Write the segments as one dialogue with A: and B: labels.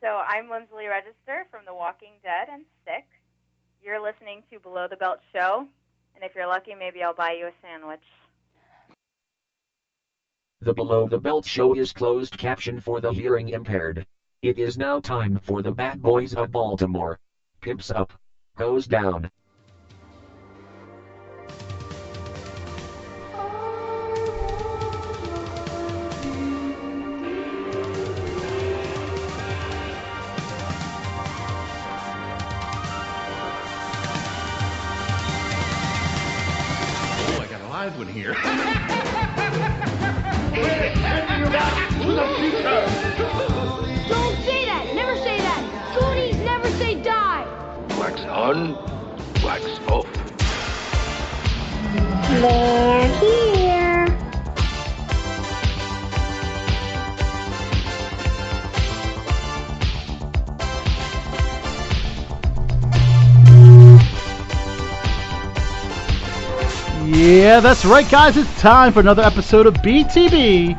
A: So I'm Lindsay Register from The Walking Dead and Sick. You're listening to Below the Belt Show, and if you're lucky, maybe I'll buy you a sandwich.
B: The Below the Belt show is closed caption for the hearing impaired. It is now time for the bad boys of Baltimore. Pimps up. Goes down.
C: Oh, I got a live one here.
D: Don't say that. Never say that. Goonies never say die.
E: Wax on, wax off.
D: They're here.
F: Yeah, that's right, guys. It's time for another episode of BTB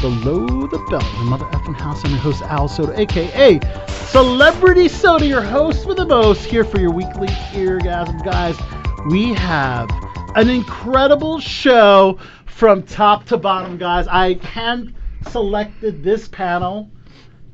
F: Below the Belt. Your mother effing house. I'm your host, Al Soda, aka Celebrity Soda, your host with the most, here for your weekly eargasm, guys. We have an incredible show from top to bottom, guys. I hand selected this panel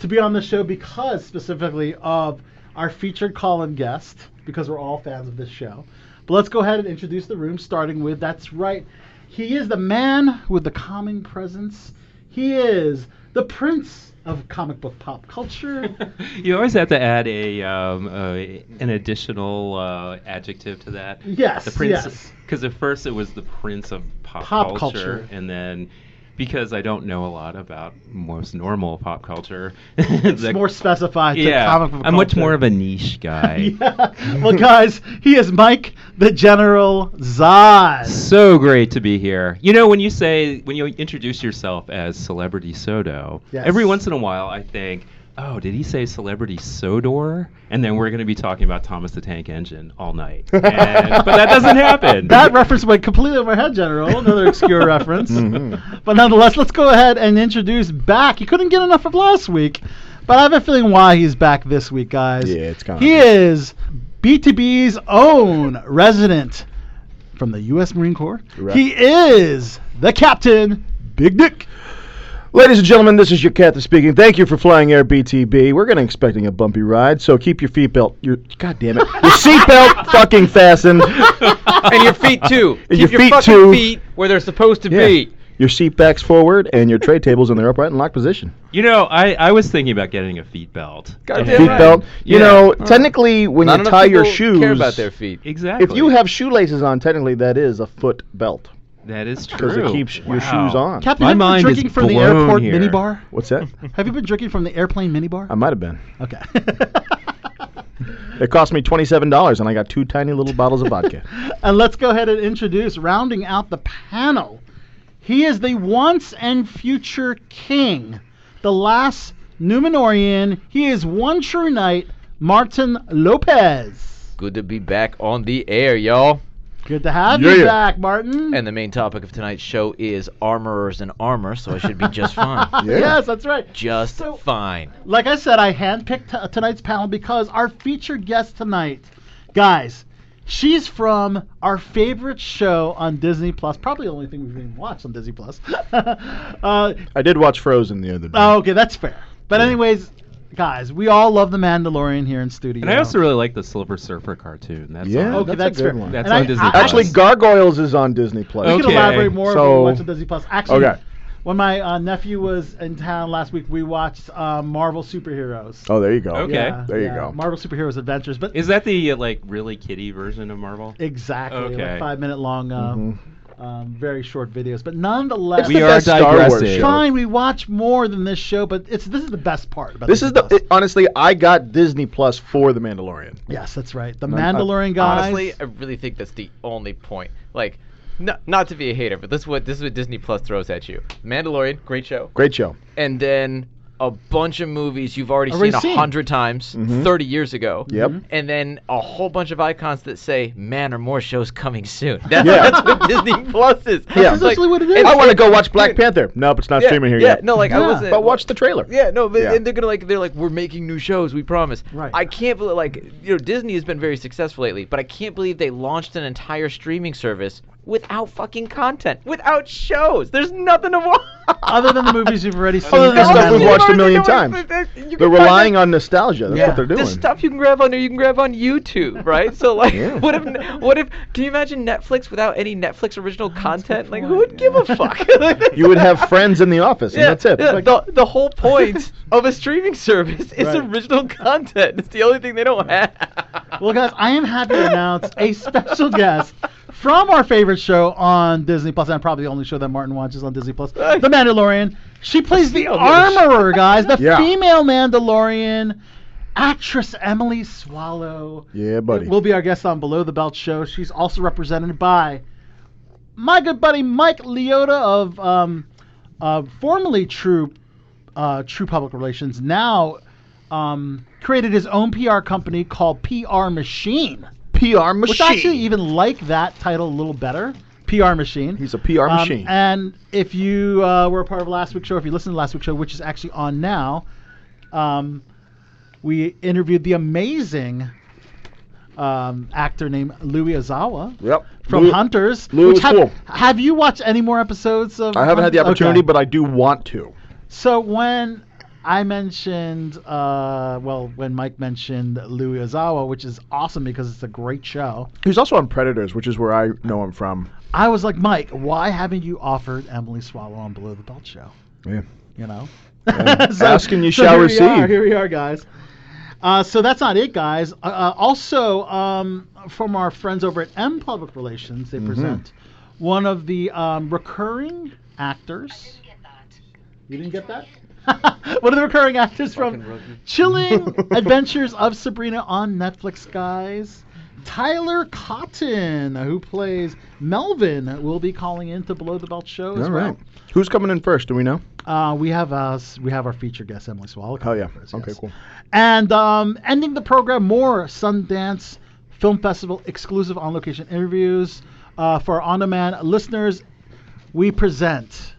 F: to be on the show because specifically of our featured call-in guest, because we're all fans of this show. But let's go ahead and introduce the room, starting with that's right, he is the man with the calming presence. He is the prince of comic book pop culture.
G: You always have to add a um, uh, an additional uh, adjective to that.
F: Yes,
G: the prince.
F: yes.
G: Because at first it was the prince of pop,
F: Pop culture.
G: and then because I don't know a lot about most normal pop culture, it's
F: it's more specified to
G: yeah,
F: comic book
G: I'm much
F: culture.
G: more of a niche guy.
F: yeah. Well, guys, he is Mike the General Zod.
G: So great to be here. You know, when you say when you introduce yourself as celebrity Sodo,
F: Yes.
G: every once in a while I think, oh, did he say celebrity Sodor? And then we're going to be talking about Thomas the Tank Engine all night. And- but that doesn't happen.
F: That reference went completely over my head, General. Another obscure reference.
H: Mm-hmm.
F: But nonetheless, let's go ahead and introduce back. He couldn't get enough of last week, but I have a feeling why he's back this week, guys.
H: Yeah, it's gone.
F: He is BTB's own resident from the U.S. Marine Corps.
H: Correct.
F: He is the captain, Big Dick.
H: Ladies and gentlemen, this is your captain speaking. Thank you for flying Air BTB. We're going to expecting a bumpy ride, so keep your feet belt. Your God damn it, your seat belt fucking fastened.
I: and your feet too.
H: And your
I: Keep your,
H: feet,
I: fucking
H: too.
I: feet where they're supposed to
H: Yeah.
I: be.
H: Your seat backs forward, and your tray tables in their upright and locked position.
G: you know, I, I was thinking about getting a feet belt.
I: God
H: Feet
I: damn right.
H: belt. You
G: Yeah.
H: know, technically, when
I: Not
H: you
I: enough
H: tie your
I: people
H: shoes,
I: Care about their feet.
G: Exactly.
H: if you have shoelaces on, technically that is a foot belt
G: that is true.
H: because it keeps your shoes
G: Wow.
H: on.
F: Captain,
G: My
F: have you been
G: mind is
F: drinking from the
G: blown
F: airport
G: here.
F: minibar?
H: What's that?
F: Have you been drinking from the airplane minibar?
H: I might have been.
F: okay.
H: It cost me twenty-seven dollars, and I got two tiny little bottles of vodka.
F: and let's go ahead and introduce, rounding out the panel. He is the once and future king, the last Numenorian. He is one true knight, Martin Lopez.
I: Good to be back on the air, y'all.
F: Good to have
H: Yeah.
F: you back, Martin.
I: And the main topic of tonight's show is armorers and armor, so I should be just fine.
H: Yeah.
F: Yes, that's right.
I: Just
F: So-
I: fine.
F: like I said, I handpicked t- tonight's panel because our featured guest tonight, guys, she's from our favorite show on Disney Plus. Probably the only thing we've even watched on Disney Plus. uh,
H: I did watch Frozen the other day.
F: oh, okay, that's fair. But anyways, guys, we all love the Mandalorian here in studio.
G: And I also really like the Silver Surfer cartoon. That's
H: Yeah.
G: on-
F: okay,
H: that's a
F: that's,
H: good
F: fair.
H: one.
G: That's
F: And
G: on
F: I-
G: Disney
F: I-
G: Plus.
H: Actually, Gargoyles is on Disney Plus.
F: We can
G: Okay.
F: elaborate more when
H: So-
F: we watch on Disney Plus. Actually,
H: Okay.
F: when my uh, nephew was in town last week, we watched uh, Marvel superheroes.
H: Oh, there you go.
G: Okay.
F: Yeah,
H: There you
F: yeah,
H: go.
F: Marvel superheroes adventures, but
G: Is that the uh, like really kiddie version of Marvel?
F: Exactly, like
G: Okay.
F: five minute long, uh,
H: Mm-hmm.
F: um, very short videos. But nonetheless,
H: the
G: we are
H: best Star Wars
G: digressing.
H: show.
F: fine. We watch more than this show, but it's this is the best part. About
H: This is the
F: Disney
H: it- honestly, I got Disney Plus for The Mandalorian.
F: Plus. yes, that's right. The
H: No, I-
F: Mandalorian guys.
I: Honestly, I really think that's the only point. Like, no, not to be a hater, but this is what this is what Disney Plus throws at you. Mandalorian, great show.
H: Great show.
I: And then a bunch of movies you've already,
F: Already
I: seen
F: seen.
I: a hundred times,
H: Mhm.
I: 30 years ago.
H: Yep. Mhm.
I: And then a whole bunch of icons that say, man or more shows coming soon. That's,
H: Yeah.
I: that's what Disney Plus is.
H: Yeah.
I: It's like-
F: essentially what it is.
I: and-
H: I want to go watch
I: dude,
H: Black Panther. Nope, it's not
I: yeah,
H: streaming here
I: yeah,
H: yet.
I: no, like, I
F: Yeah.
I: wasn't.
H: But watch the trailer.
I: Yeah, no, but
H: Yeah.
I: and they're gonna like they're like we're making new shows, we promise.
F: Right.
I: I can't believe like you know Disney has been very successful lately, but I can't believe they launched an entire streaming service without fucking content, without shows. There's nothing to watch.
F: Other than the movies you've already seen.
H: Other than the
F: and
H: stuff
F: that's
H: we've
F: it.
H: watched a million times. They're relying on nostalgia. That's
I: yeah,
H: what they're doing.
I: The stuff you can grab on you can grab on YouTube, right? So like,
H: Yeah.
I: what if what if can you imagine Netflix without any Netflix original content? Like, who would
F: point,
I: give
F: yeah.
I: a fuck?
H: you would have friends in the office, and that's it.
I: yeah,
H: Like,
I: the, the whole point of a streaming service is
F: Right.
I: original content. It's the only thing they don't have.
F: Well, guys, I am happy to announce a special guest from our favorite show on Disney Plus, and probably the only show that Martin watches on Disney Plus, The Mandalorian. She plays the
I: the other show.
F: armorer, guys, the
H: Yeah.
F: female Mandalorian. Actress Emily Swallow
H: yeah, buddy.
F: will be our guest on Below the Belt show. She's also represented by my good buddy Mike Leota of um, uh, formerly True uh, True Public Relations, now um, created his own PR company called PR Machine,
H: PR machine.
F: which I actually even like that title a little better. PR Machine.
H: He's a PR
F: Um,
H: machine.
F: And if you uh, were a part of last week's show, if you listened to last week's show, which is actually on now, um, we interviewed the amazing um, actor named Louis Azawa
H: yep.
F: from
H: Lou-
F: Hunters.
H: Louis
F: which
H: was
F: have,
H: cool.
F: have you watched any more episodes of?
H: I haven't had the
F: Hunt-
H: opportunity,
F: Okay.
H: but I do want to.
F: So when I mentioned, uh, well, when Mike mentioned Louis Ozawa, which is awesome because it's a great show,
H: He's also on Predators, which is where I know him from.
F: I was like, Mike, why haven't you offered Emily Swallow on Below the Belt show?
H: Yeah.
F: You know,
H: Yeah. Ask and you shall
F: here we
H: receive.
F: are, here we are, guys. Uh, so that's not it, guys. Uh, Uh, also, um, from our friends over at M Public Relations,
H: Mm-hmm.
F: they present one of the um, recurring actors. You didn't get that? One of the recurring actors from Chilling Adventures of Sabrina on Netflix, guys. Tyler Cotton, who plays Melvin, will be calling in to Below the Belt show as
H: All
F: well.
H: right. Who's coming in first? Do we know?
F: Uh, we have uh, s- we have our feature guest Emily Swallow.
H: Oh yeah.
F: Yes.
H: Okay, cool.
F: And um, ending the program, more Sundance Film Festival exclusive on location interviews uh, for on demand listeners. We present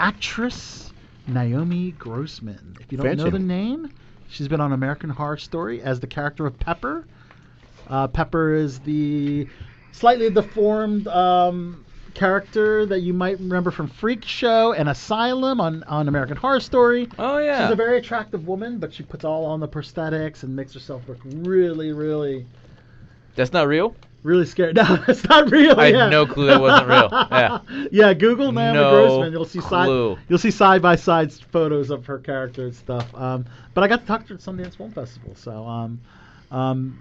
F: actress Naomi Grossman. If you don't know
H: Fancy.
F: the name, she's been on American Horror Story as the character of Pepper. Uh, Pepper is the slightly deformed um, character that you might remember from Freak Show and Asylum on, on American Horror Story.
I: Oh yeah.
F: She's a very attractive woman, but she puts all on the prosthetics and makes herself look really, really,
I: That's not real.
F: really scary. No, it's not real.
I: I had
F: yeah.
I: no clue that wasn't real. Yeah.
F: yeah, Google Naomi
I: No
F: Grossman. You'll see
I: clue.
F: side, you'll see side by side photos of her character and stuff. Um, but I got to talk to her at Sundance Film Festival, so um, um,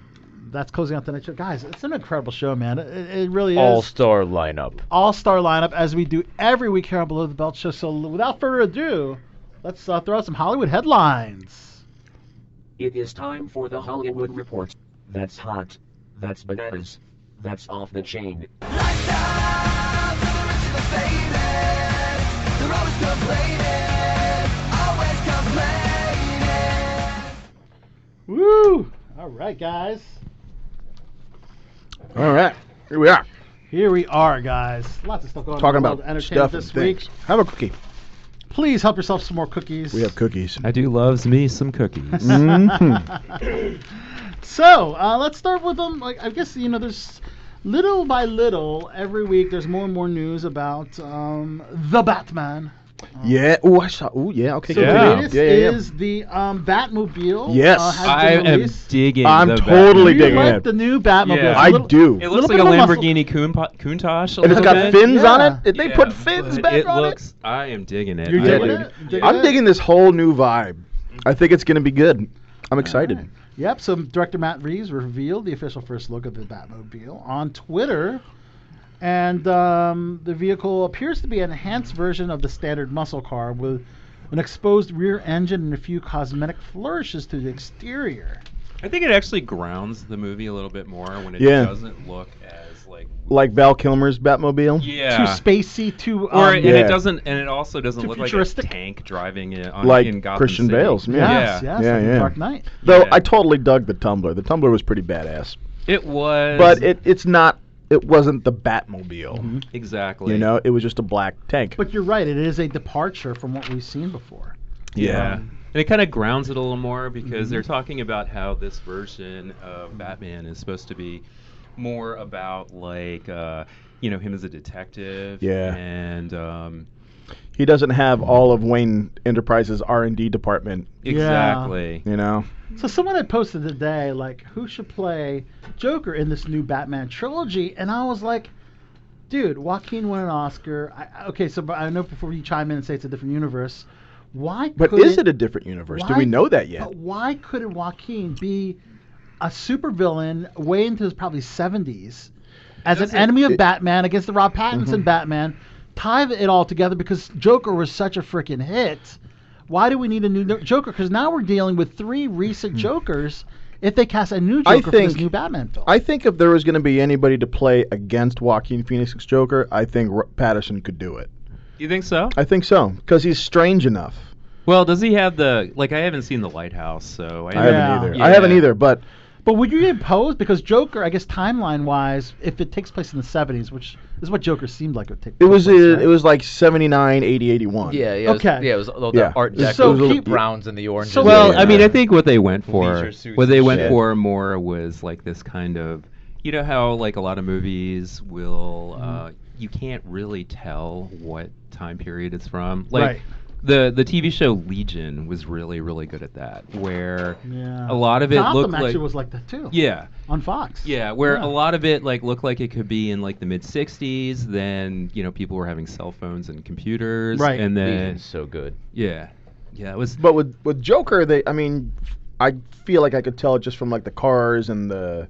F: that's closing out the night show, guys. It's an incredible show, man. It, it really
I: All
F: is
I: star lineup.
F: all star lineup as we do every week here on Below the Belt Show. So without further ado, let's uh, throw out some Hollywood headlines.
B: It is time for the Hollywood Report. That's hot. That's bananas. That's off the chain.
F: Woo! All right, guys.
H: All right. Here we are.
F: Here we are, guys. Lots of stuff going on.
H: Talking
F: in the world
H: about
F: of entertainment
H: stuff
F: this
H: and
F: week.
H: things. Have a cookie.
F: Please help yourself some more cookies.
H: We have cookies.
G: I do loves me some cookies. Mm-hmm.
H: Mhm.
F: So uh, let's start with them. Like I guess you know, there's little by little every week. There's more and more news about um, the Batman.
H: Yeah. Oh, I saw. Oh, yeah. Okay.
F: Uh, So
H: good.
F: the
G: Yeah.
F: latest
H: yeah. Yeah. yeah.
F: is the um, Batmobile.
H: Yes.
F: uh, has been
G: I am
F: released.
G: digging.
H: I'm
G: the
H: totally
F: Do you
G: Batman.
H: digging
F: like
H: it.
F: the new Batmobile.
G: Yeah.
F: It's a
H: I
F: little-
H: do.
G: It
F: Little
G: looks like a
F: bit of muscle.
G: Lamborghini Countach, Countach a
H: and it's
G: little
H: got
G: bit.
H: fins on
F: Yeah.
H: it. Did they
G: Yeah,
H: put fins
G: but
H: back
G: it
H: on
G: looks, I am digging it.
F: You're
G: I
H: digging
G: really-
F: it? Digging
H: it? I'm digging this whole new vibe. I think it's gonna be good. I'm excited.
F: Yep. So director Matt Reeves revealed the official first look of the Batmobile on Twitter, and um, the vehicle appears to be an enhanced version of the standard muscle car with an exposed rear engine and a few cosmetic flourishes to the exterior.
G: I think it actually grounds the movie a little bit more when it
H: Yeah.
G: doesn't look as like
H: like Val Kilmer's Batmobile?
F: Too
G: Yeah.
F: spacey, too. Um,
G: Or and
H: Yeah.
G: it doesn't and it also doesn't
F: Too
G: look
F: futuristic.
G: like a tank driving it on
H: Like
G: in Gotham
H: Christian
G: City.
H: Bale's, yeah.
F: yes,
G: yeah.
F: yes,
H: Yeah,
F: like in
H: yeah.
F: Dark Knight.
H: Though
G: Yeah.
H: I totally dug the Tumblr. The Tumblr was pretty badass,
G: It was
H: but it it's not. It wasn't the Batmobile.
G: exactly
H: You know, it was just a black tank.
F: Mm-hmm. But you're right; it is a departure from what we've seen before.
G: Yeah. And it kind of grounds it a little more because
F: Mm-hmm.
G: they're talking about how this version of Batman is supposed to be more about like uh, you know him as a detective.
H: Yeah.
G: And um,
H: He doesn't have all of Wayne Enterprises R and D department.
G: exactly.
H: You know,
F: So someone had posted today, like, who should play Joker in this new Batman trilogy? And I was like, dude, Joaquin won an Oscar. I, I- okay, so but I know before you chime in and say it's a different universe, why?
H: but
F: couldn't-
H: is it a different universe? Do
F: why-
H: we know that yet?
F: But why couldn't Joaquin be a supervillain way into his probably seventies as an
G: Doesn't-
F: enemy of Batman against the Rob Pattinson
H: Mm-hmm.
F: Batman? Tie it all together because Joker was such a freaking hit. Why do we need a new no- Joker? Because now we're dealing with three recent Jokers. If they cast a new
H: Hmm. I
F: Joker for this
H: think-
F: new Batman film,
H: I think if there was going to be anybody to play against Joaquin Phoenix's Joker, I think R- Patterson could do it.
G: You think so?
H: I think so because he's strange enough.
G: Well, does he have the like? I haven't seen the lighthouse, so I,
H: I
F: Yeah.
H: haven't either. I haven't
G: Yeah.
H: either. But
F: but would you impose because Joker? I guess timeline wise, if it takes place in the seventies, which is what Joker seemed like it would take.
H: it was
F: place,
H: uh,
F: right?
H: it was like 79, 80, 81.
I: Yeah, yeah. It
F: Okay.
I: was, yeah, it was all
H: Yeah.
I: the Art
H: So
I: Deco with the
F: keep-
I: browns and the oranges.
F: so-
I: and
G: Well,
I: the-
G: I mean, I think what they went for,
I: Leisure suits
G: what they
I: and
G: went
H: shit.
G: for more was like this kind of, you know how like a lot of movies will,
I: Mm-hmm.
G: uh, you can't really tell what time period it's from. Like
F: Right.
G: the the TV show Legion was really really good at that, where
F: Yeah.
G: a lot of it
F: Gotham
G: looked
F: actually
G: like
F: was like that too.
G: yeah.
F: on Fox.
G: Yeah, where
F: Yeah.
G: a lot of it like looked like it could be in like the mid '60s. Then you know people were having cell phones and computers,
F: Right.
G: And then
I: Legion's so good.
G: yeah, yeah, it was
H: But with with Joker, they I mean, I feel like I could tell just from like the cars and the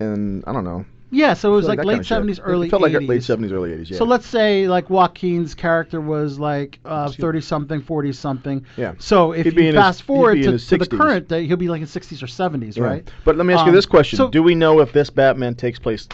H: and I don't know.
F: Yeah, so it was
H: Feel
F: like,
H: that
F: late
H: kinda shit.
F: seventies, early
H: It felt like late
F: 80s.
H: seventies, early eighties. Yeah.
F: So let's say like Joaquin's character was like uh,
H: Excuse me.
F: thirty something, forty something.
H: Yeah.
F: So if
H: He'd be
F: you
H: in his-
F: fast
H: he'd
F: forward
H: be in
F: to,
H: his
F: to the
H: 60s.
F: current day, he'll be like in sixties or seventies,
H: Yeah.
F: right?
H: But let me ask you
F: Um,
H: this question:
F: so-
H: Do we know if this Batman takes place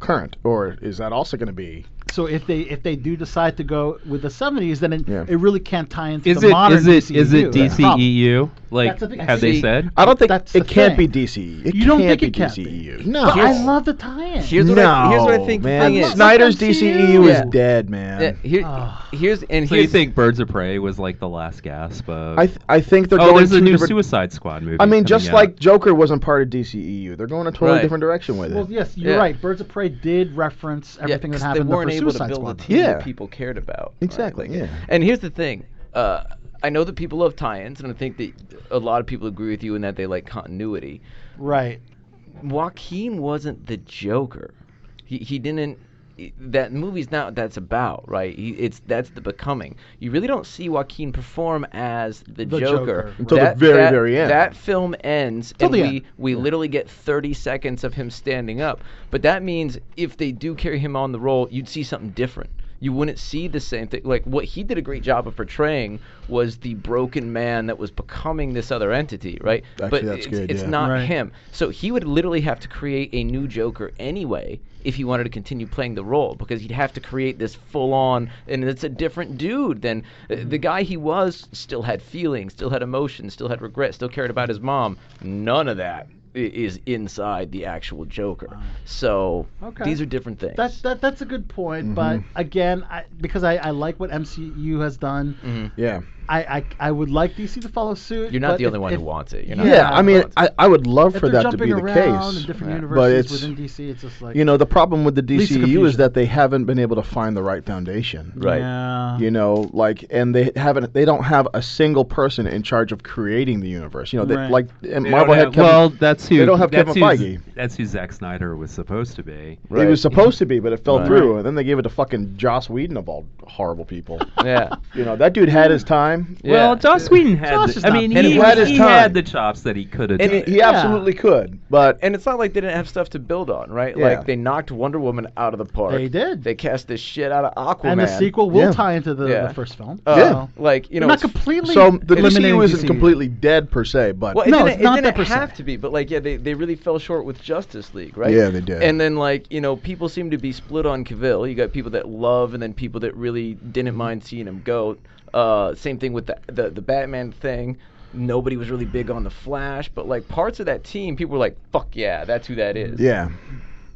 H: current, or is that also going to be?
F: So if they if they do decide to go with the seventies, then it,
H: Yeah.
F: it really can't tie into
G: Is
F: the
G: it
F: modern
G: is it is
F: DCEU.
G: it
F: That's the problem.
G: DCEU? Like
F: That's the thing.
G: have they
I: See,
G: said?
H: I don't think
F: That's
H: it
F: the
H: can't
F: thing.
H: be DC. It
F: You don't
H: can't
F: think
H: be E
F: it can't be.
H: DCEU. No,
F: But I love the tie-in.
I: Here's what I here's what I think.
H: Man,
I: thing is.
H: Snyder's
F: Sometimes
H: DCEU
I: you-
H: is
I: Yeah.
H: dead, man.
I: Yeah, here,
F: Ah.
I: here's and
G: So you
I: here's
G: think Birds of Prey was like the last gasp of?
H: I th- I think they're
G: oh,
H: going
G: there's a
H: two
G: new
H: different-
G: Suicide Squad movie.
H: I mean,
G: coming
H: just
G: out.
H: like Joker wasn't part of DCEU, they're going a totally
I: Right.
H: different direction with it.
F: Well, yes, you're
I: Yeah.
F: right. Birds of Prey did reference everything that
I: 'cause
F: happened
I: They weren't
F: for
I: able
F: Suicide
I: to build
F: Squad.
I: a team
H: Yeah.
I: that people cared about. right?
H: Exactly,
I: Like,
H: yeah.
I: And here's the thing. Uh, I know that people love tie-ins, and I think that a lot of people agree with you in that they like continuity.
F: Right.
I: Joaquin wasn't the Joker. He he didn't. That movie's not what that's about, right? He, it's that's the becoming. You really don't see Joaquin perform as the,
F: The Joker,
I: Joker
H: Until the very,
I: that-
H: very end.
I: That film ends,
F: Till
I: and
F: the
I: we
F: end.
I: we literally get 30 seconds of him standing up. But that means if they do carry him on the role, you'd see something different. You wouldn't see the same thing. Like what he did a great job of portraying was the broken man that was becoming this other entity, right? but
H: Actually, that's
I: it's,
H: good,
I: it's
H: yeah.
I: not
F: Right.
I: him. So he would literally have to create a new Joker anyway if he wanted to continue playing the role because he'd have to create this full on and it's a different dude than uh,
F: Mm-hmm.
I: the guy he was still had feelings, still had emotions, still had regrets, still cared about his mom. None of that i- is inside the actual Joker. So
F: Okay.
I: these are different things.
F: That's that. That's a good
H: Mm-hmm.
F: point, but again, I, because I, I like what MCU has done,
H: yeah.
F: I, I I would like DC to follow suit.
I: Mm-hmm. You're not
F: but
I: the only
F: if-
I: one
F: if-
I: who wants it.
H: yeah,
I: You're not the only
H: I
I: one who
H: mean,
I: wants it.
H: I, I would love
F: If
H: for
F: they're
H: that to
F: jumping
H: be the
F: around
H: case.
F: in different
I: Yeah.
H: But
F: universes
H: it's-
F: within DC, it's just like
H: You know, the problem with the
F: Least the
H: DCEU is
F: confusion.
H: that they haven't been able to find the right foundation.
I: right.
F: Yeah.
H: You know, like, and they haven't, they don't have a single person in charge of creating the universe. You know, they,
F: Right.
H: like, and
G: They
H: Marvel
G: don't
H: had
G: have-
H: Kevin,
G: well, that's who
H: they don't have
G: that's
H: Kevin
G: who's-
H: Feige.
G: That's who Zack Snyder was supposed to be.
H: he
I: Right.
H: was supposed to be, but it fell
I: Right.
H: through, and then they gave it to fucking Joss Whedon of all horrible people.
I: yeah.
H: you know, that dude had his time. time.
G: Well,
I: Yeah.
G: Joss Whedon had.
F: Joss is
G: the, I
F: not
G: mean,
H: bad.
G: he,
H: He had his
G: he
H: time.
G: had the chops that he could have.
I: And
G: done.
I: it-
H: He
I: Yeah.
H: absolutely could, but
I: And it's not like they didn't have stuff to build on, right?
H: Yeah.
I: Like they knocked Wonder Woman out of the park.
F: They did.
I: They cast the shit out of Aquaman.
F: and the sequel will
H: Yeah.
F: tie into the,
I: Yeah.
F: the first film.
I: Uh,
H: Yeah.
I: Like you know,
F: not
I: it's-
F: completely.
H: so the
F: eliminating
H: DCU isn't
F: DCU.
H: completely dead per se, but
I: Well, it
F: No,
I: didn't,
F: it's not
I: it
F: that
I: didn't
F: per se.
I: have to be, but like, yeah, they, they really fell short with Justice League, right?
H: Yeah, they did.
I: And then like, you know, people seem to be split on Cavill. You got people that love, and then people that really
G: Mm-hmm.
I: didn't mind seeing him go. Uh, same thing with the, the the Batman thing. Nobody was really big on the Flash, but like parts of that team, people were like, "Fuck yeah, that's who that is."
H: Mm-hmm. yeah,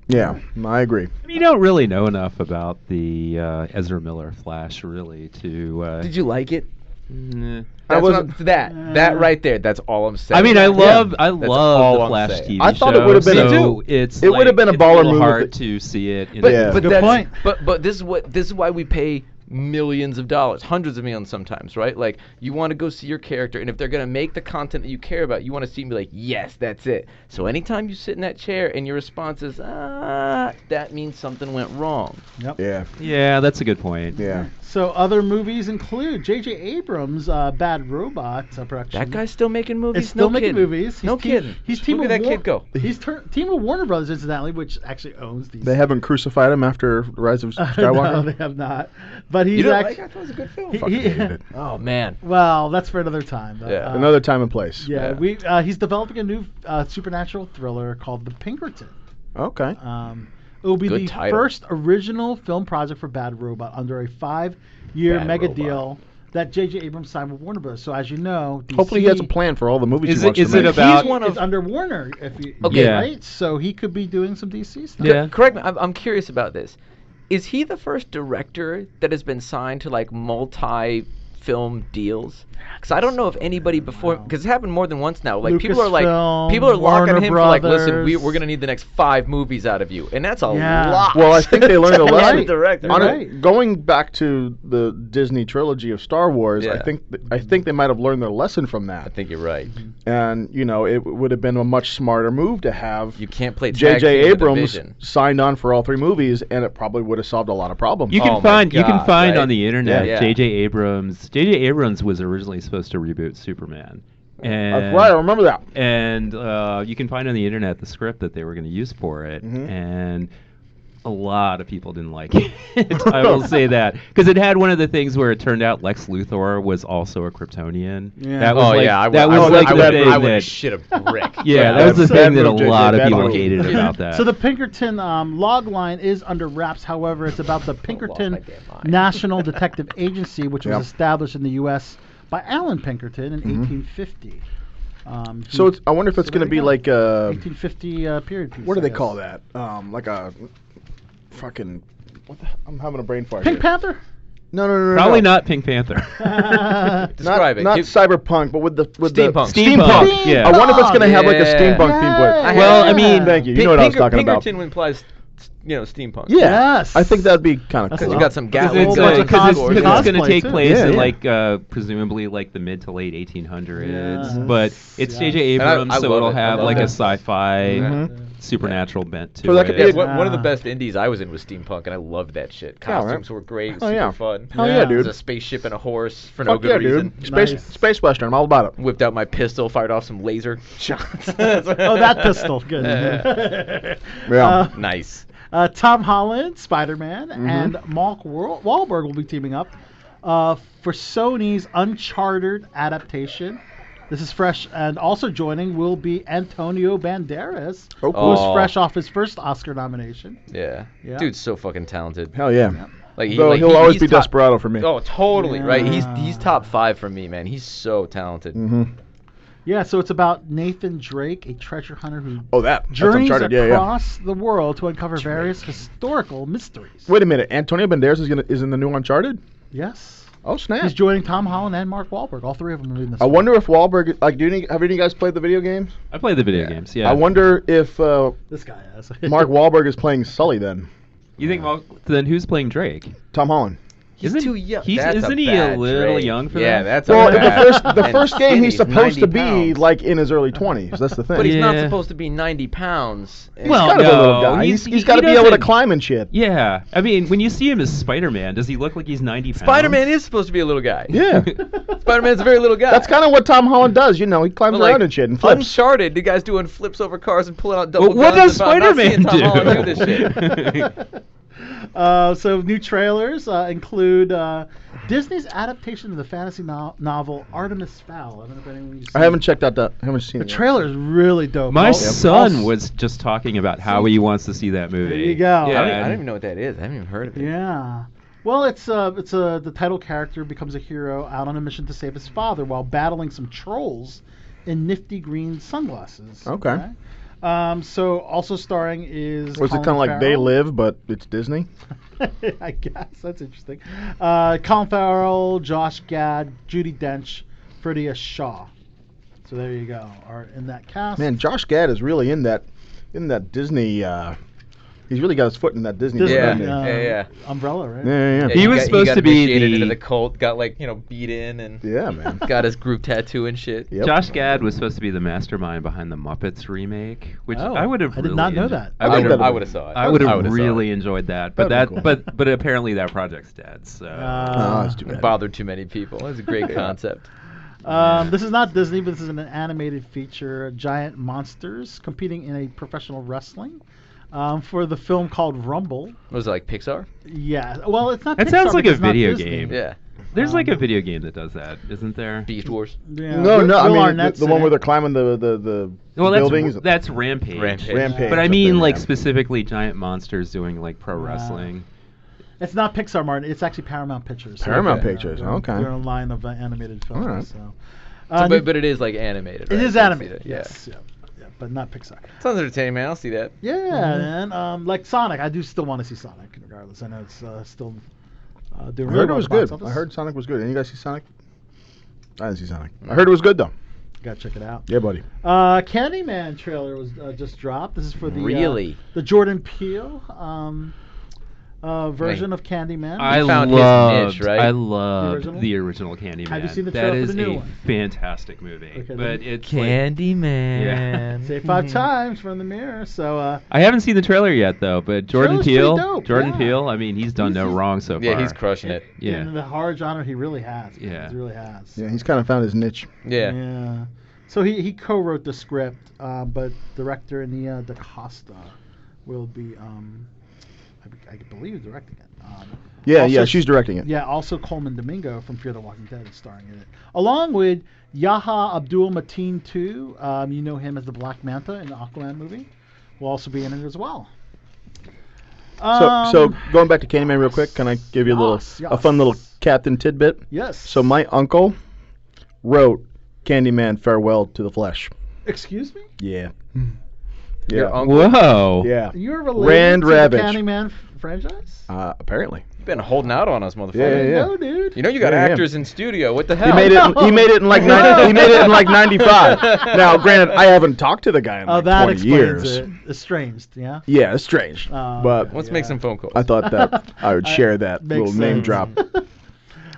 H: yeah, I agree.
G: I mean, you don't really know enough about the uh, Ezra Miller Flash, really, to. Uh,
I: Did you like it?
G: nah.
I: That's what
H: wasn't-
I: I'm- that that right there. That's all I'm saying.
G: I mean, I love I
I: That's
G: love
I: all
G: the
I: I'm
G: Flash
I: saying.
G: TV
H: I thought it
G: show,
H: would've been a-
G: so it's
H: it would've
G: like-
H: been a
G: it's
H: baller
G: little
H: move if
G: Hard
H: it-
G: to see it. in
I: But,
G: the-
H: Yeah.
I: but
F: Good
I: that's,
F: point.
I: But but this is what this is why we pay millions of dollars, hundreds of millions sometimes, right? Like you want to go see your character, and if they're gonna make the content that you care about, you want to see them be like, yes, that's it. So anytime you sit in that chair and your response is ah, that means something went wrong.
H: Yeah,
G: yeah, that's a good point.
H: yeah.
F: So other movies include J.J. Abrams' uh, Bad Robot uh, production.
I: That guy's still making movies.
F: is still
I: no
F: making
I: kidding.
F: movies. He's
I: no
F: team,
I: kidding.
F: He's team
I: Look
F: of
I: at that
F: War-
I: kid go.
F: He's tur- team of Warner Brothers, incidentally, which actually owns these.
H: They haven't crucified him after the Rise of
F: no,
H: Skywalker.
F: they have not. But he's
I: You don't like?
F: actually.
I: I thought it was a good film.
F: he-
I: Fuck.
F: he-
H: hated it.
I: Oh man.
F: well, that's for another time. Though.
I: Yeah.
F: Uh,
H: Another time and place.
F: Yeah,
I: Yeah.
F: we uh, he's developing a new uh, supernatural thriller called The Pinkerton.
H: Okay.
F: Um, it will be
I: Good
F: the
I: title.
F: first original film project for Bad Robot under a five-year
I: Bad
F: mega
I: Robot.
F: deal that J.J. Abrams signed with Warner Bros. So as you know, DC,
H: Hopefully, he has a plan for all the movies
G: Is
H: he
G: it-
H: wants
G: is
H: to
G: it
H: make.
G: about-
F: He's
I: one
F: it's
I: of-
F: under Warner. If you,
I: Okay.
G: Yeah.
F: right? So he could be doing some DC stuff.
G: Yeah.
I: Correct me. I'm, I'm curious about this. Is he the first director that has been signed to like multi film deals? Because I don't know if anybody before. Because it happened more than once now. Like people are like
F: Lucasfilm,
I: people are locking
F: Warner
I: him for like, listen, we,
F: Brothers.
I: we're gonna need the next five movies out of you, and that's a
F: Yeah.
I: lot.
H: Well, I think they learned a
I: to
H: lesson.
I: have a Director.
H: On a-
F: Right.
H: going back to the Disney trilogy of Star Wars, I
I: Yeah.
H: think th- I think they might have learned their lesson from
I: I
H: that.
I: think you're right.
G: Mm-hmm.
H: And you know, it would have been a much smarter move to have
I: You can't play
H: J.J.
I: tag team with a
H: Abrams
I: vision.
H: signed on for all three movies, and it probably would have solved a lot of problems.
G: You can
I: Oh my
G: find you can
I: God,
G: find
I: right?
G: on the internet
I: Yeah.
G: J.J. Abrams. J.J. Abrams was originally supposed to reboot Superman, and
H: That's right. I remember that.
G: and uh, you can find on the internet the script that they were going to use for it, and a lot of people didn't like it. I will say that because it had one of the things where it turned out Lex Luthor was also a Kryptonian.
F: Yeah.
G: That was
I: oh
G: like,
I: yeah, I would,
G: that
I: I
G: was
I: would-
G: like
I: I
G: the
I: would,
G: thing
I: I would
G: that-
I: shit a brick.
G: yeah, that
H: Bad
G: was the
H: move,
G: thing that a
H: JJ,
G: lot of
H: bad
G: people
H: move.
G: hated about that.
F: So the Pinkerton um, log line is under wraps. However, it's about the
I: my
F: Pinkerton
I: damn mind.
F: National Detective Agency, which
H: Yep. Mm-hmm.
F: was established in the U.S. by Alan Pinkerton in 1850. Um,
H: So
F: he-
H: it's, I wonder if it's
F: so
H: going to
F: there
H: be
F: you go.
H: like a
F: 1850 uh, period piece.
H: what do
F: I
H: they
F: guess.
H: call that? Um, like a fucking. What the, I'm having a brain fart.
F: Pink
H: here.
F: Panther.
H: No, no, no, no.
G: Probably
H: no.
G: not Pink Panther.
F: Uh,
H: Not,
I: Describe it.
H: not
I: Give-
H: cyberpunk, but with the with the
I: Steampunk.
G: Steampunk. Yeah.
H: I wonder if it's gonna have like a
I: Yeah.
H: steampunk theme to it.
F: Yeah.
G: Well, I mean-
H: thank you. You
I: Pin-
H: know what I was
I: Pinker-
H: talking about.
I: Pinkerton implies, you know, steampunk.
H: Yeah,
F: Yes.
H: I think that'd be kind of
F: That's
H: cool.
I: you got some
F: Because
I: gal.
F: it's,
G: Because
F: uh,
G: it's,
F: cause
I: going
F: cause
G: going to
F: cosplay,
G: take
F: too.
G: place
H: Yeah,
G: in
H: yeah.
G: like uh, presumably like the mid to late 1800s,
F: Yes.
G: but it's
F: Yes.
G: J.J.
I: And I-
G: Abrams,
I: I
G: so
I: love
G: it'll
I: it. I
G: have
I: love
G: like
I: it.
G: a sci-fi
I: Mhm.
G: supernatural bent to
H: So that could be
I: Yeah,
H: a-
G: it.
I: one, one of the
F: Ah.
I: best indies I was in was steampunk, and I loved that shit.
H: Yeah, right.
I: Costumes were great.
H: Oh,
I: super
H: yeah.
I: fun.
H: Hell yeah,
F: Yeah.
I: There's a
H: dude.
I: spaceship and a horse for no
H: Fuck
I: good
H: yeah,
I: reason.
H: dude. Space
F: Nice.
H: space western. I'm all about it.
I: Whipped out my pistol, fired off some laser shots.
F: Oh,
I: oh,
F: that pistol. Good.
H: Yeah.
F: Uh,
I: Nice.
F: Uh, Tom Holland, Spider Man,
H: Mm-hmm.
F: and Mark Wa- Wahlberg will be teaming up uh, for Sony's Uncharted adaptation. This is fresh, and also joining will be Antonio Banderas,
H: Oh,
I: cool.
F: who's
I: Aw.
F: fresh off his first Oscar nomination.
I: Yeah.
F: Yeah.
I: Dude's so fucking talented.
H: Hell yeah.
I: Like, he,
H: Though
I: like,
H: he'll
I: he-
H: always
I: he's
H: be
I: top-
H: desperado for me.
I: Oh, totally right. He's he's
F: Yeah.
I: top five for me, man. He's so talented.
H: Mm-hmm.
F: Yeah, so it's about Nathan Drake, a treasure hunter who
H: Oh, that. That's
F: journeys
H: Uncharted. Yeah, yeah.
F: across the world to uncover various historical mysteries.
H: Wait a minute. Antonio Banderas is gonna is in the new Uncharted.
F: Yes.
H: Oh snap.
F: He's joining Tom Holland and Mark Wahlberg. All three of them are in this.
H: I wonder if Wahlberg like do any have any of you guys played the video games?
G: I play the video games. Yeah.
H: I wonder if uh,
F: This guy has.
H: Mark Wahlberg is playing Sully then.
G: You think well, then who's playing Drake?
H: Tom Holland.
I: He's
G: Isn't-
I: too young.
G: he's-
C: That's
G: isn't he a
C: bad
G: little
C: trade.
G: young for
C: yeah,
G: that?
C: that's a
H: Well, in
C: bad-
H: the first the
C: and
H: first game, he's
C: skinny,
H: supposed to
C: 90
H: be
C: pounds.
H: like in his early twenties. That's the thing.
I: But he's not
G: Yeah.
I: supposed to be 90 pounds. And-
G: Well,
H: gotta be a little
G: no,
H: guy.
G: he's-
H: he's
G: he
H: got to be able to
G: doesn't-
H: climb and shit.
G: Yeah, I mean, when you see him as Spider-Man, does he look like he's 90 pounds?
I: Spider-Man is supposed to be a little guy.
H: Yeah,
I: Spider-Man's a very little guy.
H: that's kind of what Tom Holland does. You know, he climbs
I: But,
H: around
I: like,
H: and shit and flips.
I: Uncharted, the guy's doing flips over cars and pulling out double
G: Well, what
I: guns
G: does
I: if I'm not
G: Spider-Man
I: seeing Tom Holland
G: do?
I: do this shit.
F: Uh, so new trailers uh, include uh, Disney's adaptation of the fantasy no- novel Artemis Fowl. I don't know if anyone. you've
H: I
F: seen
H: haven't
F: it.
H: checked out that. I haven't seen
F: The
H: it. yet.
F: trailer is really dope.
G: My
F: I'll- I'll
G: son
F: s-
G: was just talking about how he wants to see that movie.
F: There you go.
I: I, don't,
G: Yeah,
I: I don't even know what that is. I haven't even heard of it.
F: Yeah. Well, it's uh, it's uh, the title character becomes a hero out on a mission to save his father while battling some trolls in nifty green sunglasses.
H: Okay.
F: Um, so also starring is.
H: Was it
F: Colin
H: kind of like They
F: Farrell.
H: Live, but it's Disney?
F: I guess that's interesting. Uh, Colin Farrell, Josh Gad, Judy Dench, Fredia Shaw. So there you go. Are in that cast.
H: Man, Josh Gad is really in that, in that Disney. Uh, he's really got his foot in that Disney.
F: Disney,
H: doesn't
I: Yeah.
F: uh,
I: Yeah, yeah.
F: Umbrella, right?
H: he? yeah, yeah,
I: Yeah,
H: yeah.
G: was
I: got-
G: supposed
I: got
G: to be
I: initiated
G: the-
I: into the cult, got like you know beat in and
H: Yeah, man.
I: got his group tattoo and shit.
H: Yep.
G: Josh Gad was supposed to be the mastermind behind the Muppets remake, which
F: Oh,
G: I would have.
F: I did not know
G: really enjo-
F: that.
G: I
I: I
G: would
I: would
H: would've-
G: have.
I: have
H: I
I: I
H: would've
I: would have saw it.
G: I would have
I: would've saw it.
G: really enjoyed that, but that,
H: That'd be cool.
G: but but apparently that project's dead. So
H: Oh,
F: Uh,
H: that's too bad.
I: bothered too many people. That's a great concept.
F: Um, this is not Disney, but this is an animated feature. Giant monsters competing in a professional wrestling um, for the film called Rumble.
I: What was it like Pixar?
F: Yeah. Well, it's not.
G: That
F: Pixar,
G: sounds like
F: because it's
G: a
F: not
G: video
F: Disney.
G: game.
I: Yeah,
G: there's like a
F: Um,
G: video game that does that, isn't there?
I: Beast Wars.
F: Yeah.
H: No,
F: Will-
H: no, I
F: Will
H: mean the,
F: Arnett's
H: the
F: in
H: one where
F: it.
H: they're climbing the the the
G: Well,
H: buildings.
G: that's that's Rampage.
I: Rampage.
H: Rampage.
G: But I
H: up
G: mean,
H: there,
G: like
H: yeah.
G: specifically giant monsters doing like pro wrestling.
F: It's not Pixar, Martin. It's actually Paramount Pictures. So
H: Paramount
F: they're-
H: Pictures,
F: They're,
H: okay.
F: They're a line of uh, animated films.
H: All right.
F: So. Uh,
I: So,
F: new-
I: but, but it is like animated.
F: it
I: right?
F: is
I: So I see
F: animated.
I: that, Yeah.
F: Yes. Yeah. yeah. But not Pixar.
I: Sounds entertaining, man. I'll see that. Mm-hmm.
F: Yeah,
H: Mm-hmm.
F: and um, like Sonic, I do still want to see Sonic, regardless. I know it's uh, still uh, doing.
H: I
F: really
H: heard it
F: well
H: was
F: at the box
H: good. I
F: office.
H: heard Sonic was good. Any you guys see Sonic? I didn't see Sonic. I heard it was good though.
F: Gotta check it out.
H: Yeah, buddy.
F: Uh, Candyman trailer was uh, just dropped. This is for the uh,
I: Really?
F: the Jordan Peele um, uh, version of Candyman.
G: I
I: found his
G: loved,
I: niche, right?
G: I loved the
F: original?
G: original, Candyman.
F: Have you seen the
G: That
F: trailer for
G: is
F: the new
G: a
F: one?
G: fantastic movie.
F: Okay,
G: but
F: then-
G: it's like-
I: Candyman.
F: Say five
G: Mm-hmm.
F: times from the mirror. So uh,
G: I haven't seen the trailer yet though, but Jordan
F: Trailer's pretty
G: Peele,
F: dope,
G: Jordan
F: yeah.
G: Peele. I mean, he's done
F: He's-
G: no wrong so far.
I: Yeah, he's crushing it.
G: Yeah.
F: in the horror genre, he really has. man.
G: Yeah.
F: he really has.
H: Yeah, he's kind of found his niche.
I: Yeah.
F: Yeah. So he, he co-wrote the script, uh, but director Nia DaCosta will be, um, I, I believe, directing it. Um,
H: Yeah,
F: Also-
H: yeah, she's directing it.
F: yeah, also Coleman Domingo from Fear the Walking Dead is starring in it, along with Yaha Abdul Mateen too. Um, you know him as the Black Manta in the Aquaman movie. Will also be in it as well.
H: So, so
F: Um,
H: going back to Candyman real quick, can I give you a little,
F: Yes,
H: a fun little
F: yes.
H: captain tidbit?
F: yes.
H: So my uncle wrote Candyman Farewell to the Flesh.
F: excuse me,
H: Yeah.
F: Hmm.
I: Your
H: Yeah.
I: uncle.
G: Whoa.
H: Yeah.
F: you're related
H: Rand
F: to
H: Ravitch.
F: the Candyman f- franchise?
H: Uh, apparently.
I: You've been holding out on us, motherfucker.
H: Yeah, yeah,
F: No, dude.
I: You know you got
H: Yeah, yeah.
I: actors in studio. What the hell?
H: He made it. He made it in like nine, he made it in like ninety five. Now, granted, I haven't talked to the guy in
F: Oh,
H: like
F: that
H: twenty
F: explains
H: years.
F: it. Estranged, yeah.
H: Yeah, it's strange.
F: Oh,
H: but
F: okay.
I: Let's make some phone calls.
H: I thought that I would share that
F: Makes
H: little name
F: sense.
H: drop.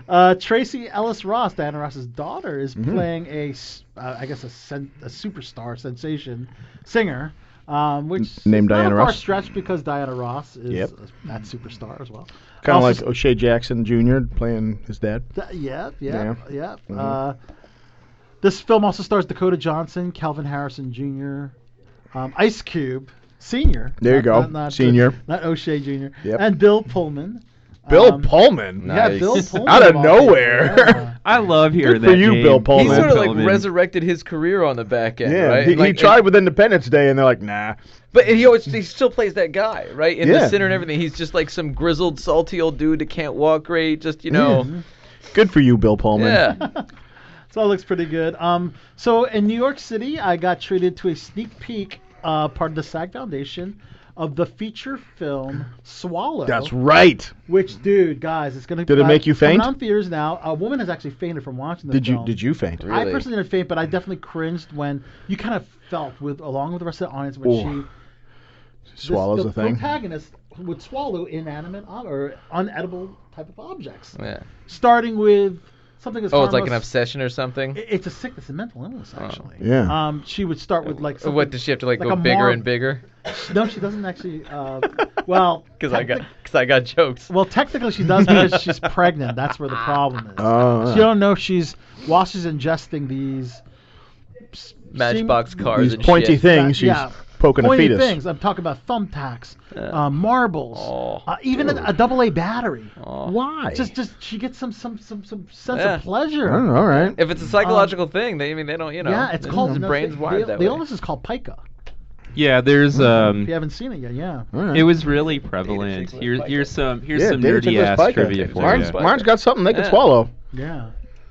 F: Uh, Tracy Ellis Ross, Diana Ross's daughter, is
H: Mm-hmm.
F: playing a, s- uh, I guess a, sen- a superstar sensation singer, um, which
H: named
F: is not
H: Diana
F: a far
H: Ross?
F: stretch because Diana Ross is
H: Yep.
F: a- that superstar as well.
H: Kind of
F: Also
H: like O'Shea Jackson Jr. playing his dad.
F: Th- yep, yep,
H: Yeah. Mm-hmm.
F: yep. Uh, this film also stars Dakota Johnson, Calvin Harrison Jr., um, Ice Cube Senior.
H: There you go, senior.
F: Not O'Shea Jr.
H: Yep.
F: and Bill Pullman.
H: Bill
F: Um,
H: Pullman.
I: Nah.
F: Yeah,
I: Nice.
F: Bill Pullman.
H: Out of
F: all people,
H: nowhere.
F: yeah.
G: I love hearing
H: for
G: that
H: you,
G: name.
H: Bill Pullman.
I: He sort of like
G: Pullman.
I: resurrected his career on the back end,
H: Yeah,
I: right?
H: he, he
I: Like,
H: tried with Independence Day, and they're like, nah.
I: But he always he still plays that guy, right? In
H: Yeah.
I: the center and everything. He's just like some grizzled, salty old dude that can't walk great. Just you know,
H: Good for you, Bill Pullman.
I: yeah.
F: So it looks pretty good. Um, so in New York City, I got treated to a sneak peek, uh, part of the SAG Foundation, of the feature film Swallow.
H: That's right.
F: Which, dude, guys, it's gonna.
H: Did it
F: uh,
H: make you
F: coming
H: faint?
F: out in theaters now. A woman has actually fainted from watching the
H: Did
F: film.
H: you did you faint?
F: I
I: Really?
F: personally didn't faint, but I definitely cringed when you kind of felt with along with the rest of the audience when
H: Oh.
F: she this-
H: Swallows
F: the
H: a thing.
F: protagonist would swallow inanimate ob- or unedible type of objects.
I: Yeah.
F: Starting with something as
I: Oh, it's like an
F: harmless-
I: obsession or something.
F: I- It's a sickness, a mental illness, actually.
H: Yeah.
F: Um, she would start with like.
I: what
F: something-
I: does she have to like,
F: like
I: go
F: a
I: bigger
F: mar-
I: and bigger?
F: No, she doesn't actually. Uh, well,
I: Because I got
F: technic-
I: because I got jokes.
F: Well, technically, she does because she's pregnant. That's where the
I: Ah.
F: problem is.
H: Oh,
F: So you don't know if she's while she's ingesting these s-
I: Matchbox
F: seem-
I: cars
H: These
I: and
H: pointy
I: shit.
H: things, she's
F: Yeah.
H: poking
F: pointy
H: a fetus.
F: things. I'm talking about thumbtacks, uh, marbles,
I: Oh,
F: uh, even a, a double A battery.
H: Why?
F: Just, just she gets some, some, some, some sense
I: Yeah.
F: of pleasure. Um,
H: Oh, all right.
I: If it's a psychological thing, they I mean they don't you know.
F: yeah, it's
I: their
F: called no,
I: brains
F: the,
I: wired
F: the,
I: that
F: the
I: way.
F: illness is called pica.
G: Yeah, there's
F: If
G: um,
F: you
H: Mm.
F: haven't seen it yet, yeah.
H: All right.
G: it was really prevalent. Here, here's some here's some nerdy
H: Tickler's
G: ass
H: Pica.
G: trivia for
H: Mine's,
G: you.
I: Pica.
H: mine's got something they can
I: Yeah.
H: swallow.
F: Yeah.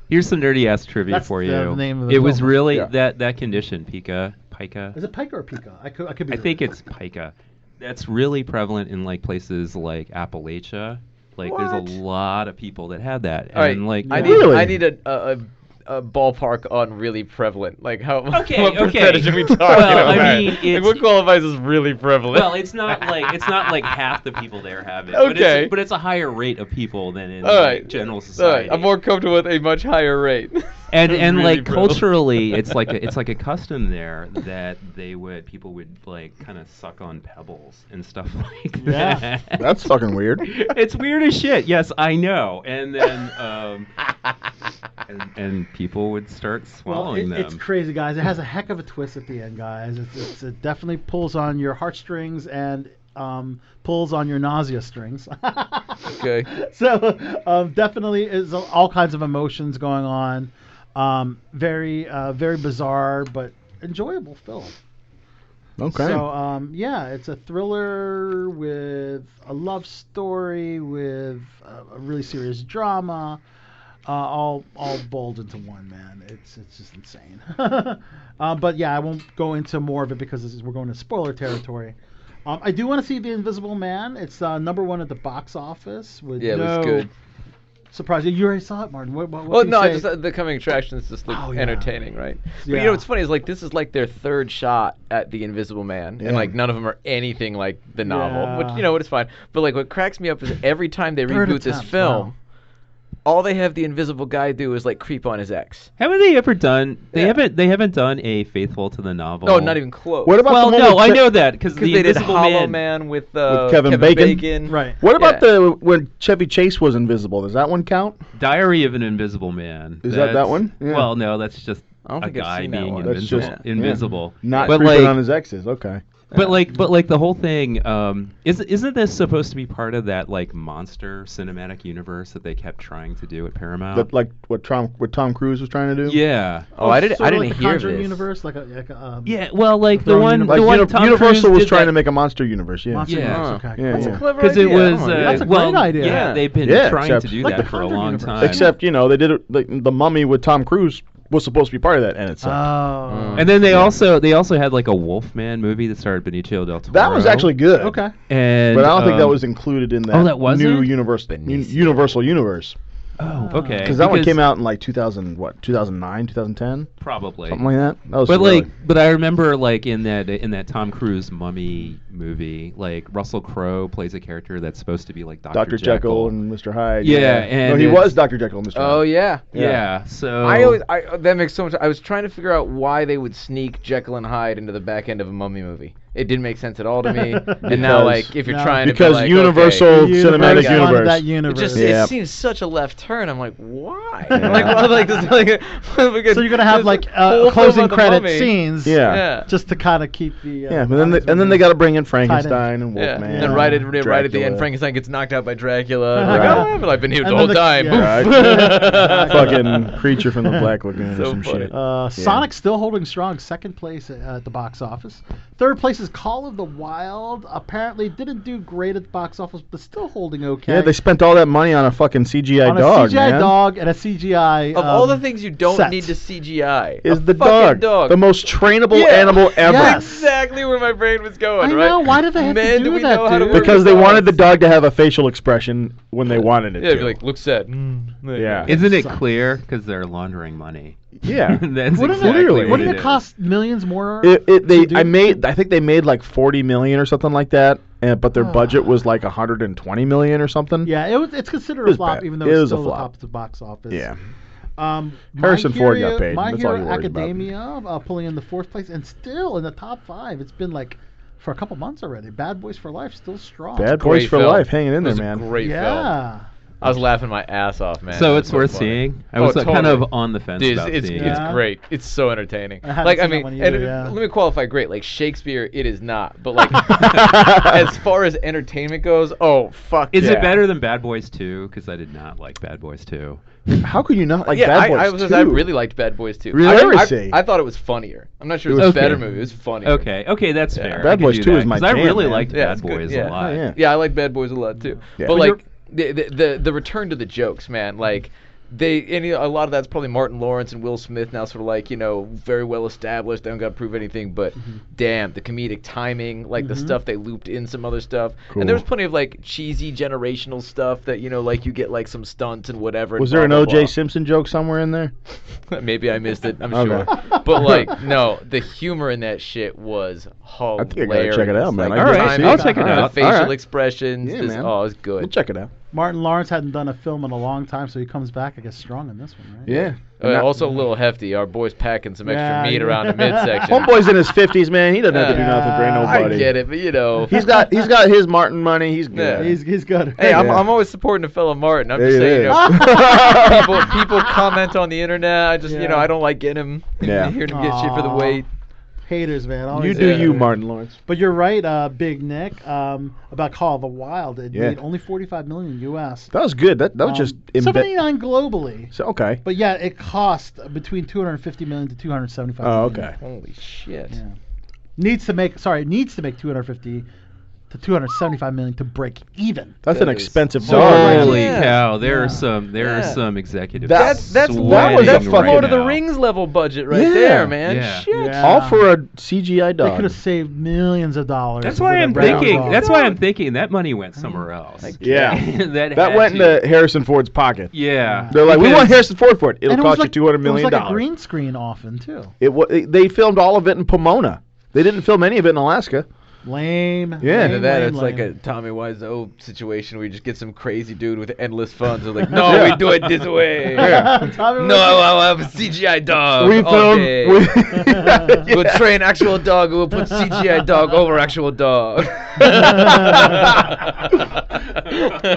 G: Here's some nerdy ass trivia
F: That's
G: for
F: the
G: you.
F: name of the
G: it was
F: film.
G: really
H: Yeah.
G: that that condition, Pica, Pica.
F: Is it pica or pica? I could, I could be.
G: I think it's pica. That's really prevalent in like places like Appalachia. Like
H: What?
G: there's a lot of people that had that.
I: All right,
G: and like
I: I need
H: Really?
I: I need a a, a, a ballpark on really prevalent. Like how
G: Okay,
I: what
G: okay.
I: percentage are we talking
G: Well, I
I: about?
G: mean,
I: like,
G: it's-
I: what qualifies as really prevalent?
G: well, it's not like it's not like half the people there have it. But
I: Okay.
G: it's, but it's a higher rate of people than in
I: All
G: like,
I: right.
G: general
I: All right,
G: society.
I: I'm more comfortable with a much higher rate.
G: and
I: It's
G: and
I: really
G: like
I: prevalent.
G: culturally, it's like a, it's like a custom there that they would people would like kind of suck on pebbles and stuff like
F: Yeah.
G: that.
H: That's fucking weird.
G: it's weird as shit. Yes, I know. And then, um, and, and people would start
F: Well,
G: swallowing
F: it, it's
G: them.
F: crazy, guys. It has a heck of a twist at the end, guys. It's, it's, it definitely pulls on your heartstrings and um, pulls on your nausea strings.
I: okay.
F: so um, definitely is all kinds of emotions going on. Um, very uh, very bizarre but enjoyable film.
H: Okay.
F: So um, yeah, it's a thriller with a love story with a, a really serious drama. Uh, all all bowled into one man. It's it's just insane. um, but yeah, I won't go into more of it because this is, we're going to spoiler territory. Um, I do want to see The Invisible Man. It's uh, number one at the box office. With
I: Yeah, it
F: no
I: looks good.
F: Surprise! You already saw it, Martin. What? what, what
I: Well,
F: do you
I: no, I
F: say?
I: just, uh, the coming attractions just look
F: Oh, yeah.
I: entertaining, right? But you
F: Yeah.
I: know what's funny is like this is like their third shot at the Invisible Man,
H: Yeah.
I: and like none of them are anything like the novel. Which
F: Yeah.
I: you know it's fine. But like what cracks me up is every time they
F: Third
I: reboot this
F: attempt,
I: film,
F: wow.
I: all they have the Invisible Guy do is like creep on his ex.
G: Haven't they ever done? They
I: Yeah.
G: haven't. They haven't done a faithful to the novel.
I: No, Oh, not even close.
H: what about
G: Well,
H: the one
G: no,
H: with
G: I
H: Ke-
G: know that because
I: Because
G: the
I: they did
G: Invisible
I: Hollow Man,
G: Man.
I: with, uh,
H: With Kevin Bacon?
F: right.
H: What about
I: Yeah.
H: the when Chevy Chase was invisible? Does that one count?
G: Diary of an Invisible Man.
H: Is that that
G: That's-
H: one? Yeah.
G: Well, no, that's just
I: I don't
G: a
I: think I've
G: guy
I: seen that
G: being
I: one.
H: That's
G: invisible.
H: just- yeah.
G: invisible.
H: Not
G: but
H: creeping
G: like,
H: on his exes. Okay.
G: but like, but like the whole thing. Um, is isn't this supposed to be part of that like monster cinematic universe that they kept trying to do at Paramount?
H: That, like what Tom what Tom Cruise was trying to do.
G: yeah.
I: Oh, I didn't.
F: Sort
I: I
F: of
I: didn't
F: like the
I: hear
F: Conjuring
I: this.
F: universe, like a, like a um,
G: Yeah, well, like the
F: Throwing
G: one,
F: universe-
H: Like
G: the one
H: Uni-
G: Tom
H: Universal
G: Cruise
H: was trying to make a monster universe. Yeah.
F: Monster
G: Yeah.
F: Universe, okay.
H: Yeah,
F: That's a
H: yeah.
I: clever
G: because it
I: idea.
G: was
I: Oh,
G: uh,
I: yeah.
F: That's a
G: well,
F: great idea.
G: yeah,
I: Yeah.
G: they've been
H: Yeah,
G: trying
H: except-
G: to do
F: Like
G: that
F: the
G: for a
F: Conjuring
G: long
F: universe.
G: time.
H: Except you know they did it. Like, the Mummy with Tom Cruise was supposed to be part of that, and it sucked.
F: Oh.
G: and then they also they also had like a Wolfman movie that starred Benicio del Toro.
H: that was actually good.
F: okay.
G: and
H: But I don't think that
G: um,
H: was included in that,
I: Oh,
G: that wasn't?
H: new universe, un- Universal Universe.
G: oh okay
H: Because that one came out in like 2000, what, 2009, 2010?
G: probably.
H: Something like that. That was
G: but
H: really-
G: like, but I remember like in that in that Tom Cruise Mummy movie, like Russell Crowe plays a character that's supposed to be like Doctor
H: Dr. Jekyll and Mr. Hyde.
G: Yeah, and
H: no, he
G: it's-
H: was Dr. Jekyll and Mr.
I: Oh
H: Hyde.
I: yeah.
G: yeah.
H: Yeah.
G: so
I: I always I, that makes so much. I was trying to figure out why they would sneak Jekyll and Hyde into the back end of a Mummy movie. It didn't make sense at all to me. and
H: Because-
I: now, like, if you're
F: No.
I: trying
H: Because
I: to be like,
H: Universal
I: okay,
H: Cinematic
F: Universe wanted
H: Universe.
F: That
I: it
F: universe.
I: just
H: Yeah.
I: it seems such a left turn. I'm like, why? Like, well, like, this,
F: so you're gonna have like uh, closing credit scenes,
H: Yeah.
I: Yeah.
F: just to kind of keep the. Uh,
H: Yeah, but then they, and then they got to bring in Frankenstein and
I: Yeah,
H: Wolfman.
I: and then right at
H: and
I: right at the end,
H: Dracula.
I: Frankenstein gets knocked out by Dracula.
H: Right.
I: Like, oh, but I've been here
F: And
I: the
F: then
I: whole
F: the-
I: time.
F: yeah.
H: Right. Fucking creature from the Black Lagoon
I: So
H: or some
I: funny.
H: shit.
F: Uh, Sonic still holding strong, second place at, at the box office. Third place is Call of the Wild. Apparently didn't do great at the box office, but still holding okay.
H: yeah, they spent all that money on a fucking CGI
F: on
H: dog,
F: a CGI
H: man.
F: dog and a CGI.
I: Of all the
F: um,
I: things you don't
F: set.
I: need to CGI, a
H: Is the
I: fucking
H: dog, the most trainable animal ever?
F: Yes.
I: exactly where my brain was going.
F: I
I: right?
F: know, why did they have to
I: Man,
F: do
I: we
F: that,
I: know how to
F: dude?
I: work
H: Because they
I: dogs.
H: wanted the dog to have a facial expression when they wanted it
I: Yeah,
H: to.
I: be like, look Mm. sad.
H: Yeah.
G: isn't it clear because they're laundering money.
H: yeah.
G: that's
F: Wouldn't
G: exactly
H: Clearly.
F: it,
G: what
F: wouldn't it,
G: is.
F: cost millions more?
H: It,
F: to
H: it, they,
F: do-
H: I made, I think they made like 40 million or something like that, and, but their budget was like 120 million or something.
F: Yeah, it was. It's considered
H: It
F: a
H: was
F: flop,
H: bad.
F: even though
H: It
F: it's
H: was a
F: still
H: flop.
F: the top of the box office.
H: Yeah.
F: Um, My
H: Harrison Ford got
F: Hero-
H: paid,
F: My
H: that's all
F: Hero
H: you're worried about.
F: Academia uh, pulling in the fourth place and still in the top five. It's been like for a couple months already. Bad Boys for Life still strong.
H: Bad Boys
I: Great
H: for
I: film.
H: Life, hanging in
I: It
H: there,
I: was a
H: man.
I: Great film.
F: Yeah.
I: I was laughing my ass off, man. It
G: so
I: was
G: it's worth
I: funny.
G: seeing. I
I: Oh,
G: was like, kind
I: totally.
G: of on the fence
I: Dude, it's
G: about
I: it's,
G: seeing.
F: yeah.
G: it.
F: Yeah.
I: it's great. It's so entertaining.
F: I haven't
I: like I
F: seen that
I: mean,
F: one
I: and
F: either, yeah.
I: let me qualify. Great, like Shakespeare, it is not. But like, as far as entertainment goes, oh fuck.
G: Is
I: yeah.
G: it better than Bad Boys 2? Because I did not like Bad Boys 2.
H: How could you not like
I: yeah,
H: Bad
I: I,
H: Boys
I: I was just- I
H: 2?
I: really liked Bad Boys too.
H: Really?
I: I, I,
H: Literacy.
I: I thought it was funnier. I'm not sure it
H: It
I: was,
H: was
I: a better
H: funnier.
I: movie. It was funnier.
G: Okay, okay, that's fair.
H: Bad
G: I could
H: Boys
G: do
H: 2
G: that,
H: is my
G: 'cause I
H: jam,
G: really
H: man.
G: liked
I: Yeah,
G: Bad
I: it's good,
G: Boys a
I: yeah.
G: lot.
H: Oh, yeah.
I: Yeah, I like Bad Boys a lot too.
H: Yeah.
I: But
H: Well,
I: like the, the the the return to the jokes, man. Like they and you know, a lot of that's probably Martin Lawrence and Will Smith now sort of like, you know, very well established, they don't gotta prove anything, but
H: Mm-hmm.
I: damn, the comedic timing, like the stuff they looped in some other stuff. And there was plenty of like cheesy generational stuff that, you know, like you get like some stunts and whatever. and
H: Was there an
I: blah, blah,
H: O.J.
I: blah.
H: Simpson joke somewhere in there?
I: Maybe I missed it. I'm
H: Okay.
I: sure, but like, no, the humor in that shit was hilarious.
H: I think I gotta check it out, man.
I: Like,
H: I
I: the
G: gotta see
I: timing,
G: it. I'll check it
I: the
G: out.
I: Facial
H: Alright.
I: expressions.
H: Yeah,
I: this,
H: man.
I: Oh, it's good.
H: We'll check it out.
F: Martin Lawrence hadn't done a film in a long time, so he comes back, I guess, strong in this one, right?
H: Yeah.
I: Uh, also, a little hefty. Our boy's packing some extra
F: Yeah, yeah.
I: meat around the midsection.
H: Homeboy's in his 50s, man. He doesn't have to do
F: Yeah.
H: nothing for
I: I
H: nobody.
I: get it, but you know,
H: He's got he's got his Martin money. He's good.
I: Yeah.
F: He's, he's good.
I: Hey, I'm,
H: Yeah.
I: I'm always supporting a fellow Martin. I'm
H: There
I: just
H: it
I: saying, you
H: is.
I: know, people, people comment on the internet. I just,
F: Yeah.
I: you know, I don't like getting him,
H: Yeah.
I: hearing him get shit for the
F: Aw.
I: weight.
F: Haters, man.
H: You
F: Always
H: do
I: Yeah.
H: you, Martin Lawrence.
F: But you're right, uh, Big Nick, um, about Call of the Wild. It
H: Yeah.
F: made only 45 million U.S.
H: That was good. That that was
F: Um,
H: just imbe-
F: 79 globally.
H: so, okay.
F: But yeah, it cost between 250 million to 275
H: Oh,
F: million.
H: okay.
I: Holy shit.
F: Yeah. Needs to make sorry, it needs to make 250 to 275 million to break even.
H: That's
I: That
H: an
I: is-
H: expensive
G: So
H: movie.
G: holy
I: Yeah.
G: cow! There
F: Yeah.
G: are some there
I: Yeah.
G: are some executives.
H: That's-
I: That's
H: that
I: Lord,
H: was a
I: that's
G: sweating right
I: Lord of the
G: now.
I: Rings level budget right
H: Yeah.
I: there, man.
G: Yeah.
I: Shit.
F: Yeah.
H: All for a CGI
F: They could
H: dog.
F: have saved millions of dollars.
G: That's why
F: with a
G: I'm
F: brown
G: thinking.
F: dog.
G: That's why I'm thinking that money went somewhere else.
H: Yeah.
G: that
H: That
G: had
H: went
G: to-
H: into Harrison Ford's pocket.
G: Yeah.
H: They're like, we
G: Because-
H: want Harrison Ford for it. It'll
F: And it was
H: cost
F: like,
H: you two hundred million
F: It was like a
H: dollars.
F: green screen often too.
H: It wa- they filmed all of it in Pomona. They didn't film any of it in Alaska.
F: Lame.
H: Yeah.
F: lame,
I: Either that,
F: lame,
I: it's like a
F: lame.
I: Tommy Wiseau situation where you just get some crazy dude with endless funds. and like, no, we do it this way.
F: Tommy
I: No,
F: Wiseau-
I: I will have a CGI dog.
H: we
I: all
H: filmed.
I: day.
H: we-
I: We'll train actual dog. and We'll put CGI dog over actual dog. oh,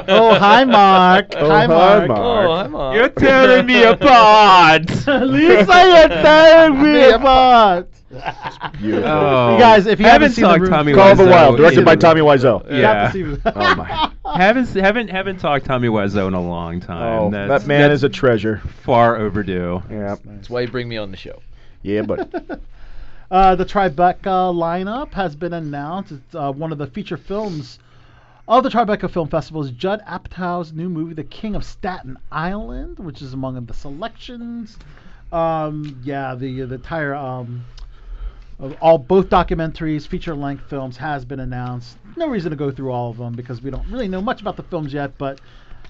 F: Oh, hi, Mark.
H: Oh,
F: hi,
H: hi,
F: Mark.
H: Mark.
I: Oh, hi, Mom.
G: tearing me apart.
F: Lisa, you're tearing me apart.
H: Beautiful.
I: Uh,
F: You guys, if you
G: Oh. I
F: haven't
G: haven't
F: seen The
G: saw
F: Room-
G: Tommy
H: Call of the
G: Wiseau
H: Wild, directed
G: in-
H: by Tommy Wiseau.
F: You have
G: Yeah.
F: to see-
H: Oh my!
G: haven't haven't haven't talked Tommy Wiseau in a long time.
H: Oh,
G: that's,
H: that man
G: that's
H: is a treasure.
G: far overdue.
H: Yeah,
I: That's why you bring me on the show.
H: yeah, but
F: Uh, the Tribeca lineup has been announced. It's uh, one of the feature films of the Tribeca Film Festival is Judd Apatow's new movie, The King of Staten Island, which is among the selections. Um, yeah, the the entire um, of all both documentaries, feature length films has been announced. No reason to go through all of them because we don't really know much about the films yet, but.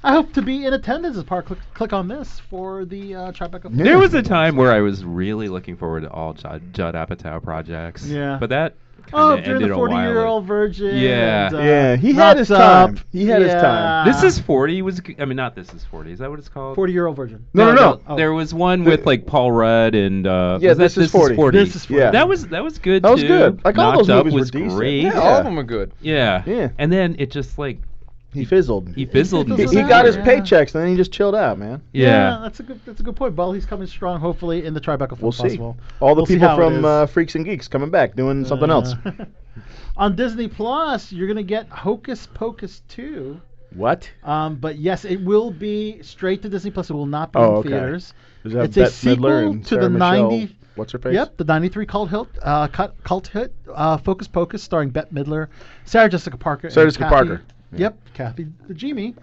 F: I hope to be in attendance as part. Click, click on this for the uh, Tribeca. Film
G: There was a time where I was really looking forward to all Judd, Judd Apatow projects.
F: Yeah.
G: But that
F: Oh, if
G: kind of
F: you're
G: ended
F: the
G: a while. ago.
F: 40-year-old virgin.
G: Yeah.
F: and, uh,
H: yeah, he had his
F: Nuts up.
H: time. He had his time.
G: This is 40 was g- I mean not this is 40. Is that what it's called?
F: 40-year-old virgin.
H: No, no, no.
F: Oh.
G: There was one with like Paul Rudd and uh
H: Yeah,
G: was that
H: This Is 40.
F: This is 40.
H: Yeah.
G: That was that was good
H: That was
G: too.
H: good. Like, all those
G: Knocked Up
H: movies were
G: was
H: decent.
G: great.
H: Yeah.
I: All of them are good.
G: Yeah.
H: Yeah.
G: And then it just like
H: He fizzled.
G: he fizzled.
H: He,
F: fizzled
H: he
F: out,
H: got his
F: yeah.
H: paychecks and then he just chilled out, man.
G: Yeah.
F: that's a good that's a good point. Well, he's coming strong, hopefully, in the Tribeca Film
H: We'll see.
F: Festival.
H: All the
F: We'll see
H: people
F: how it is.
H: from uh, Freaks and Geeks coming back doing something else.
F: Uh, On Disney Plus, you're gonna get Hocus Pocus 2.
H: What?
F: Um, but yes, it will be straight to Disney Plus. It will not be
H: Oh,
F: in
H: okay.
F: theaters.
H: Does that
F: It's a
H: Bette Midler
F: sequel
H: and
F: to
H: Sarah
F: the
H: Michelle-
F: 90
H: What's her face?
F: Yep, the '93 cult hit, uh, cut, cult hit, uh, Focus Pocus, starring Bette Midler, Sarah Jessica Parker,
H: Sarah
F: and
H: Jessica
F: Kathy-
H: Parker. Yeah.
F: Yep, Kathy Jimmy.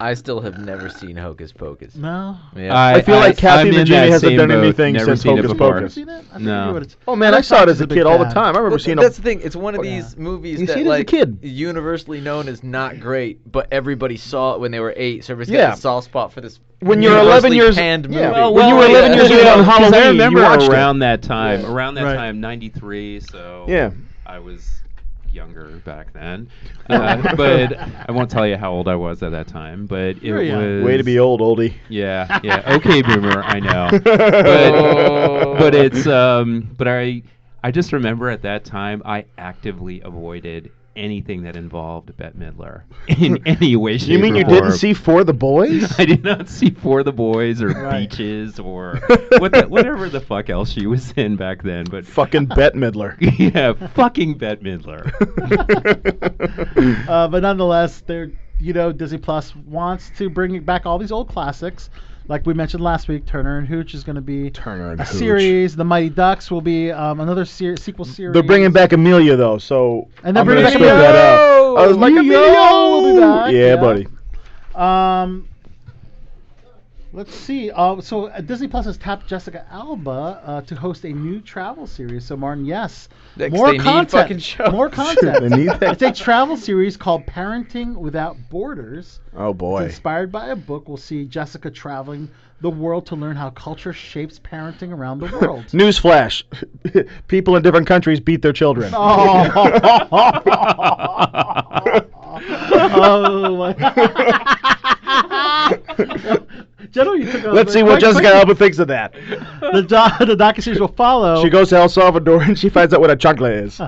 I: I still have never seen Hocus Pocus.
F: No,
I: Yeah.
H: I feel like Kathy
G: I'm in
H: and Jimmy
G: that
H: hasn't
G: same
H: done
G: boat,
H: anything
G: never
H: since
G: seen it
H: Hocus
G: before.
F: you
H: Pocus.
F: seen it? I
G: No.
F: forget what it's-
H: Oh man, I
F: Alex
H: saw it
F: Fox
H: as
F: is
H: a
F: big
H: kid all the
F: fan.
H: time. I remember
I: Th-
H: seeing
I: that's
H: it.
I: the thing. It's one of
F: Yeah.
I: these movies
H: You see
I: that,
H: it as a
I: like,
H: kid.
I: universally known as not great, but everybody saw it when they were eight. So everybody's
H: Yeah.
I: got a soft spot for this.
H: When you're 11
I: universally
H: years-
I: panned
H: yeah.
I: movie.
H: Well, When you were
G: yeah,
H: 11 years old
G: because
H: on
G: I- 'cause
H: Halloween,
G: I
H: you
G: remember
H: watched it.
G: around that time, around that
F: Right.
G: time, '93. So
H: Yeah.
G: I was younger back then, uh, but I won't tell you how old I was at that time. But it
F: Very young.
G: was
H: Way to be old, oldie.
G: yeah, yeah. Okay, boomer. I know, but but it's um. But I I just remember at that time I actively avoided anything that involved Bette Midler in any way, shape,
H: You mean
G: or
H: you didn't
G: form.
H: see For the Boys?
G: I did not see For the Boys or Beaches or what the, whatever the fuck else she was in back then. But
H: Fucking Bette Midler.
G: yeah, fucking Bette Midler.
F: Uh, but nonetheless, they're you know Disney Plus wants to bring back all these old classics, like we mentioned last week. Turner and Hooch is going to be
H: Turner and
F: a series. The Mighty Ducks will be um, another ser- sequel series.
H: They're bringing back Amelia though, so
F: And they're
H: I'm
F: bringing back
H: gonna split
F: Amelia.
H: that out. I was like,
F: Yo,
H: Amelia
F: we'll be back,
H: Yeah,
F: yeah.
H: buddy.
F: Um, let's see. Uh, so uh, Disney Plus has tapped Jessica Alba uh, to host a new travel series. So Martin, yes,
I: Next,
F: more
I: they need
F: content,
I: fucking shows.
F: more content.
H: They need that.
F: It's a travel series called Parenting Without Borders.
H: Oh boy.
F: Inspired by a book, we'll see Jessica traveling the world to learn how culture shapes parenting around the world.
H: Newsflash: People in different countries beat their children.
F: oh my! General, you took over
H: Let's see what
F: quite
H: Jessica
F: quickly.
H: Alba thinks of that.
F: The, do- the docuseries will follow.
H: She goes to El Salvador and she finds out what a chocolate is.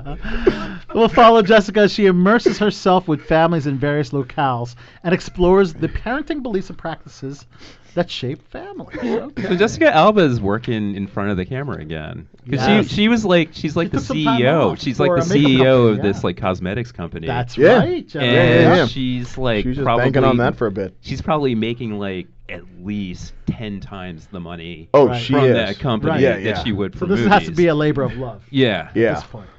F: We'll follow Jessica as she immerses herself with families in various locales and explores the parenting beliefs and practices that shape families.
G: So Jessica Alba is working in front of the camera again because
F: Yes.
G: she she was like she's like the
F: took some time
G: CEO.
F: off
G: She's like
F: for
G: the
F: a makeup
G: CEO of
F: company,
G: this
F: yeah.
G: like cosmetics company.
F: That's
H: Yeah.
F: right, Jessica.
G: and
H: Yeah, yeah, yeah.
G: she's like
H: She was just
G: probably
H: banking on that for a bit.
G: She's probably making like at least ten times the money
H: Oh,
F: Right.
H: she
G: from
H: is.
G: that company
F: Right.
H: Yeah, yeah.
G: that she would for
F: So this
G: movies.
F: has to be a labor of love
G: yeah.
F: at
H: yeah.
F: this point.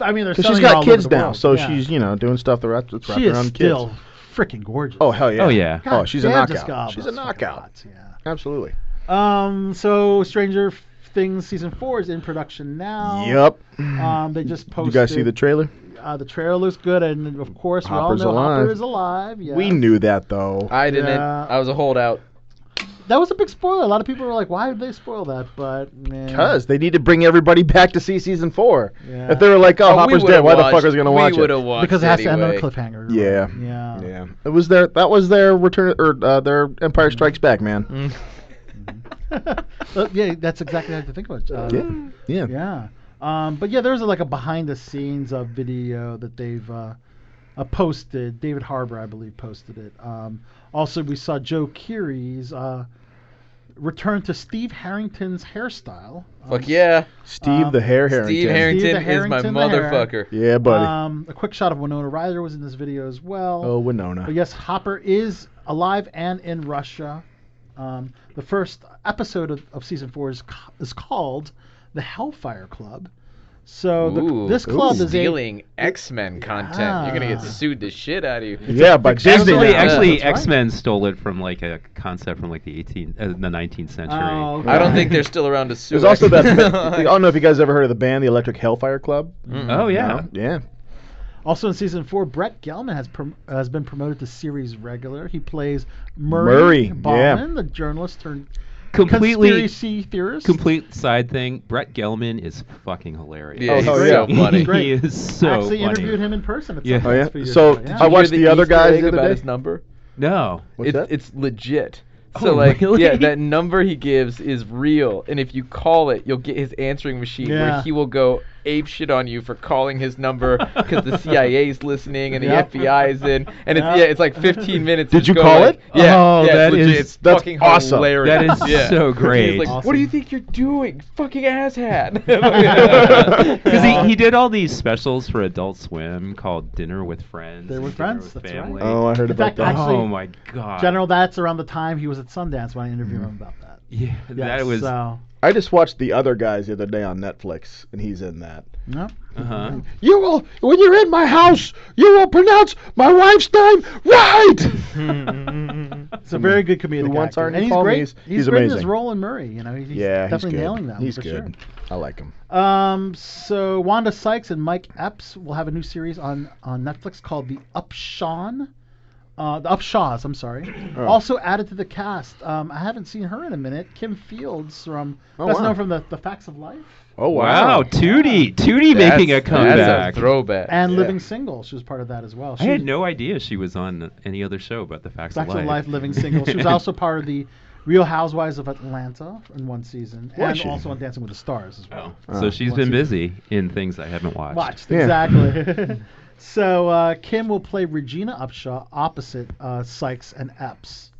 F: I mean, they're
H: Because she's
F: selling her all
H: got
F: over
H: kids
F: the
H: now,
F: world.
H: so
F: Yeah.
H: she's you know doing stuff that wraps, that's wrapped
F: she is
H: around
F: still
H: kids.
F: freaking gorgeous.
H: Oh hell yeah!
G: Oh, yeah.
F: God
H: oh, she's a
F: damn,
H: knockout.
F: Jessica Alba
H: she's a
F: is fucking
H: knockout.
F: hot, Yeah.
H: Absolutely.
F: Um, so Stranger Things season four is in production now.
H: Yep.
F: Um, they just
H: Did you
F: posted.
H: guys see the trailer?
F: uh, the trailer looks good, and of course
H: Hopper's
F: we all know Hopper
H: alive.
F: is alive. Yeah.
H: We knew that though.
I: I didn't.
F: Yeah.
I: I was a holdout.
F: that was a big spoiler. A lot of people were like, "Why did they spoil that?" But man,
H: Because they need to bring everybody back to see season four.
F: Yeah.
H: If they were like, "Oh,
I: Oh, we
H: Hopper's
I: would've
H: dead," why the
I: watched-
H: fuck is gonna
I: we
H: watch it?
I: would've watched
F: because it has to end on a
I: anyway.
F: cliffhanger.
H: Yeah.
F: Yeah.
H: Yeah, it was their that was their return or uh, their Empire Strikes Back, man.
I: Mm.
F: Uh, yeah, that's exactly how to think about it. Uh,
H: Yeah, yeah.
F: Yeah. Um, but yeah, there's like a behind the scenes of video that they've uh, uh, posted. David Harbour, I believe, posted it. Um, also, we saw Joe Keery's uh, return to Steve Harrington's hairstyle. Um,
I: Fuck yeah.
H: Steve
F: Um,
H: the Hair Harrington.
I: Steve Harrington, is
F: Harrington
I: my
F: the hair.
I: motherfucker.
H: Yeah, buddy.
F: Um, a quick shot of Winona Ryder was in this video as well.
H: oh, Winona.
F: But yes, Hopper is alive and in Russia. Um, the first episode of, of season four is ca- is called the Hellfire Club. So the,
I: Ooh,
F: this club is a
I: stealing X Men content. You're gonna get
F: Yeah.
I: sued the shit out of you.
H: yeah, by Disney.
G: Actually,
I: Yeah.
G: actually,
F: That's right.
G: X Men stole it from like a concept from like the 18th, uh, the 19th century.
F: Oh, okay.
I: I don't think they're still around to sue.
H: There's also that.
I: X-Men.
H: I don't know if you guys ever heard of the band, the Electric Hellfire Club.
G: Oh, yeah.
H: No? Yeah.
F: Also in season four, Brett Gelman has prom- has been promoted to series regular. He plays
H: Murray,
F: Murray,
H: yeah.
F: Bauman, the journalist turned
G: Completely,
F: conspiracy theorist.
G: complete side thing. Brett Gelman is fucking hilarious.
I: Yeah,
H: Oh,
I: he's
H: hell
I: so
H: yeah.
I: funny.
G: he
F: Great.
G: is so
F: I actually
G: funny.
F: interviewed him in person. At
G: Yeah.
F: some
G: Oh,
F: point
H: yeah?
F: a few years ago,
H: So,
F: yeah.
H: I
I: Did you
H: watched
I: hear
H: the other
I: Easter
H: guys
I: egg
H: the other
I: about
H: day.
I: his number.
G: No.
H: What's
I: it's
H: that?
I: it's legit.
G: Oh,
I: So like
G: really?
I: yeah, that number he gives is real, and if you call it, you'll get his answering machine
F: Yeah.
I: where he will go ape shit on you for calling his number because the CIA's listening and the
F: Yep.
I: FBI is in, and it's
F: Yeah.
I: yeah, it's like 15 minutes.
H: Did
I: of
H: you
I: going
H: call
I: like-
H: it?
I: Yeah,
H: Oh,
I: yeah,
H: that
I: it's legit.
H: is-
I: it's
H: that's
I: fucking
H: awesome.
I: hilarious.
G: That is
I: yeah.
G: so
I: He's
G: great.
I: like, what do you think you're doing, fucking asshat?
G: Because
F: Yeah.
G: he, he did all these specials for Adult Swim called Dinner with Friends.
F: Dinner
G: and
F: with Friends, that's right.
G: Family.
H: Oh, I heard
F: In
H: about
F: fact,
H: that.
F: I- actually,
G: oh my god.
F: General, that's around the time he was at Sundance when I interviewed him about that.
G: Mm-hmm.
F: uh,
G: Yeah,
F: Yeah,
G: that was.
F: so.
H: I just watched the other guys the other day on Netflix, and he's in that.
F: No.
G: uh-huh.
H: You will, when you're in my house, you will pronounce my wife's name right.
F: It's a very good comedic
H: wants
F: actor.
H: Arnie
F: and he's
H: Paul
F: great.
H: Mays?
F: He's,
H: He's
F: great in his
H: amazing.
F: role in Murray. You know, he's
H: yeah,
F: definitely
H: he's good.
F: nailing that. one
H: He's
F: for
H: good. I like him.
F: Sure. Um, so Wanda Sykes and Mike Epps will have a new series on on Netflix called The Upshawn. Uh, the Upshaws, I'm sorry.
G: Oh.
F: Also added to the cast. Um, I haven't seen her in a minute. Kim Fields from
H: Oh,
F: best
H: wow.
F: known from the, the Facts of Life.
H: Oh
G: Wow, Tootie, Tootie
I: That's-
G: making a comeback.
I: That's a throwback.
F: And
H: Yeah.
F: Living Single. She was part of that as well.
G: I
F: Oh, She
G: had
F: was-
G: no idea she was on any other show but The Facts
F: Back
G: of
F: to
G: Life.
F: Life, Living Single. She was also part of the Real Housewives of Atlanta in one season, and
H: she?
F: also on Dancing with the Stars as well.
G: Oh, so she's
F: Once
G: been
F: you-
G: busy in things I haven't watched.
F: Watched
H: Yeah.
F: exactly. so uh, Kim will play Regina Upshaw opposite uh, Sykes and Epps.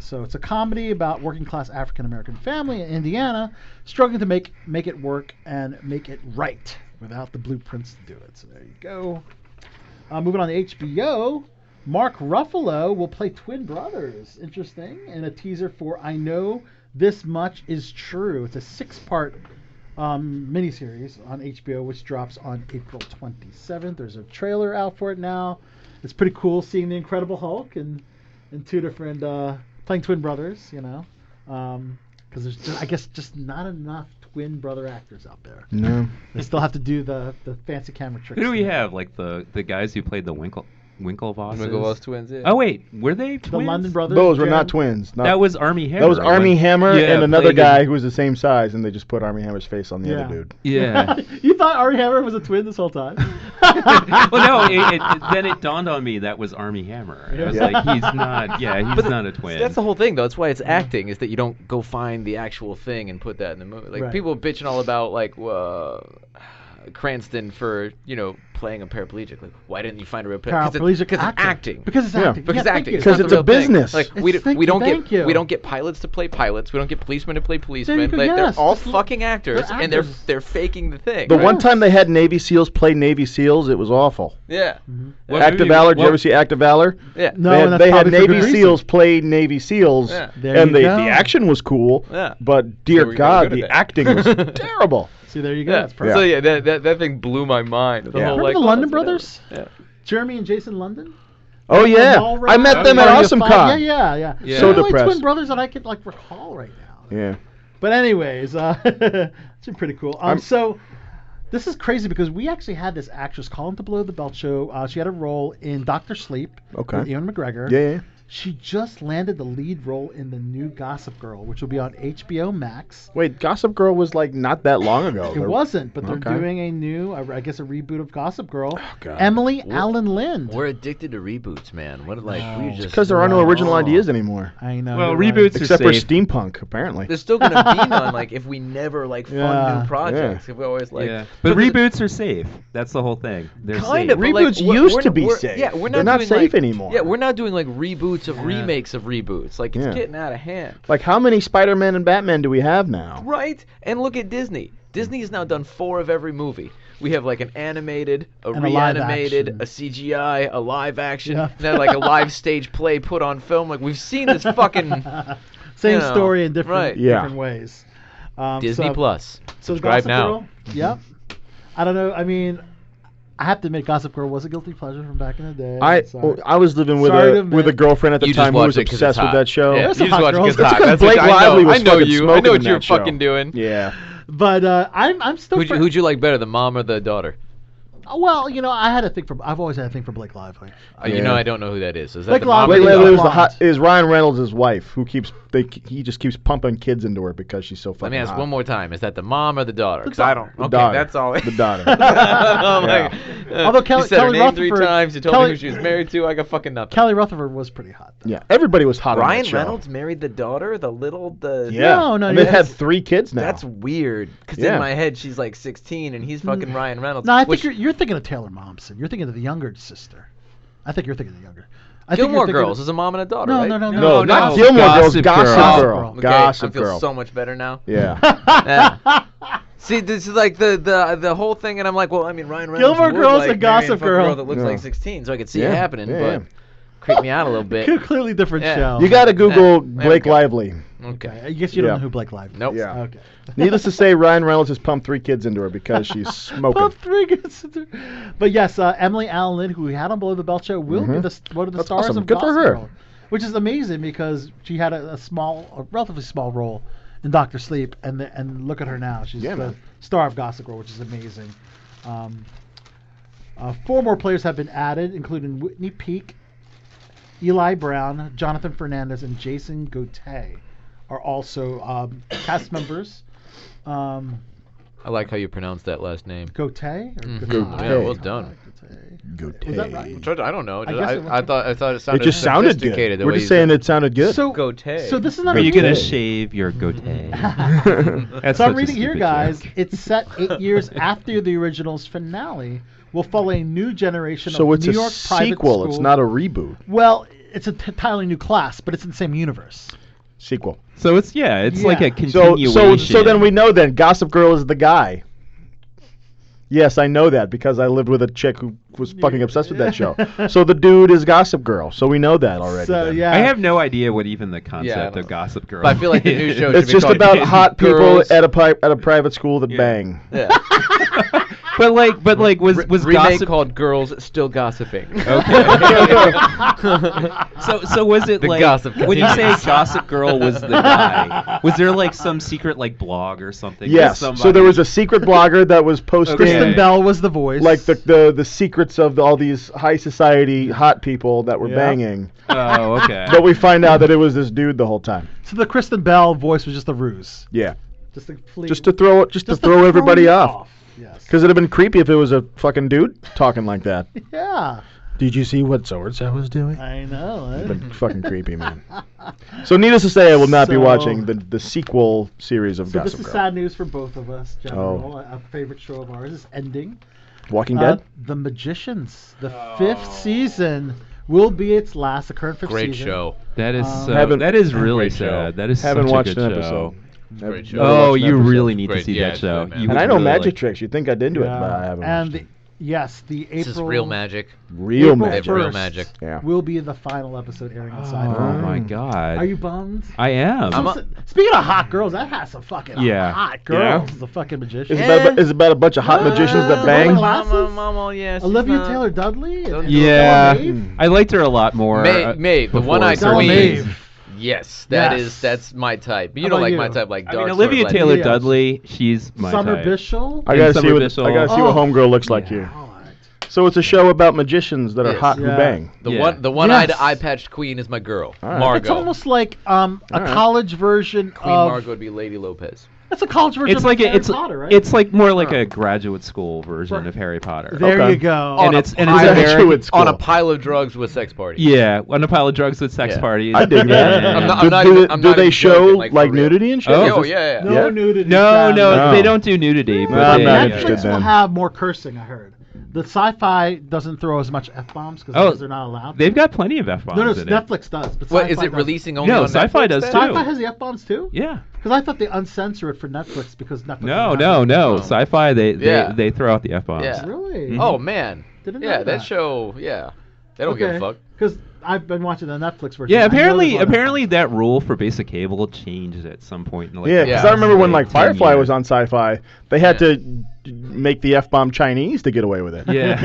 F: So it's a comedy about working-class African-American family in Indiana struggling to make make it work and make it right without the blueprints to do it. So there you go. Uh, moving on to HBO, Mark Ruffalo will play twin brothers. Interesting. And a teaser for I Know This Much Is True. It's a six part um, miniseries on HBO, which drops on April 27th. There's a trailer out for it now. It's pretty cool seeing the Incredible Hulk and, and two different, uh, playing twin brothers, you know. Because there's, just, I guess, just not enough twin brother actors out there.
H: No.
F: They still have to do the, the fancy camera tricks.
G: Who do we have? Like the the guys who played the Winkle Winklevosses.
I: Winklevoss twins. Yeah.
G: Oh wait, were they twins?
F: The London brothers.
H: Those were
F: Jen.
H: not twins. Not,
G: That was Army Hammer.
H: that was Army
G: like-
H: Hammer
G: Yeah,
H: and another
G: played
H: guy
G: in-
H: who was the same size, and they just put Army Hammer's face on the
F: Yeah.
H: other dude.
G: yeah.
F: you thought Army Hammer was a twin this whole time?
G: well, no. It, it, it- then it dawned on me that was Army Hammer. And I was
H: Yeah.
G: like, he's not. Yeah, he's
I: But the-
G: not a twin.
I: That's the whole thing, though. That's why it's acting is that you don't go find the actual thing and put that in the movie. Like
F: Right.
I: people bitching all about like uh, Cranston for you know playing a paraplegic. Like why didn't you find a real paraplegic?
F: Paraplegic
I: because
F: actor.
I: acting.
F: Because it's
H: Yeah.
F: acting.
I: because
F: yeah,
I: acting.
F: Thank
H: Because
I: not
H: it's a
I: the real thing.
H: business.
I: Like we,
F: It's-
I: d-
F: thank
I: we
F: you,
I: don't
F: thank
I: get
F: you.
I: we don't get pilots to play pilots. We don't get policemen to play policemen.
F: go,
I: like
F: yes,
I: they're all
F: just l-
I: fucking actors,
F: they're
I: and they're
F: actors.
I: they're faking the thing.
H: The
I: right?
H: one time they had Navy SEAls play Navy SEAls, it was awful.
I: Yeah.
G: What
H: Act of
G: movie-
H: Valor. Did
G: what-
H: you ever see Act of Valor?
I: Yeah.
F: No, and
H: they had,
F: that's
H: they had
F: probably for
H: Navy
F: good reason.
H: SEals play Navy SEAls,
I: Yeah.
F: There
H: and
F: you
H: the, the
F: go.
H: action was cool.
I: Yeah.
H: But dear
I: were really
H: God,
I: good at
H: the
I: that.
H: acting was terrible.
F: See, there you go.
I: Yeah.
F: That's perfect.
I: So yeah, that, that that thing blew my mind. The
H: Yeah.
I: whole,
F: Remember
I: like,
F: the
I: oh,
F: London
I: that's
F: Brothers?
I: what it is.
F: Jeremy and Jason London?
H: Oh yeah,
F: Mall
H: I
F: Rat-
H: met them at
F: Party of
H: Awesome
F: Five.
H: Con.
F: Yeah, yeah, yeah.
G: Yeah.
H: So
F: They're the only twin
H: depressed.
F: brothers that I could like recall right now.
H: Yeah.
F: But anyways, uh, it's been pretty cool. Um,
H: I'm-
F: so this is crazy because we actually had this actress call into Below the Belt show. Uh, she had a role in Doctor Sleep
H: Okay.
F: with Ewan McGregor.
H: Yeah, yeah.
F: She just landed the lead role in the new Gossip Girl, which will be on HBO Max.
H: Wait, Gossip Girl was like not that long
I: Oh,
H: ago.
F: It
H: There-
F: wasn't, but they're
H: Okay.
F: doing a new, I I guess, a reboot of Gossip Girl.
H: God.
F: Emily Allen Lind.
I: Oh, We're addicted to reboots, man. What like we just
H: because there are no original
I: Oh.
H: ideas anymore,
F: I know.
G: Well,
F: you're right.
G: reboots are
H: except for
G: safe.
H: steampunk. Apparently,
I: There's still gonna be none. Like if we never like fund
F: Yeah,
I: new projects, if we always like.
G: yeah. But
I: the-
G: reboots are safe. That's the whole thing. They're safe.
I: Kind of but, like,
H: Reboots
I: we're-
H: used
I: we're-
H: to be
I: we're-
H: safe.
I: Yeah, we're not
H: They're not
I: doing,
H: safe
I: like-
H: anymore.
I: Yeah, we're not doing like reboots of remakes of reboots. Like it's
H: Yeah.
I: getting out of hand,
H: like how many Spider-Man and Batman do we have now?
I: right? And look at Disney. Disney has now done four of every movie. We have like an animated, a
F: And a live action.
I: reanimated, a, CGI, a live action,
F: Yeah.
I: and then like a live stage play put on film. Like we've seen this fucking
F: Same
I: you know,
F: story in different,
I: right.
H: Yeah.
F: different ways. Um,
I: Disney
F: so,
I: Plus.
F: So
I: Subscribe
F: Gossip
I: now.
F: Girl. Yep. I don't know. I mean, I have to admit, Gossip Girl was a guilty pleasure from back in the day.
H: I
F: Sorry.
H: well, I was living with
F: Sorry to
H: a with a
F: admit.
H: girlfriend at the
I: You just
H: time who
I: watch
H: was
I: it 'cause it's
H: obsessed with
I: hot.
H: that show.
I: Yeah,
F: There's some
I: you just
F: hot
I: watch it
F: girls.
I: 'cause it's
F: That's
I: hot.
H: 'cause
I: That's
H: Blake
I: what I know.
H: Lively was
I: I know
H: fucking
I: you. I
H: smoking
I: know
H: in
I: what you're
H: that show.
I: fucking doing.
H: Yeah.
F: but uh, I'm I'm still.
I: Who'd you,
F: fr- uh,
I: who'd you like better, the mom or the daughter?
F: well, you know, I had a thing for. I've always had a thing for Blake Lively.
I: Uh, You know,
H: Yeah.
I: I don't know who that is. Is that
F: Like
I: the mom? or
H: Wait,
I: the
H: wait,
F: Blonde.
H: wait,
I: daughter?
H: it was the hot, is Ryan Reynolds' his wife who keeps they he just keeps pumping kids into her because she's so fucking.
I: Let me ask
H: hot.
I: one more time. Is that the mom or the daughter? 'Cause I don't.
H: The
I: okay,
H: daughter.
I: that's all.
H: The daughter.
I: I'm like, uh,
F: Although Kelly-
I: you said
F: Kelly
I: her name three
F: Rutherford-
I: times. You told
F: Kelly-
I: me who she was married to. I got fucking nothing.
F: Kelly Rutherford was pretty hot. Though.
H: yeah, everybody was hot. on
I: Ryan
H: that show.
I: Reynolds married the daughter, the little, the
H: Yeah.
F: No, no,
H: And they've had
F: that's-
H: three kids now.
I: That's weird. Because
H: Yeah.
I: in my head, she's like 16, and he's fucking Ryan Reynolds.
F: Mm. No, I think
I: which-
F: you're, you're thinking of Taylor Momsen. You're thinking of the younger sister. I think you're thinking of the younger. I think you're
I: Gilmore
F: thinking
I: Girls
F: Of,
I: is a mom and a daughter.
F: no,
I: right?
F: no, no, no,
H: no,
G: No,
H: not
G: no.
H: Gilmore Girls.
G: Gossip
H: Gossip
G: Girl.
H: Girl.
I: Okay,
H: Gossip
I: I feel
H: Girl.
I: so much better now.
H: yeah.
I: Yeah. See, this is like the, the the whole thing, and I'm like, well, I mean, Ryan Reynolds.
F: Gilmore
I: would
F: Girls
I: like
F: and
I: marry
F: Gossip
I: fuck a
F: Girl.
I: that looks
H: Yeah.
I: like 16, so I could see
H: Yeah,
I: it happening,
H: yeah,
I: but
H: yeah.
I: creep me out a little bit.
F: Clearly different
I: Yeah.
F: show.
H: You got to Google
I: Yeah, there we
H: Blake
I: go.
H: Lively.
I: Okay.
F: Okay, I guess you don't
H: Yeah.
F: know who Blake Lively. is.
I: Nope.
H: Yeah.
F: Okay.
H: Needless to say, Ryan Reynolds has pumped three kids into her because she's smoking.
F: Both three good sisters. But yes, uh, Emily Allen, Lynn, who we had on Below the Belt show, will be the st- one of the
H: Mm-hmm. That's
F: stars
H: awesome.
F: of
H: Good for
F: Gossip
H: her.
F: Girl, which is amazing because she had a, a small, a relatively small role in Doctor Sleep, and the, and look at her now. She's
H: Yeah,
F: the
H: man.
F: star of Gossip Girl, which is amazing. Um, uh, four more players have been added, including Whitney Peak, Eli Brown, Jonathan Fernandez, and Jason Gauthier are also um, cast members. Um,
I: I like how you pronounce that last name.
F: Gote?
H: Mm-hmm.
F: Or
I: Mhm.
F: Gotai?
I: Yeah, well done.
F: Gotai.
H: Goatee.
F: Was that right?
I: Tr- I don't know.
F: I
I: I,
F: guess it
I: I,
F: was-
I: thought I thought it
H: It
I: sounded
H: just sounded
I: sophisticated
H: good.
I: the
H: We're
I: way
H: just
I: you
H: saying
I: said
H: it sounded good.
F: So,
J: Goatee.
F: so this is not
G: Are
F: a
G: you gonna
F: joke.
G: shave your goatee? That's
F: So I'm
G: such a
F: reading here,
G: stupid
F: guys.
G: joke.
F: It's set eight years after the original's finale. We'll follow a new generation
H: So
F: of
H: it's
F: New
H: a
F: York private
H: sequel. It's
F: school-
H: not a reboot.
F: Well, it's an entirely new class, but it's in the same universe.
H: Sequel.
G: So it's yeah, it's like
F: Yeah.
G: a
H: So
G: continuation.
H: so so then we know then Gossip Girl is the guy. Yes, I know that because I lived with a chick who was fucking obsessed with that show. So the dude is Gossip Girl. So we know that already.
F: so
H: then.
F: yeah,
G: I have no idea what even the concept
I: don't
G: of Gossip Girl.
I: But I feel like the new
G: is.
I: show should
H: It's
I: be
H: just
I: called
H: about
I: Hidden
H: hot people
I: Girls.
H: at a pri- at a private school that bang.
G: But like, but like, was was
I: remake
G: Gossip
I: called Girls Still Gossiping.
G: So so was it
I: The
G: like
I: gossip
G: when you say
I: continues.
G: Gossip Girl was the guy? Was there like some secret like blog or something?
H: Yes. So there was a secret blogger that was posting
F: Kristen
G: Okay.
F: Bell was the voice.
H: like the, the the secrets of all these high society hot people that were
F: Yeah.
H: banging.
G: Oh okay.
H: But we find out that it was this dude the whole time.
F: so the Kristen Bell voice was just a ruse,
H: Yeah.
F: just to flee-
H: Just to throw
F: just
H: just, to throw everybody
F: you
H: off.
F: Yes.
H: Because it'd have been creepy if it was a fucking dude talking like that.
F: Yeah,
H: Did you see what Zorza was doing?
F: I know. eh?
H: Been fucking creepy, man. So needless to say, I will not be
F: So-
H: watching the the sequel series of
F: So this
H: Gossip
F: is
H: Girl.
F: sad news for both of us. General,
H: Oh.
F: a a favorite show of ours is ending.
H: Walking
F: Uh,
H: Dead.
F: the Magicians, the
I: Oh.
F: fifth season will be its last. The current fifth
I: Great
F: season.
I: show.
G: that is
F: Um,
G: so.
H: Haven't-
G: That is really
I: Great show.
G: sad. That is
H: Haven't
G: such
H: watched
G: a
H: an
G: good show.
H: episode. I've
I: Great show.
H: never
G: Oh,
H: watched an
G: you
H: episode.
G: really need to
I: Great.
G: see
I: Yeah,
G: that
I: it's
G: show.
I: good, man.
G: You
I: And
H: And
G: would
H: I know
G: really
H: magic
G: like-
H: tricks. You'd think I'd into it, but I haven't.
F: And
H: watched
F: the-
H: it.
F: yes, the April.
I: This is real magic.
H: real
F: April
H: magic.
I: They have real
F: 1st
I: magic.
H: Yeah.
F: Will be the final episode airing on
G: Oh
F: Sci-Fi.
G: my
H: Mm.
G: god.
F: Are you bummed?
G: I am.
I: I'm a-
F: S- Speaking of hot girls, that has some fucking
G: Yeah.
F: hot
H: Yeah.
F: girls. The fucking magician. Uh,
H: It's about, a- it's about a bunch of hot magicians that bang.
F: Mama Glasses?
I: Mama, mama, yeah, she's
F: Olivia
I: not-
F: Taylor Dudley. and- and
G: yeah. Hmm.
F: Ella Maeve?
G: I liked her a lot more.
I: May,
G: uh,
I: May, the
G: before
I: one-eyed
G: Ella
F: Ella
I: queen.
F: Maeve.
I: Yes, that
F: Yes.
I: is that's my type. You
F: How
I: don't
F: about
I: like
F: you?
I: my type, like
G: I
I: dark.
G: mean,
I: sort of
G: Olivia
I: like-
G: Taylor
F: Yes.
G: Dudley. She's my
F: Summer
G: type.
F: Bischel.
H: I gotta
G: And
H: see what
G: Summer
H: I gotta see what
F: Bissell.
H: homegirl looks like here.
F: God.
H: So it's a show about magicians that are
I: Yes.
H: hot and
F: Yeah.
H: bang.
I: The
G: Yeah.
I: one, the one-eyed
F: Yes.
I: eye-patched queen is my girl,
H: All right.
I: Margot.
F: It's almost like um, a
H: Alright.
F: college version
I: queen
F: of.
I: Margot would be Lady Lopez.
F: That's a college version of
G: It's like a,
F: Harry
G: it's
F: Potter, right?
G: it's like more like a graduate school version
F: Right.
G: of Harry Potter.
F: there
H: Okay.
F: you go.
G: And it's and it's
H: pile-
G: American.
H: Graduate
I: On a
H: school.
I: pile of drugs with sex party.
G: Yeah, on a pile of drugs with sex
I: Yeah.
G: parties.
H: I dig that.
G: And-
I: I'm not-
H: do
I: I'm not
H: do
I: even-
H: they-
I: I'm
H: do
I: not
H: they
I: even
H: show
I: joking, like, for
H: like
I: real.
H: nudity and shit?
G: Oh.
I: Oh,
G: Yo,
H: Is
I: yeah, yeah.
F: no
H: Yeah.
F: nudity.
G: no, no,
H: No.
G: they don't do nudity. But
H: I'm
G: they,
H: not
G: uh,
H: interested.
F: Netflix will
H: then.
F: have more cursing. I heard. The sci-fi doesn't throw as much f bombs because
G: Oh,
F: they're not allowed. to.
G: They've got plenty of f bombs.
F: no, no,
G: in it.
F: Netflix does. But
I: What
F: sci-fi
I: is it
F: doesn't.
I: releasing only
G: No,
I: on
G: Sci-Fi
I: Netflix
G: does
I: then?
G: too.
F: Sci-fi has the f bombs too.
G: Yeah.
F: Because I thought they uncensor it for Netflix because Netflix.
G: No,
F: doesn't
G: no,
F: have
G: no.
I: Oh.
G: Sci-fi, they, they,
I: Yeah.
G: they throw out the f bombs.
I: Yeah.
F: it. Really?
G: Mhm.
I: Oh man,
F: Didn't know
I: yeah, that
F: that.
I: show, yeah, they don't give a fuck.
F: Because I've been watching the Netflix version. I
G: Yeah,
F: know
G: apparently,
F: there's a lot of
G: apparently
F: F-bombs.
G: that rule for basic cable changed at some point. In the, like,
H: Yeah,
G: the
H: because
I: Yeah.
H: I remember when
G: like,
H: like
G: 10
H: Firefly
G: years.
H: was on Sci-Fi, they had
I: Yeah.
H: to d- make the f-bomb Chinese to get away with it.
G: Yeah,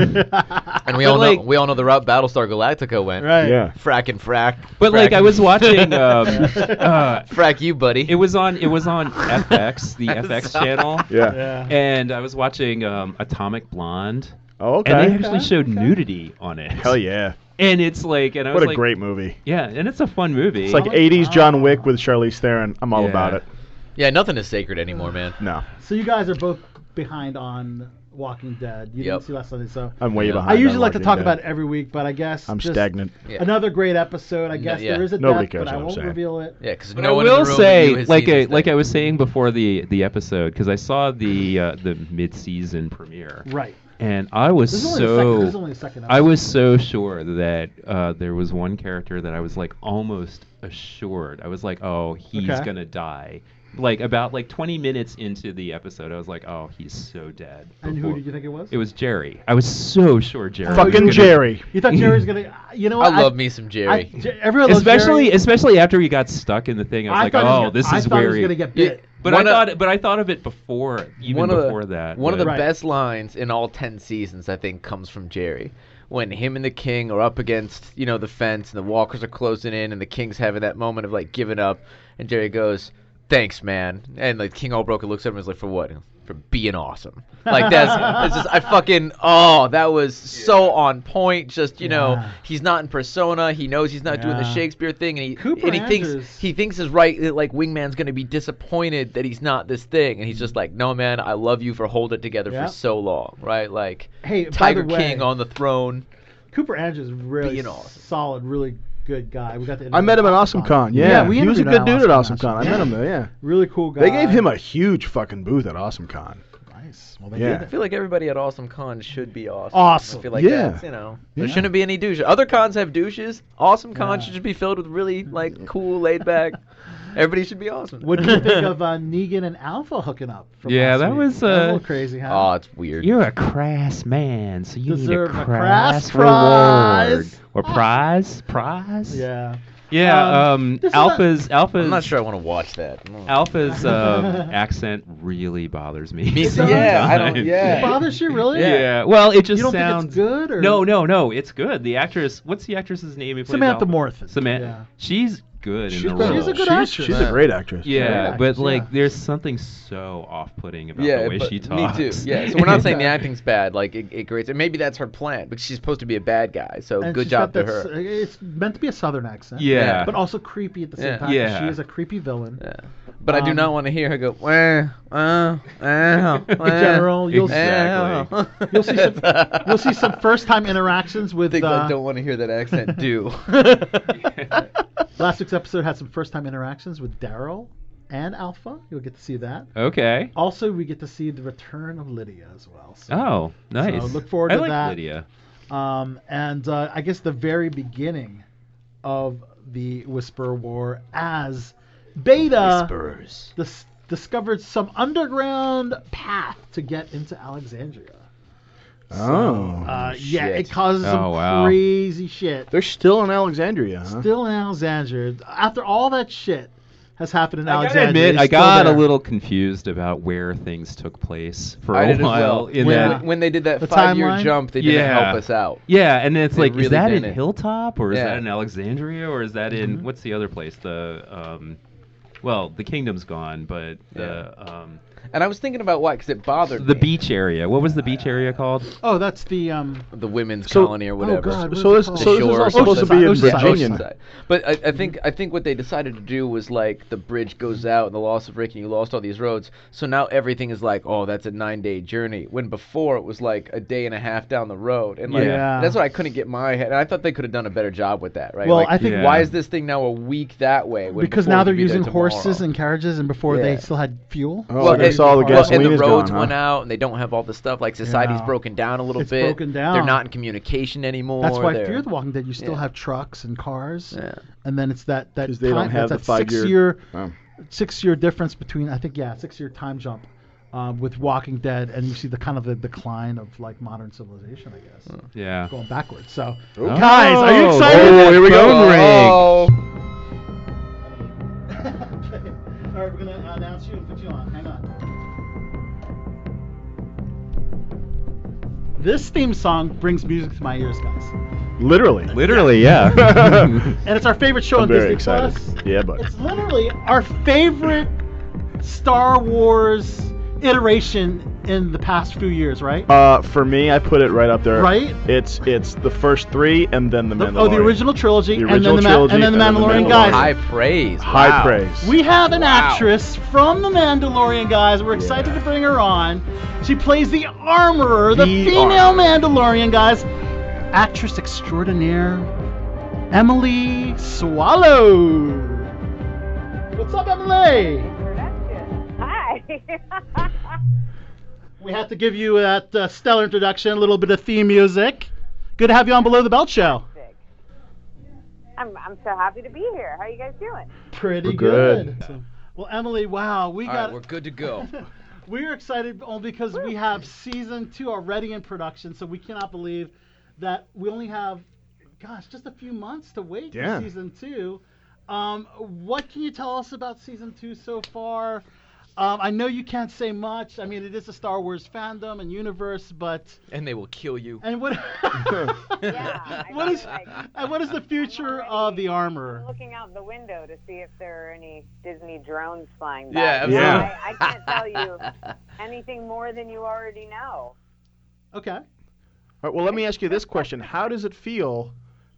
I: And we
G: But
I: all know,
G: like-
I: we all know the route Battlestar Galactica went.
F: Right.
H: yeah.
I: Frack and frack.
G: but like
I: Frack
G: I
I: and-
G: was watching. Um, uh,
I: frack you, buddy.
G: it was on. It was on FX, the FX channel,
H: Yeah.
F: Yeah.
G: and I was watching um, Atomic Blonde,
H: Oh, okay.
G: and they actually showed
F: okay.
G: nudity on it.
H: Hell yeah!
G: And it's like, and I
H: What
G: was
H: a
G: like,
H: great movie.
G: yeah, and it's a fun movie.
H: It's like
F: my
H: '80s John
F: God.
H: Wick with Charlize Theron. I'm all
G: Yeah.
H: about it.
I: yeah, nothing is sacred anymore, man.
H: No,
F: So you guys are both behind on Walking Dead. You
I: Yep.
F: didn't see last Sunday, so
H: I'm way
I: Yeah.
H: behind.
F: I usually
H: on
F: like to
H: Walking
F: talk
H: Dead.
F: about it every week, but I guess
H: I'm
F: just
H: stagnant.
I: Yeah.
F: Another great episode. I
I: No,
F: guess
I: yeah.
F: there is a
H: Nobody
F: death,
H: cares
F: but
H: what
F: I
H: I'm
F: won't
H: saying.
F: reveal it.
I: Yeah, because
G: But
I: no
G: I
I: one in
G: will
I: the room
G: say,
I: but you has
G: like
I: seen
G: I
I: this
G: like
I: thing.
G: I was saying before the the episode, because I saw the uh, the mid season premiere,
F: Right.
G: and I was
F: There's only a second.
G: so
F: There's only a second.
G: I was so sure that uh, there was one character that I was like almost assured. I was like, oh, he's
F: Okay.
G: gonna die. Like about like 20 minutes into the episode, I was like, oh, he's so dead.
F: And who
G: Before-
F: did you think it was?
G: It was Jerry. I was so sure Jerry. was
H: Fucking
G: gonna-
H: Jerry.
F: You thought Jerry was gonna. You know
I: I
F: what?
I: love me some Jerry.
F: I, J- everyone loves
G: Especially,
F: Jerry.
G: especially after he got stuck in the thing, I was
F: I
G: like,
F: thought he was
G: "Oh,
F: gonna-
G: this
F: I
G: is
F: thought he
G: where."
F: was
G: he-
F: gonna get bit.
G: But
I: One
G: I
I: of-
G: thought, but I thought of it before, even
I: one of the-
G: before that.
I: One of the
G: but-
F: Right.
I: best lines in all ten seasons, I think, comes from Jerry. When him and the king are up against, you know, the fence and the walkers are closing in and the king's having that moment of like giving up and Jerry goes, Thanks, man and like King Albroker looks at him and is like, For what? for being awesome. Like that's, that's just I fucking oh that was so on point. Just you know
F: Yeah.
I: he's not in persona. He knows he's not doing the
F: Yeah.
I: Shakespeare thing, and he
F: Cooper
I: and he
F: Andrews.
I: thinks he thinks is right that like Wingman's gonna be disappointed that he's not this thing, and he's just like no man I love you for holding it together
F: Yeah.
I: for so long right like
F: Hey, by the
I: Tiger
F: way-
I: King on the throne.
F: Cooper Andrews is really
I: Being awesome.
F: solid, really good guy. We got to
H: I met him at AwesomeCon. Yeah,
F: yeah we
H: he was a
F: interviewed
H: good
F: him
H: dude at
F: Awesome
H: AwesomeCon. I met him there. Yeah,
F: Really cool guy.
H: they gave him a huge fucking booth at AwesomeCon.
F: nice. Well, they
H: Yeah.
F: did
I: I
F: it.
I: feel like everybody at Awesome Con should be awesome.
F: Awesome.
I: I feel like
H: Yeah.
I: that's, you know, there
H: Yeah.
I: shouldn't be any douches. Other cons have douches. Awesome Con
F: Yeah.
I: should just be filled with really like cool, laid back. Everybody should be awesome.
F: What do you think of uh, Negan and Alpha hooking up? From
G: Yeah,
F: last
G: that
F: week?
G: was,
F: That a
G: uh,
F: little crazy.
I: Oh,
F: Huh?
I: it's weird.
G: You're a crass man, so you
F: Deserve a
G: need a
F: crass
G: crass,
F: prize.
G: reward or prize, prize.
F: yeah.
G: yeah.
F: Um,
G: Um,
F: this is
G: Alpha's Alpha's
I: I'm not sure I want to watch that. Mm.
G: Alpha's um, accent really bothers me.
I: Me too.
G: sometimes.
I: Yeah, I don't-
F: It
I: yeah.
F: bothers you really?
G: Yeah. Well, it just
F: You don't
G: sounds
F: think it's good or
G: No, no, no. It's good. The actress. What's the actress's name? who plays
F: Samantha
G: Alpha?
F: Morphin.
G: Samantha.
F: Yeah.
G: She's good in
H: She's,
G: the
H: good.
G: role.
F: She's a good
H: she's,
F: actress.
H: She's a great actress.
G: Yeah,
F: actress,
G: but like,
F: yeah.
G: there's something so off-putting about
I: yeah,
G: the way
I: but
G: she talks.
I: me too. Yeah, so we're not saying the acting's bad. Like it, it grates. And maybe that's her plan, but she's supposed to be a bad guy. So
F: And
I: good
F: she's got
I: job to
F: that s-
I: her.
F: It's meant to be a southern accent.
G: Yeah.
F: But also creepy at the same
I: Yeah.
F: time.
G: Yeah.
F: She is a creepy villain.
I: Yeah. But I do
F: Um,
I: not want to hear her go. Wah, wah, wah, wah,
F: In general, you'll
G: Exactly.
I: wah."
F: You'll see some. You'll see some first-time interactions with.
I: things
F: uh,
I: I don't want to hear that accent do.
F: Last week's episode had some first-time interactions with Daryl and Alpha. You'll get to see that.
G: okay.
F: Also, we get to see the return of Lydia as well. So.
G: Oh, nice.
F: look forward
G: I
F: to
G: like
F: that.
G: Lydia.
F: Um, and uh, I guess the very beginning of the Whisper War as Beta dis- discovered some underground path to get into Alexandria.
H: Oh.
F: Uh, yeah,
I: shit.
F: it causes some
G: Oh, wow.
F: crazy shit.
H: They're still in Alexandria, huh?
F: Still in Alexandria. After all that shit has happened in
G: I
F: Alexandria.
G: gotta admit,
F: it's
G: I
F: still
G: got a
F: there.
G: little confused about where things took place for
I: I
G: a
I: did as
G: while.
I: well.
G: In
F: Yeah.
I: when,
G: that,
I: when they did that
F: The
I: five-year
F: timeline?
I: jump, they didn't
G: Yeah.
I: help us out.
G: yeah, and it's
I: They
G: like,
I: really
G: is that in
I: didn't.
G: Hilltop or is
I: Yeah. Mm-hmm.
G: that in Alexandria or is that in what's the other place? The um, well, the kingdom's gone, but the um,
I: And I was thinking about why, because it bothered
G: the
I: me.
G: beach area. What was the beach area called?
F: Oh, that's the um.
I: the women's
H: So-
I: colony or
H: oh,
I: whatever.
F: God, what
H: So
F: is
H: this,
F: it called?
H: so this
I: The
H: is
I: shore
H: all
I: or
H: supposed to
I: something.
H: be in
F: Oceanside.
H: Virginia.
I: Oceanside. But I, I think I think what they decided to do was like the bridge goes out and the loss of Rick and you lost all these roads. So now everything is like, oh, that's a nine day journey. When before it was like a day and a half down the road. And like
F: Yeah.
I: that's what I couldn't get my head. And I thought they could have done a better job with that, right?
F: Well,
I: Like,
F: I think-
G: Yeah.
I: why is this thing now a week that way? when
F: Because
I: before
F: now
I: it
F: they're
I: could be there
F: using
I: tomorrow?
F: horses and carriages, and before they
I: Yeah.
F: still had fuel.
H: Oh, Well, I
F: they-
H: guess all the
I: well, and
H: gasoline
I: the
H: is
I: roads
H: gone,
I: went
H: huh?
I: out, and they don't have all the stuff. Like society's
F: Yeah.
I: broken down a little
F: It's
I: bit.
F: broken down.
I: They're not in communication anymore.
F: That's why
I: They're-
F: Fear the Walking Dead. You still
I: Yeah.
F: have trucks and cars,
I: Yeah.
F: and then it's that that
H: 'Cause they don't
F: time-
H: have
F: that's
H: the
F: that
H: five-year-
F: six year
H: Oh.
F: six year difference between I think yeah six year time jump um, with Walking Dead, and you see the kind of the decline of like modern civilization, I guess,
G: Yeah.
F: going backwards. So
H: Oh.
F: guys, are you
G: Oh,
F: excited?
G: oh, here we go.
H: Phone ring.
I: Oh.
F: All right, we're gonna announce you and put you on. Hang on. This theme song brings music to my ears, guys.
H: Literally.
G: Literally, yeah.
F: And it's our favorite show
H: I'm
F: on
H: very
F: Disney
H: excited.
F: Plus.
H: Yeah, but-
F: it's literally our favorite Star Wars iteration in the past few years, right?
H: Uh, for me, I put it right up there.
F: Right?
H: It's it's the first three and then the
F: The-
H: Mandalorian.
F: oh, the original trilogy,
H: The
F: and then
H: original
F: the, Ma-
H: trilogy
F: and then the
H: and then the
F: Mandalorian,
H: Mandalorian.
F: guys.
I: High praise.
H: High
I: wow.
H: praise.
F: We have an
I: Wow.
F: actress from The Mandalorian, guys. We're excited
H: Yeah.
F: to bring her on. She plays the armorer, the,
H: The
F: female
H: armorer.
F: Mandalorian, guys. Actress extraordinaire, Emily Swallow. What's up, Emily?
K: Introduction. Hi.
F: We have to give you that uh, stellar introduction, a little bit of theme music. Good to have you on Below the Belt Show.
L: I'm, I'm so happy to be here. How you guys doing?
F: Pretty
H: We're good.
F: Well, Emily, wow, we
I: All
F: got
I: right, we're good to go.
F: We're excited only because we have season two already in production, so we cannot believe that we only have, gosh, just a few months to wait
H: Yeah.
F: for season two. Um, what can you tell us about season two so far? Um, I know you can't say much. I mean, it is a Star Wars fandom and universe, but
I: And they will kill you.
F: and what? what is and what is the future of the armor?
L: Looking out the window to see if there are any Disney drones flying by.
F: Yeah, absolutely.
L: I- I, can't tell you anything more than you already know.
F: Okay.
H: All right, well, let me ask you this question: How does it feel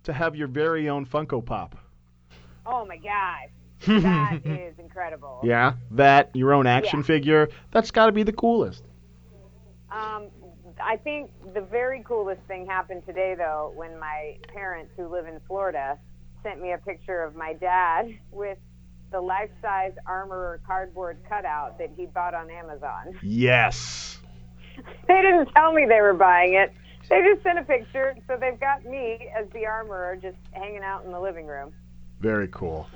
H: to have your very own Funko Pop?
L: Oh my God, that is incredible.
H: Yeah, that your own action
L: Yeah.
H: figure. That's got to be the coolest.
L: Um, I think the very coolest thing happened today, though, when my parents, who live in Florida, sent me a picture of my dad with the life-size armorer cardboard cutout that he bought on Amazon.
H: Yes.
L: They didn't tell me they were buying it. They just sent a picture, so they've got me as the armorer just hanging out in the living room.
H: Very cool.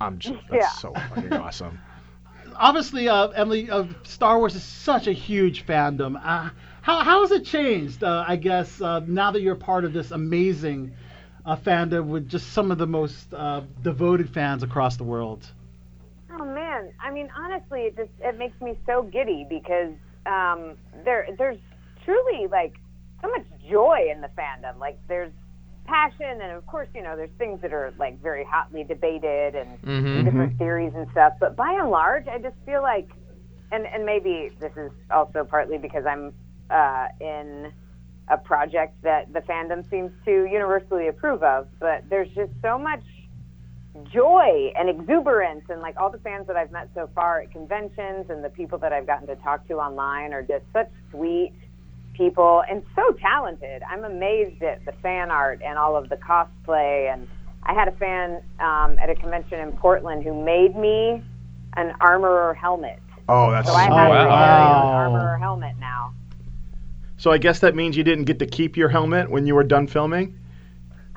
H: I'm just that's
L: Yeah.
H: so fucking awesome.
F: Obviously, uh, Emily, uh, Star Wars is such a huge fandom. Uh, how how has it changed? Uh, I guess uh, now that you're part of this amazing uh, fandom with just some of the most uh, devoted fans across the world.
L: Oh man, I mean honestly, it just it makes me so giddy because um, there there's truly like so much joy in the fandom. Like there's passion, and of course you know there's things that are like very hotly debated and
D: Mhm.
L: different theories and stuff. But by and large, I just feel like, and and maybe this is also partly because I'm uh, in a project that the fandom seems to universally approve of. But there's just so much joy and exuberance and like all the fans that I've met so far at conventions and the people that I've gotten to talk to online are just such sweet people and so talented. I'm amazed at the fan art and all of the cosplay and I had a fan um, at a convention in Portland who made me an armorer helmet.
H: Oh, that's
L: so I have
H: oh,
L: my very own
H: wow.
L: armorer helmet now.
H: So I guess that means you didn't get to keep your helmet when you were done filming.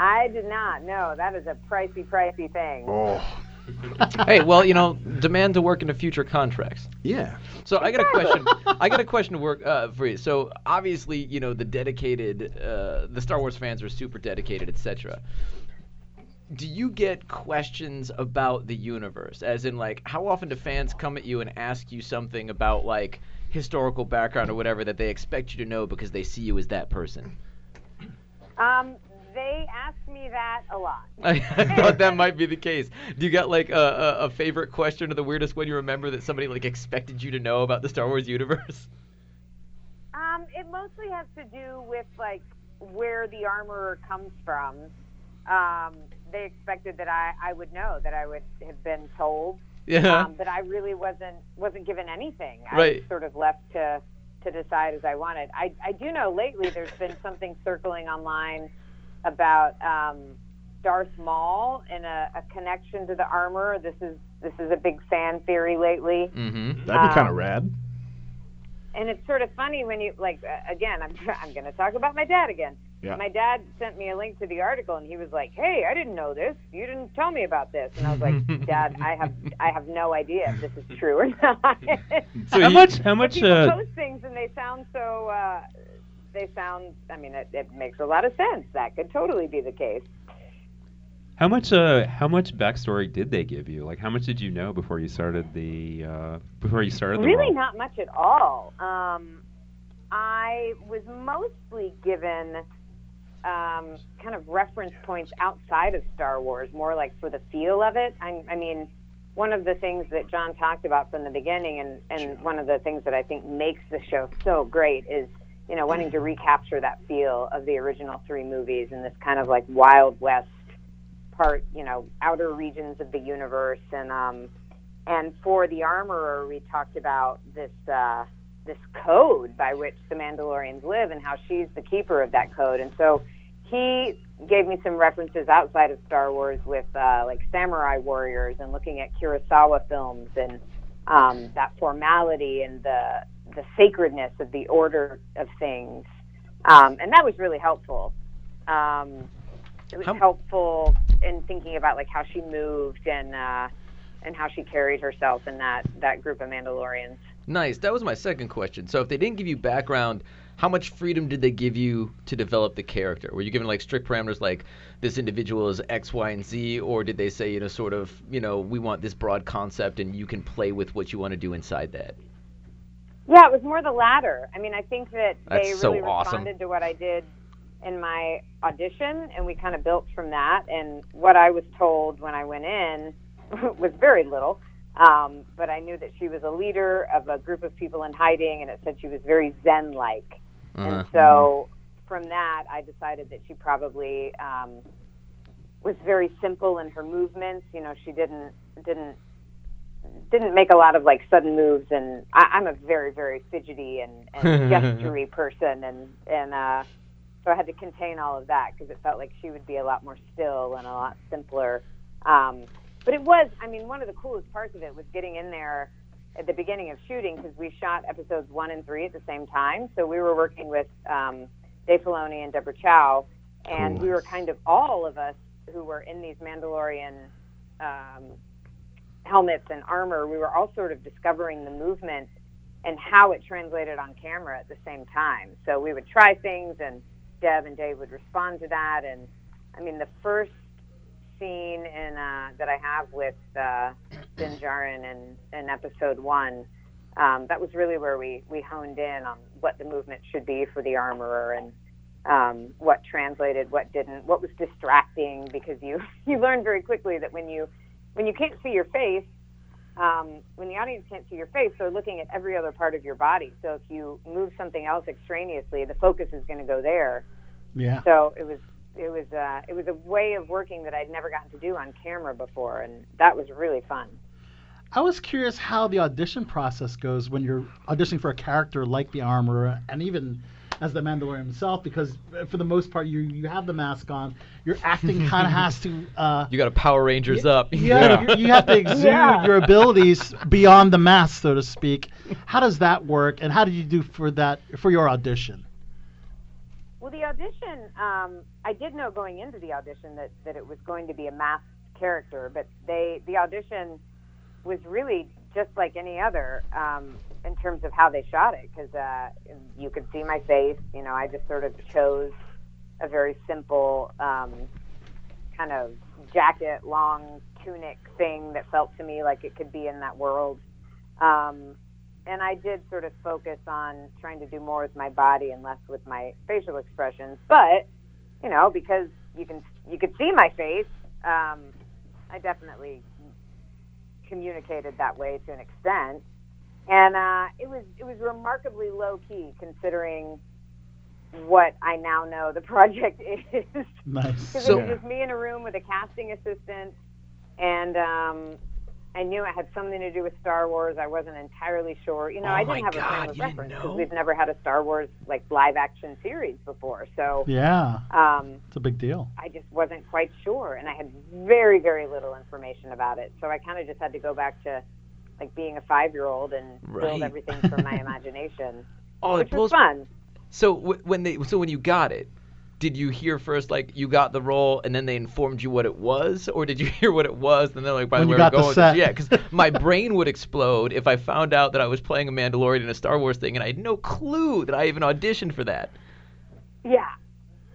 L: I did not know. That is a pricey, pricey thing.
H: Oh.
I: hey, well, you know, demand to work into future contracts.
H: Yeah.
I: So I got a question. I got a question to work uh, for you. So obviously, you know, the dedicated, uh, the Star Wars fans are super dedicated, etc. Do you get questions about the universe? As in, like, how often do fans come at you and ask you something about like historical background or whatever that they expect you to know because they see you as that person?
L: Um, they ask me that a lot.
I: I, I thought that might be the case. Do you got like a, a, a favorite question or the weirdest one you remember that somebody like expected you to know about the Star Wars universe?
L: Um, it mostly has to do with like where the armorer comes from. Um, they expected that I, I would know that I would have been told.
I: Yeah.
L: Um, but I really wasn't wasn't given anything. I was
I: Uh-huh. Right.
L: sort of left to to decide as I wanted. I I do know lately there's been something circling online about um, Darth Maul and a, a connection to the armorer. This is this is a big fan theory lately.
I: Mm-hmm.
H: That'd be kind of
L: Um,
H: rad.
L: and it's sort of funny when you like uh, again i'm i'm going to talk about my dad again
H: Yeah.
L: my dad sent me a link to the article and he was like hey i didn't know this you didn't tell me about this and i was like dad i have i have no idea if this is true or not
G: So how much? How much?
L: people
G: Uh,
L: post things and they sound so uh they sound i mean it, it makes a lot of sense that could totally be the case
G: how much? Uh, how much backstory did they give you? Like, how much did you know before you started the? Uh, before you started the
L: really
G: role?
L: not much at all um, i was mostly given um, kind of reference points outside of star wars more like for the feel of it i, I mean one of the things that john talked about from the beginning and, and one of the things that i think makes the show so great is you know wanting to recapture that feel of the original three movies and this kind of like wild west part you know outer regions of the universe and um, and for the armorer, we talked about this uh, this code by which the Mandalorians live and how she's the keeper of that code. And so he gave me some references outside of Star Wars with uh, like samurai warriors and looking at Kurosawa films and um, that formality and the the sacredness of the order of things. Um, and that was really helpful. Um, it was
I: How-
L: helpful in thinking about like how she moved and. Uh, and how she carried herself in that that group of Mandalorians.
I: Nice. That was my second question. So if they didn't give you background, How much freedom did they give you to develop the character? Were you given like strict parameters like this individual is X, Y, and Z, or did they say you know sort of you know we want this broad concept and you can play with what you want to do inside that?
L: Yeah, it was more the latter. I mean, I think that
I: That's
L: they
I: so
L: really
I: awesome.
L: responded to what I did in my audition, and we kind of built from that. And what I was told when I went in was very little, um, but I knew that she was a leader of a group of people in hiding, and it said she was very Zen-like.
D: Uh-huh.
L: So from that, I decided that she probably um, was very simple in her movements. You know, she didn't didn't didn't make a lot of like sudden moves, and I, I'm a very very fidgety and, and gestury person, and and uh, so I had to contain all of that because it felt like she would be a lot more still and a lot simpler. Um, but it was, I mean, one of the coolest parts of it was getting in there at the beginning of shooting because we shot episodes one and three at the same time. So we were working with um, Dave Filoni and Deborah Chow, and
D: Cool.
L: we were kind of all of us who were in these Mandalorian um, helmets and armor. We were all sort of discovering the movement and how it translated on camera at the same time. So we would try things, and Deb and Dave would respond to that. And I mean, the first scene in uh, that I have with uh, Din Djarin in, in episode one, um, that was really where we we honed in on what the movement should be for the armorer and um, what translated, what didn't, what was distracting because you you learn very quickly that when you when you can't see your face, um, when the audience can't see your face, they're looking at every other part of your body. So if you move something else extraneously, the focus is going to go there.
F: Yeah.
L: So it was it was uh, it was a way of working that I'd never gotten to do on camera before, and that was really fun.
F: I was curious how the audition process goes when you're auditioning for a character like the Armorer and even as the Mandalorian himself, because uh, for the most part, you, you have the mask on. Your acting kind of has to. Uh,
I: You got a Power Rangers up.
F: you, gotta- you have to exude your abilities beyond the mask, so to speak. How does that work, and how did you do for that for your audition?
L: Well, the audition, um, I did know going into the audition that, that it was going to be a masked character, but they the audition was really just like any other um, in terms of how they shot it, because uh, you could see my face. You know, I just sort of chose a very simple um, kind of jacket, long tunic thing that felt to me like it could be in that world. Um, and I did sort of focus on trying to do more with my body and less with my facial expressions. But you know, because you can you could see my face, um, I definitely communicated that way to an extent. And uh, it was it was remarkably low key considering what I now know the project is.
F: Nice.
L: 'Cause it was just me in a room with a casting assistant, and um, I knew it had something to do with Star Wars. I wasn't entirely sure. You know,
D: Oh
L: I
D: my
L: didn't have a
D: God,
L: frame of
D: you didn't
L: reference
D: know?
L: because we've never had a Star Wars like live action series before. So
F: Yeah.
L: um,
F: It's a big deal.
L: I just wasn't quite sure, and I had very very little information about it. So I kind of just had to go back to like being a five year old and
I: Right.
L: build everything from my imagination,
I: Oh,
L: which
I: it
L: was
I: blows.
L: fun.
I: So w- when they so when you got it, did you hear first like you got the role and then they informed you what it was, or did you hear what it was and then like by
F: When
I: the
F: you
I: way
F: got the
I: we're going?
F: set.
I: Yeah, because my brain would explode if I found out that I was playing a Mandalorian in a Star Wars thing and I had no clue that I even auditioned for that.
L: Yeah.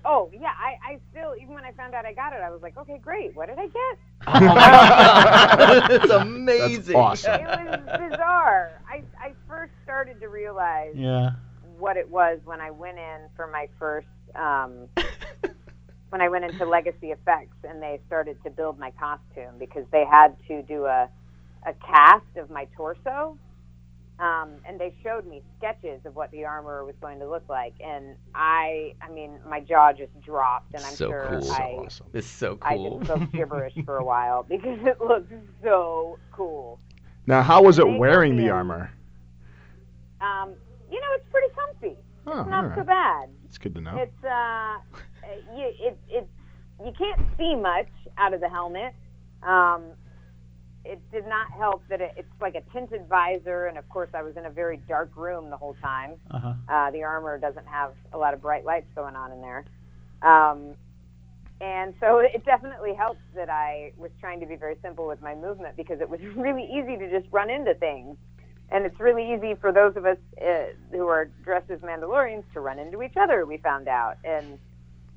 L: Oh yeah, I, I still even when I found out I got it, I was like, okay, great. What did I get?
I: That's amazing.
H: awesome.
L: It was bizarre. I, I first started to realize
F: Yeah.
L: what it was when I went in for my first um, when I went into Legacy Effects and they started to build my costume because they had to do a a cast of my torso. Um, and they showed me sketches of what the armor was going to look like, and I, I mean, my jaw just dropped, and I'm
I: so
L: sure
I: cool.
L: I,
I: This is so
L: I
I: cool.
L: just spoke gibberish for a while because it looked so cool.
H: Now, how was it wearing the armor?
L: Um, you know, it's pretty comfy.
H: Oh,
L: it's not
H: all right.
L: so bad.
H: It's good to know.
L: It's uh, you it it's you can't see much out of the helmet. Um, it did not help that it, it's like a tinted visor, and of course, I was in a very dark room the whole time.
F: Uh-huh.
L: Uh, the armor doesn't have a lot of bright lights going on in there. Um, and so it definitely helped that I was trying to be very simple with my movement because it was really easy to just run into things. And it's really easy for those of us uh, who are dressed as Mandalorians to run into each other. We found out, and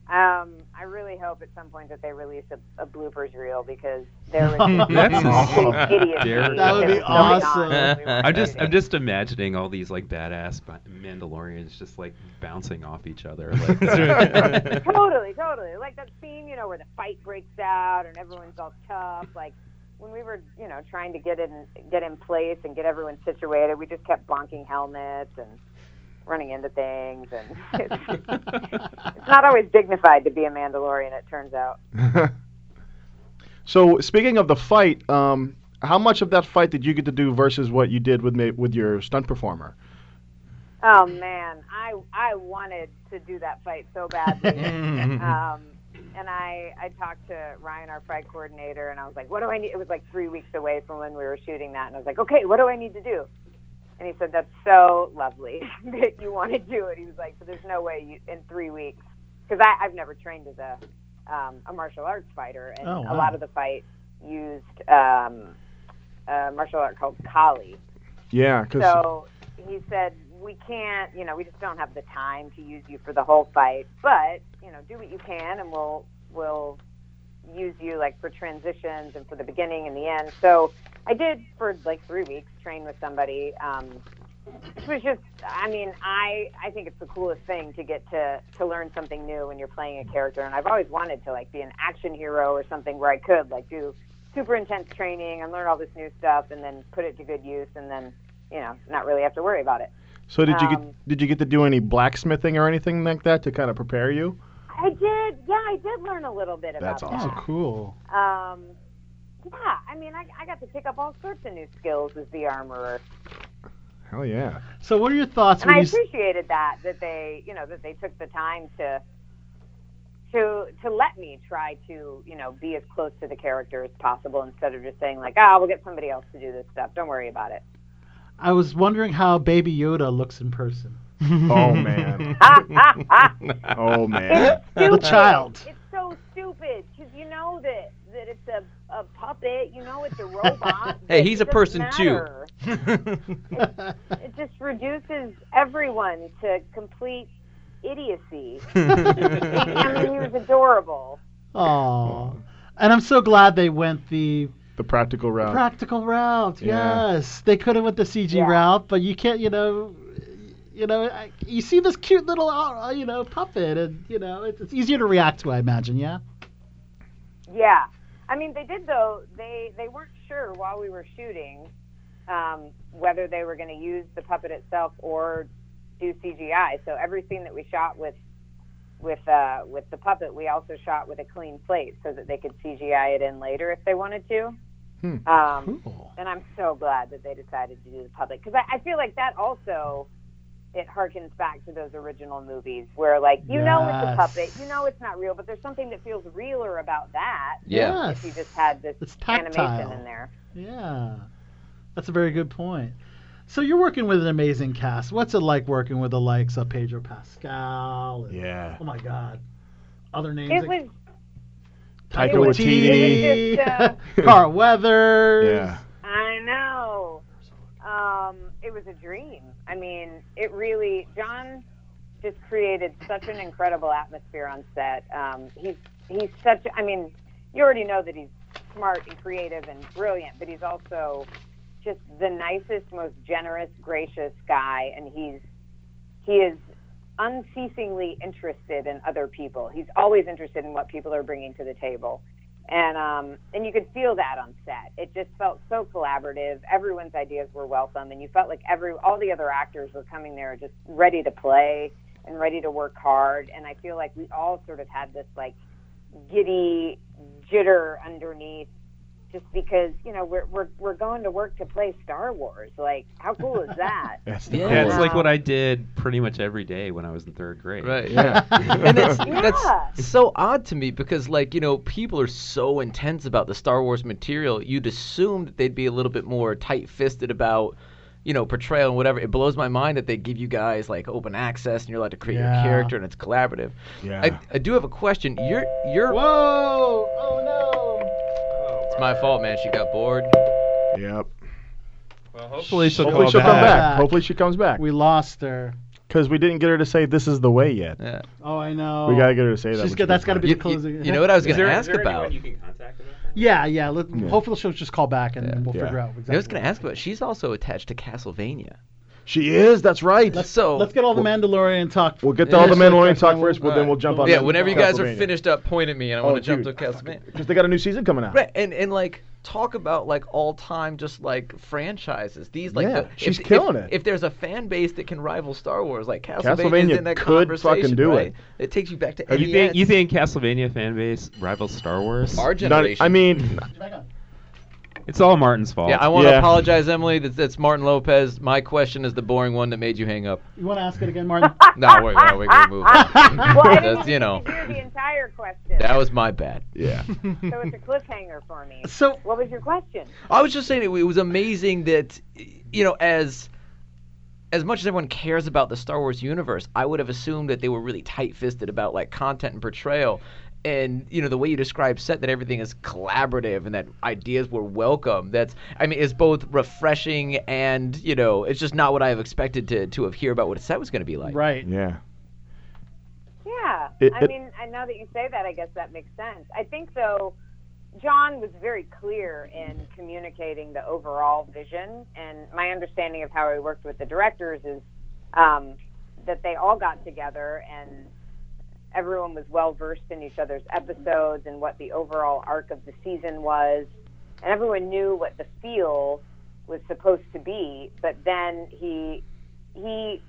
L: um, I really hope at some point that they release a, a bloopers reel because there was
G: That's
L: complete idiocy
G: hysterical.
L: that was going on when we were
G: I'm just, I'm
L: shooting.
G: just imagining all these like badass Ma- Mandalorians just like bouncing off each other. Like that.
L: totally, totally. Like that scene, you know, where the fight breaks out and everyone's all tough. Like when we were, you know, trying to get in get in place and get everyone situated, we just kept bonking helmets and running into things and it's, it's not always dignified to be a Mandalorian, it turns out.
H: So speaking of the fight, um, how much of that fight did you get to do versus what you did with ma- with your stunt performer?
L: Oh man, I I wanted to do that fight so badly. um, and I I talked to Ryan, our fight coordinator, and I was like, "What do I need?" It was like three weeks away from when we were shooting that, and I was like, "Okay, what do I need to do?" And he said, "That's so lovely that you want to do it." He was like, "But there's no way you, in three weeks, because I I've never trained as a um, a martial arts fighter, and
M: Oh,
L: a
M: wow.
L: lot of the fight used um, a martial art called kali."
H: Yeah,
L: So he said, we can't, you know, we just don't have the time to use you for the whole fight, but, you know, do what you can and we'll, we'll use you like for transitions and for the beginning and the end. So I did for like three weeks train with somebody. Um, it was just, I mean, I, I think it's the coolest thing to get to, to learn something new when you're playing a character. And I've always wanted to like be an action hero or something where I could like do super intense training and learn all this new stuff and then put it to good use and then you know, not really have to worry about it.
H: So did you
L: Um,
H: get did you get to do any blacksmithing or anything like that to kind of prepare you?
L: I did, yeah, I did learn a little bit about
H: Oh, cool.
L: that. Um, yeah, I mean, I, I got to pick up all sorts of new skills as the armorer,
H: Hell yeah.
F: So what are your thoughts
L: and
F: when
L: I
F: you s-
L: appreciated that that they, you know, that they took the time to to to let me try to, you know, be as close to the character as possible instead of just saying like, ah, we'll get somebody else to do this stuff. Don't worry about it.
F: I was wondering how Baby Yoda looks in person.
H: Oh man. oh man.
F: the child.
L: It's so stupid because you know that that it's a, a puppet. You know it's a robot.
I: Hey,
L: It
I: he's a
L: doesn't
I: person
L: matter. it, it just reduces everyone to complete idiocy. I mean, he was adorable.
F: Aww. And I'm so glad they went the
H: The practical route.
F: practical route.
H: Yeah.
F: Yes, they could have went the CG route, but you can't. You know, you know, I, you see this cute little, uh, you know, puppet, and you know, it's, it's easier to react to. I imagine. Yeah.
L: Yeah, I mean, they did though. They they weren't sure while we were shooting um, whether they were going to use the puppet itself or do CGI. So every scene that we shot with with uh, with the puppet, we also shot with a clean plate so that they could CGI it in later if they wanted to.
H: Hmm.
L: Um, And I'm so glad that they decided to do the puppet because I, I feel like that also it harkens back to those original movies where like you know it's a
F: Yes.
L: puppet, you know it's not real, but there's something that feels realer about that.
F: Yeah.
L: If you just had this
F: It's tactile.
L: animation in there.
F: Yeah. That's a very good point. So you're working with an amazing cast. What's it like working with the likes of Pedro Pascal? and-
H: Yeah.
F: Oh my God. Other names.
L: It
F: that-
L: was
F: Taika
H: Taika Waititi.
L: It was just, uh,
F: Carl Weathers.
H: Yeah.
L: I know. Um, it was a dream. I mean, it really. John just created such an incredible atmosphere on set. Um, he's he's such. I mean, you already know that he's smart and creative and brilliant, but he's also just the nicest, most generous, gracious guy, and he's he is unceasingly interested in other people. He's always interested in what people are bringing to the table and um, and you could feel that on set. It just felt so collaborative. Everyone's ideas were welcome, and you felt like every all the other actors were coming there just ready to play and ready to work hard. And I feel like we all sort of had this like giddy jitter underneath, just because you know we're we're we're going to work to play Star Wars. Like how cool is that?
H: That's
G: Yeah, it's like what I did pretty much every day when I was in third grade.
I: Right.
H: Yeah.
I: and that's
L: Yeah.
I: that's so odd to me because like you know people are so intense about the Star Wars material. You'd assume that they'd be a little bit more tight-fisted about you know portrayal and whatever. It blows my mind that they give you guys like open access and you're allowed to create
F: Yeah.
I: your character and it's collaborative.
H: Yeah.
I: I, I do have a question. You're you're
F: Whoa! Oh no!
I: it's my fault, man. She got bored.
H: Yep.
G: hopefully she'll call
H: she'll come
G: back.
H: back. Uh, Hopefully she comes back.
F: We lost her.
H: Because we didn't get her to say this is the way yet.
C: Yeah.
F: Oh, I know.
H: We gotta get her to say that.
F: She's
H: which
F: got-
H: is
F: that's got to
H: fine.
F: be the closing.
G: Is there- is there anyone you can contact about that?
F: Yeah, yeah. Let, Hopefully she'll just call back and we'll figure out
I: I was
F: exactly.
I: going to ask about. She's also attached to Castlevania.
H: She is. That's right.
F: Let's,
I: so
F: let's get all the Mandalorian talk.
H: We'll get to all the Mandalorian talk first, but then we'll jump on.
I: Yeah,
H: to
I: whenever you guys are
H: Castlevania.
I: finished up, point at me, and I
H: Oh,
I: want to jump to
H: dude.
I: Castlevania.
H: Because they got a new season coming out.
I: Right, and and like talk about like all time just like franchises. These like
H: Yeah,
I: the,
H: she's
I: if,
H: killing
I: if,
H: it.
I: If there's a fan base that can rival Star Wars, like Castlevania's
H: Castlevania
I: in that
H: could fucking
I: conversation,
H: do it.
I: right? It takes you back to
G: You
I: NES.
G: think, you think Castlevania fan base rivals Star Wars?
I: Our
H: Not-
I: generation.
H: I mean,
G: It's all Martin's fault.
I: yeah, I want to
H: Yeah.
I: apologize, Emily. That's, that's Martin Lopez. My question is the boring one that made you hang up.
F: You want to ask it again, Martin?
I: No, we're, we're, we're gonna move on.
L: Well, I didn't
I: That's,
L: even
I: you know,
L: get to hear the entire question,
I: that was my bad.
H: yeah.
L: so it's a cliffhanger for me.
F: so
L: What was your question?
I: I was just saying it, it was amazing that you know as as much as everyone cares about the Star Wars universe, I would have assumed that they were really tight-fisted about like content and portrayal. And you know the way you describe set that everything is collaborative and that ideas were welcome. That's I mean it's both refreshing and you know it's just not what I have expected to to have hear about what a set was going to be like.
F: right.
H: Yeah.
L: Yeah.
H: It-
L: I
H: it-
L: mean, and now that you say that, I guess that makes sense. I think, though, John was very clear in communicating the overall vision. And my understanding of how he worked with the directors is um, that they all got together and everyone was well versed in each other's episodes and what the overall arc of the season was. And everyone knew what the feel was supposed to be. But then he he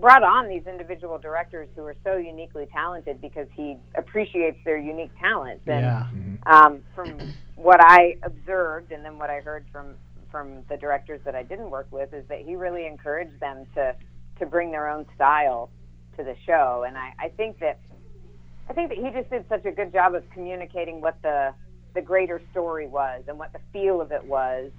L: brought on these individual directors who are so uniquely talented because he appreciates their unique talents. And
F: Yeah. Mm-hmm.
L: um, from what I observed and then what I heard from from the directors that I didn't work with is that he really encouraged them to to bring their own style to the show, and I, I think that I think that he just did such a good job of communicating what the the greater story was and what the feel of it was.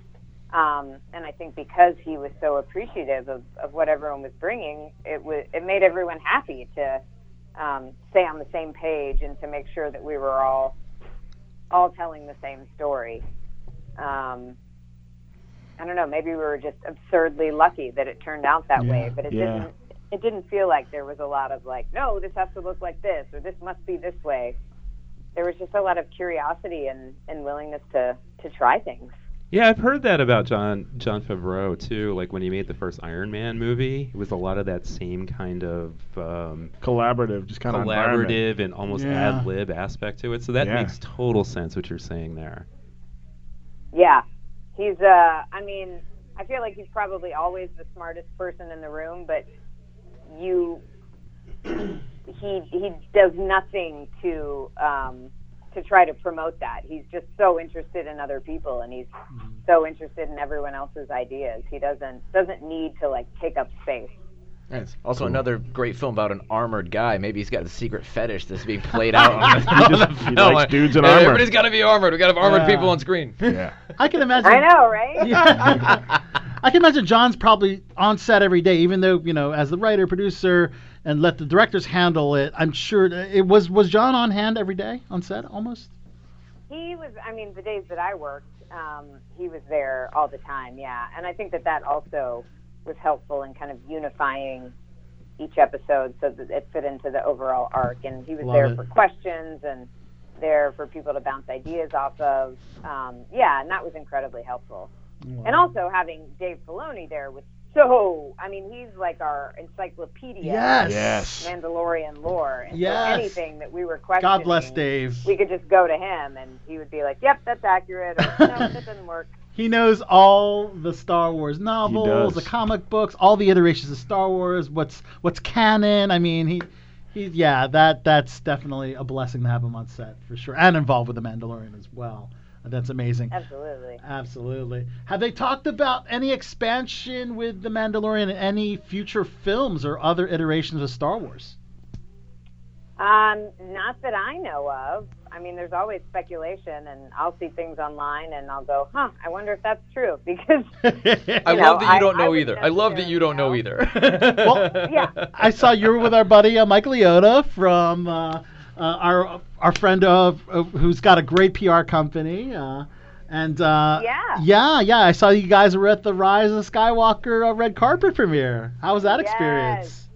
L: Um, and I think because he was so appreciative of, of what everyone was bringing, it was it made everyone happy to um, stay on the same page and to make sure that we were all all telling the same story. Um, I don't know. Maybe we were just absurdly lucky that it turned out that way, but it
H: yeah.
L: didn't. It didn't feel like there was a lot of like, no, this has to look like this or this must be this way. There was just a lot of curiosity and, and willingness to to try things.
G: Yeah, I've heard that about John John Favreau too. Like when he made the first Iron Man movie, it was a lot of that same kind of um,
H: Collaborative, just kind of
G: collaborative and almost
F: Yeah.
G: ad lib aspect to it. So that
H: Yeah.
G: makes total sense what you're saying there.
L: Yeah. He's uh I mean, I feel like he's probably always the smartest person in the room, but you he he does nothing to um to try to promote that. He's just so interested in other people and he's so interested in everyone else's ideas. He doesn't doesn't need to like take up space.
I: Yes. Also, another great film about an armored guy. Maybe he's got a secret fetish that's being played out on the, on the
H: just- he
I: film.
H: likes
I: Like,
H: dudes in
I: "Hey,
H: armor."
I: Everybody's got to be armored. We got to have armored
F: Yeah.
I: people on screen.
H: Yeah.
F: I can imagine.
L: I know, right?
F: Yeah. I can imagine John's probably on set every day, even though you know, as the writer, producer, and let the directors handle it. I'm sure it was was John on hand every day on set almost.
L: He was, I mean, the days that I worked, um, he was there all the time, yeah. And I think that that also was helpful in kind of unifying each episode so that it fit into the overall arc. And he was
F: Love
L: there
F: it.
L: for questions and there for people to bounce ideas off of. Um, yeah, and that was incredibly helpful. And also having Dave Filoni there was so, I mean, he's like our encyclopedia
F: Yes.
H: Yes.
L: of Mandalorian lore. And so
F: Yes.
L: anything that we were questioning
F: God bless Dave.
L: we could just go to him and he would be like, "Yep, that's accurate," or "No, that doesn't work."
F: He knows all the Star Wars novels, the
H: does.
F: comic books, all the iterations of Star Wars. What's what's canon? I mean, he, he, yeah, that that's definitely a blessing to have him on set for sure, and involved with the Mandalorian as well. That's amazing.
L: Absolutely.
F: Uh, Absolutely. Have they talked about any expansion with The Mandalorian in any future films or other iterations of Star Wars?
L: Um, not that I know of. I mean, there's always speculation, and I'll see things online and I'll go, "Huh, I wonder if that's true." Because
I: I
L: You know,
I: love that you
L: I-
I: don't
L: I
I: know
L: would
I: either. I love that you don't know, either.
F: Well,
L: yeah,
F: I saw you were with our buddy uh, Mike Liotta from uh, uh, our our friend of, of who's got a great PR company. Uh, And uh,
L: Yeah.
F: yeah, yeah, I saw you guys were at the Rise of Skywalker uh, red carpet premiere. How was that experience?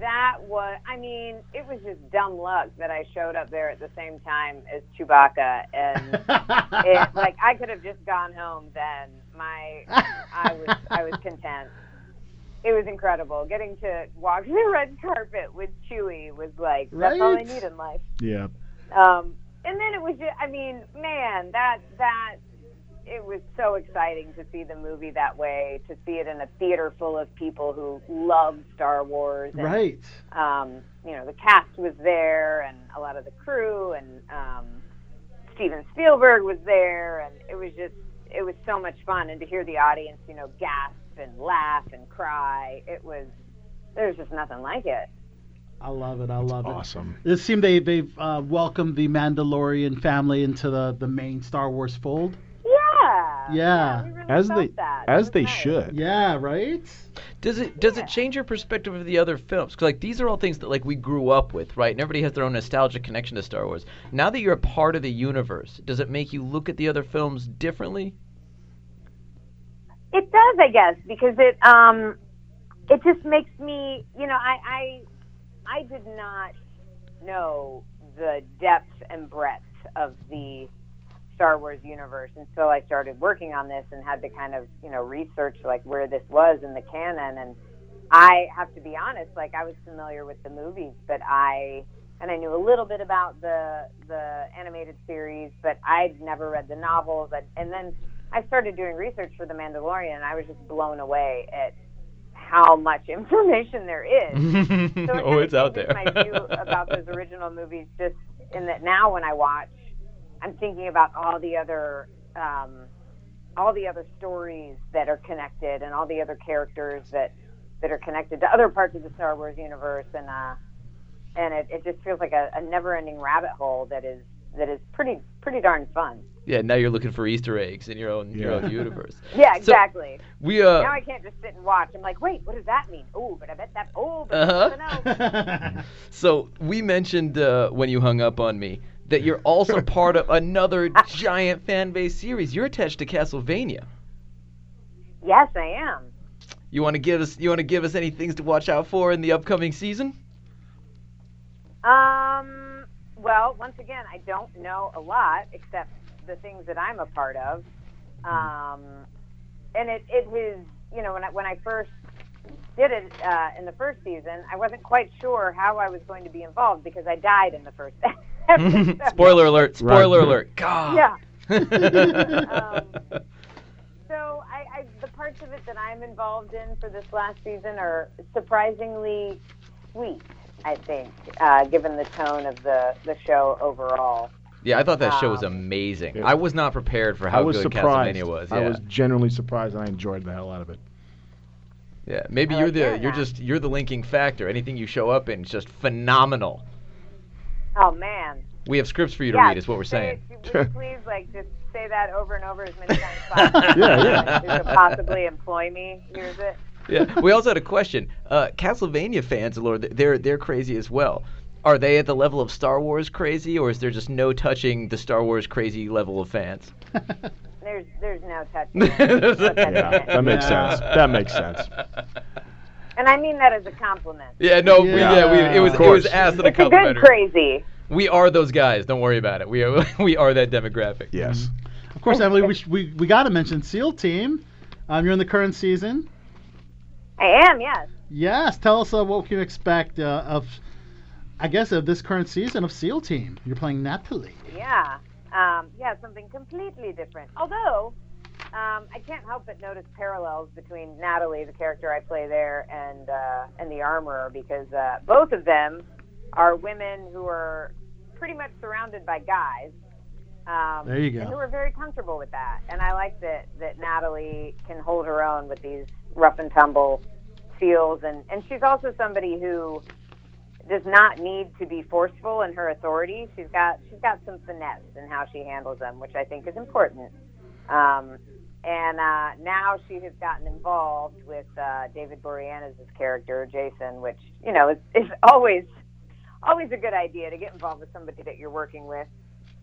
L: That was, I mean, it was just dumb luck that I showed up there at the same time as Chewbacca, and it, like I could have just gone home then. My, I was, I was content. It was incredible. Getting to walk the red carpet with Chewie was like that's all I
F: Right?
L: need in life.
H: Yeah.
L: Um, and then it was just, I mean, man, that that it was so exciting to see the movie that way, to see it in a theater full of people who love Star Wars. And,
F: Right.
L: Um, you know, the cast was there, and a lot of the crew, and um, Steven Spielberg was there, and it was just, it was so much fun, and to hear the audience, you know, gasp and laugh and cry, it was, there's just nothing like it.
F: I love it. I love it.
H: Awesome.
F: It seemed they they've uh, welcomed the Mandalorian family into the the main Star Wars fold.
L: Yeah.
F: Yeah.
L: we really
H: As
L: felt
H: they
L: that. It
H: as
L: was
H: they
L: nice.
H: should.
F: Yeah. Right.
I: Does it does it change your perspective of the other films? 'Cause, like these are all things that like we grew up with, right? And everybody has their own nostalgic connection to Star Wars. Now that you're a part of the universe, does it make you look at the other films differently?
L: It does, I guess, because it um, it just makes me, you know, I I, I did not know the depth and breadth of the Star Wars universe until I started working on this and had to kind of, you know, research like where this was in the canon. And I have to be honest, like I was familiar with the movies, but I and I knew a little bit about the the animated series, but I'd never read the novels. And, and then I started doing research for The Mandalorian, and I was just blown away at how much information there is so it
I: oh,
L: kinda
I: it's out
L: changes
I: there.
L: my view about those original movies, just in that now when I watch, I'm thinking about all the other, um, all the other stories that are connected, and all the other characters that that are connected to other parts of the Star Wars universe, and uh, and it, it just feels like a, a never-ending rabbit hole that is that is pretty pretty darn fun.
I: yeah, now you're looking for Easter eggs in your own your own universe.
L: Yeah,
I: So-
L: exactly.
I: We uh
L: now I can't just sit and watch. I'm like, wait, what does that mean? Oh, but I bet that. Oh, but
I: Uh-huh.
L: something else.
I: So we mentioned uh, when you hung up on me that you're also part of another giant fan base series. You're attached to Castlevania.
L: Yes, I am.
I: You want to give us you want to give us any things to watch out for in the upcoming season?
L: Um, well, once again, I don't know a lot except the things that I'm a part of. Um, and it, it is, you know, when I, when I first did it uh, in the first season, I wasn't quite sure how I was going to be involved because I died in the first episode.
I: Spoiler alert! Spoiler alert! God.
L: Yeah.
I: Yeah.
L: Um, So I, I, the parts of it that I'm involved in for this last season are surprisingly sweet. I think, uh, given the tone of the, the show overall.
I: I thought that show was
L: Um,
I: amazing.
H: yeah.
I: I was not prepared for
H: I
I: how
H: was
I: good
H: surprised.
I: Castlevania was. Yeah.
H: I was genuinely surprised, and I enjoyed the hell out of it.
I: yeah. Maybe
L: I
I: you're
L: like
I: the
L: hearing
I: you're
L: that.
I: just you're the linking factor. Anything you show up in is just phenomenal.
L: Oh man,
I: We have scripts for you to
L: yeah,
I: read. Is what we're
L: say
I: saying.
L: it- would you please, like, just say that over and over as many times as possible.
H: Yeah, yeah.
L: Like, you could possibly employ me. Here's it.
I: yeah. We also had a question. Uh, Castlevania fans, Lord, they're they're crazy as well. Are they at the level of Star Wars crazy, or is there just no touching the Star Wars crazy level of fans?
L: There's, there's no touching. it. There's no touching
H: Yeah,
L: it.
H: that makes
F: Yeah.
H: sense. That makes sense.
L: And I mean that as a compliment.
I: Yeah, no, we-
F: Yeah.
I: yeah, we, it was
H: Of
I: it was
H: course.
I: asked in a
L: It's a good
I: complimentary.
L: crazy.
I: We are those guys. Don't worry about it. We are we are that demographic.
H: Yes.
F: Of course, Emily, we, sh- we, we got to mention SEAL Team. Um, you're in the current season.
L: I am, yes.
F: Yes. Tell us uh, what we can expect uh, of, I guess, of this current season of SEAL Team. You're playing Natalie.
L: Yeah. Um, yeah, something completely different. Although, um, I can't help but notice parallels between Natalie, the character I play there, and uh, and the armorer because uh, both of them are women who are pretty much surrounded by guys. Um,
F: There you go.
L: And who are very comfortable with that. And I like that that Natalie can hold her own with these rough and tumble feels, and and she's also somebody who does not need to be forceful in her authority. She's got she's got some finesse in how she handles them, which I think is important. Um, and uh, now she has gotten involved with uh, David Boreanaz's character Jason, which you know is, is always always a good idea to get involved with somebody that you're working with.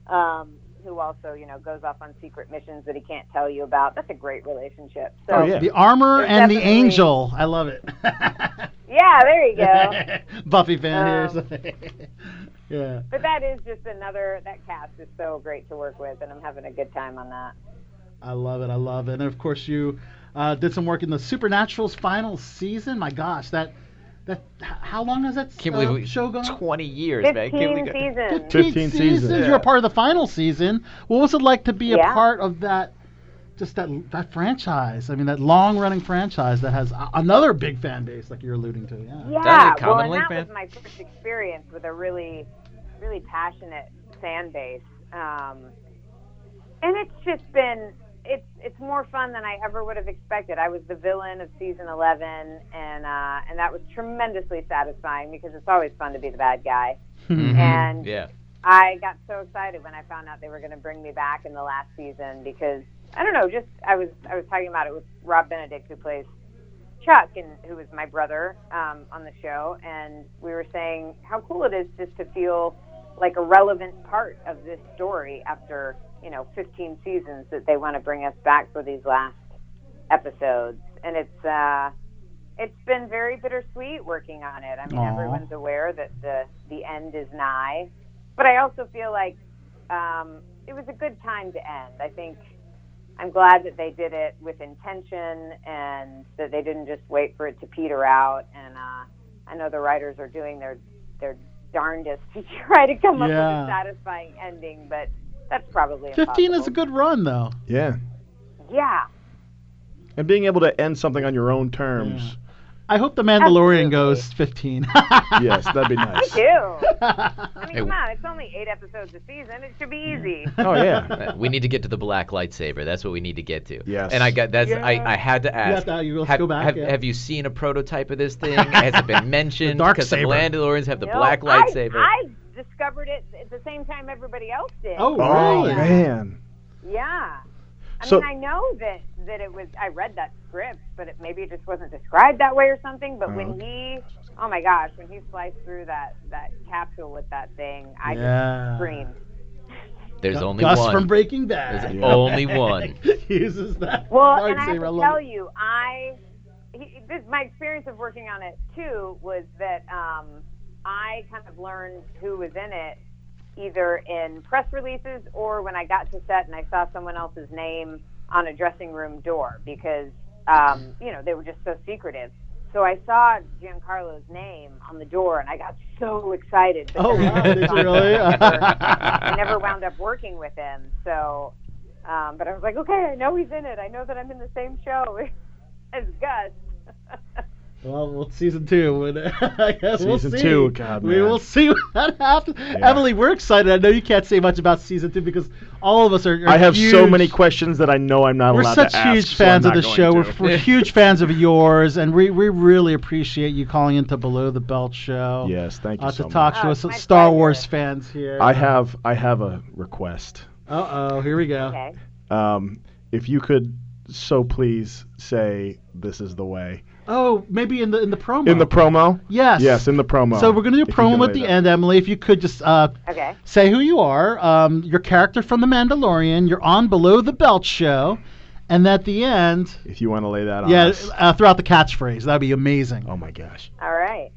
L: Um, who also, you know, goes off on secret missions that he can't tell you about. That's a great relationship. So,
I: Oh,
F: The
L: Oh,
F: armor
L: There's
F: and the
L: definitely-
F: angel. I love it.
L: yeah, there you go.
F: Buffy fan here.
L: Um,
F: so- yeah.
L: but that is just another, that cast is so great to work with, and I'm having a good time on that.
F: I love it. I love it. And of course, you uh, did some work in the Supernatural's final season. My gosh, that that h- how long has that
I: Can't
F: uh,
I: believe we-
F: show gone?
I: 20 years, man.
L: 15
I: Can't believe it.
L: seasons.
F: 15,
H: 15
F: seasons.
H: seasons.
F: You're a part of the final season. What was it like to be a
L: Yeah.
F: part of that? Just that that franchise. I mean, that long-running franchise that has a- another big fan base, like you're alluding to. Yeah.
L: Yeah,
I: That is a
L: well,
I: Common
L: and
I: Link
L: that was
I: fan.
L: my first experience with a really, really passionate fan base, um, and it's just been it's it's more fun than I ever would have expected. I was the villain of season eleven, and uh, and that was tremendously satisfying because it's always fun to be the bad guy.
B: Mm-hmm.
L: Mm-hmm. And
I: Yeah.
L: I got so excited when I found out they were going to bring me back in the last season because I don't know, just I was I was talking about it with Rob Benedict who plays Chuck and who was my brother um, on the show, and we were saying how cool it is just to feel like a relevant part of this story after you know 15 seasons that they want to bring us back for these last episodes, and it's. Uh, it's been very bittersweet working on it. I mean,
F: Aw.
L: everyone's aware that the the end is nigh, but I also feel like um, it was a good time to end. I think I'm glad that they did it with intention and that they didn't just wait for it to peter out. And uh, I know the writers are doing their their darndest to try to come up with
F: Yeah.
L: a satisfying ending, but that's probably
F: Fifteen is a
L: impossible.
F: good run, though.
H: Yeah.
L: yeah.
H: And being able to end something on your own terms.
F: I hope the Mandalorian goes fifteen.
H: yes, that'd be
L: I
H: nice.
L: do. I mean,
I: Hey,
L: come
I: w-
L: on, it's only eight episodes a season. It should be easy.
H: Oh yeah.
I: Uh, we need to get to the black lightsaber. That's what we need to get to.
H: Yes.
I: And I got that's
F: Yeah.
I: I, I had to ask.
F: to- you have to
I: have,
F: go back,
I: have,
F: yeah.
I: have you seen a prototype of this thing? Has it been mentioned?
F: dark
I: Because
F: saber.
I: the Mandalorians have the
L: No,
I: black
L: I-
I: lightsaber.
L: I, discovered it at the same time everybody else did.
F: Oh,
H: Oh
F: really?
H: man.
L: Yeah. I
H: So-
L: mean, I know that that it was. I read that script, but it maybe it just wasn't described that way or something. But when he, oh my gosh, when he sliced through that that capsule with that thing, I
F: Yeah.
L: just screamed.
I: There's only
F: Gus
I: one.
F: from Breaking Bad.
I: There's only one.
F: uses that.
L: Well,
F: dark
L: and I have
F: saber.
L: to
F: love
L: tell
F: it.
L: you, I he, this, my experience of working on it too was that um, I kind of learned who was in it either in press releases or when I got to set and I saw someone else's name on a dressing room door because um, you know they were just so secretive. So I saw Giancarlo's name on the door and I got so excited. that
F: Oh,
L: there
F: wow,
L: was
F: did you
L: something
F: really?
L: I never wound up working with him. So, um, but I was like, okay, I know he's in it. I know that I'm in the same show as Gus.
F: Well, well, season two. When, I guess we'll
H: Season
F: see.
H: two, God,
F: we
H: man.
F: will see what happens. Emily, we're excited. I know you can't say much about season two because all of us are. are
H: I have so
F: huge-
H: many questions that I know I'm not
F: We're
H: allowed
F: such
H: to ask.
F: huge
H: so I'm
F: fans of
H: not
F: the
H: going
F: show.
H: to.
F: We're, we're huge fans of yours, and we, we really appreciate you calling into Below the Belt show.
H: Yes, thank you
F: uh, to
H: so much.
F: talk to
L: Oh,
F: us,
L: it's my
F: Star
L: pleasure.
F: Wars fans here.
H: I have I have a request.
F: Uh oh, here we go.
L: Okay.
H: Um, if you could so please say this is the way
F: Oh, maybe in the in the promo.
H: in the promo.
F: yes.
H: Yes, in the promo.
F: So we're gonna do a
H: If you
F: promo
H: can
F: at
H: lay
F: the
H: that.
F: end, Emily. If you could just uh,
L: Okay.
F: say who you are, um, your character from The Mandalorian, you're on Below the Belt show, and at the end,
H: If you want to lay that on.
F: yeah,
H: us.
F: uh, throw out the catchphrase. That'd be amazing.
H: Oh my gosh.
L: All right.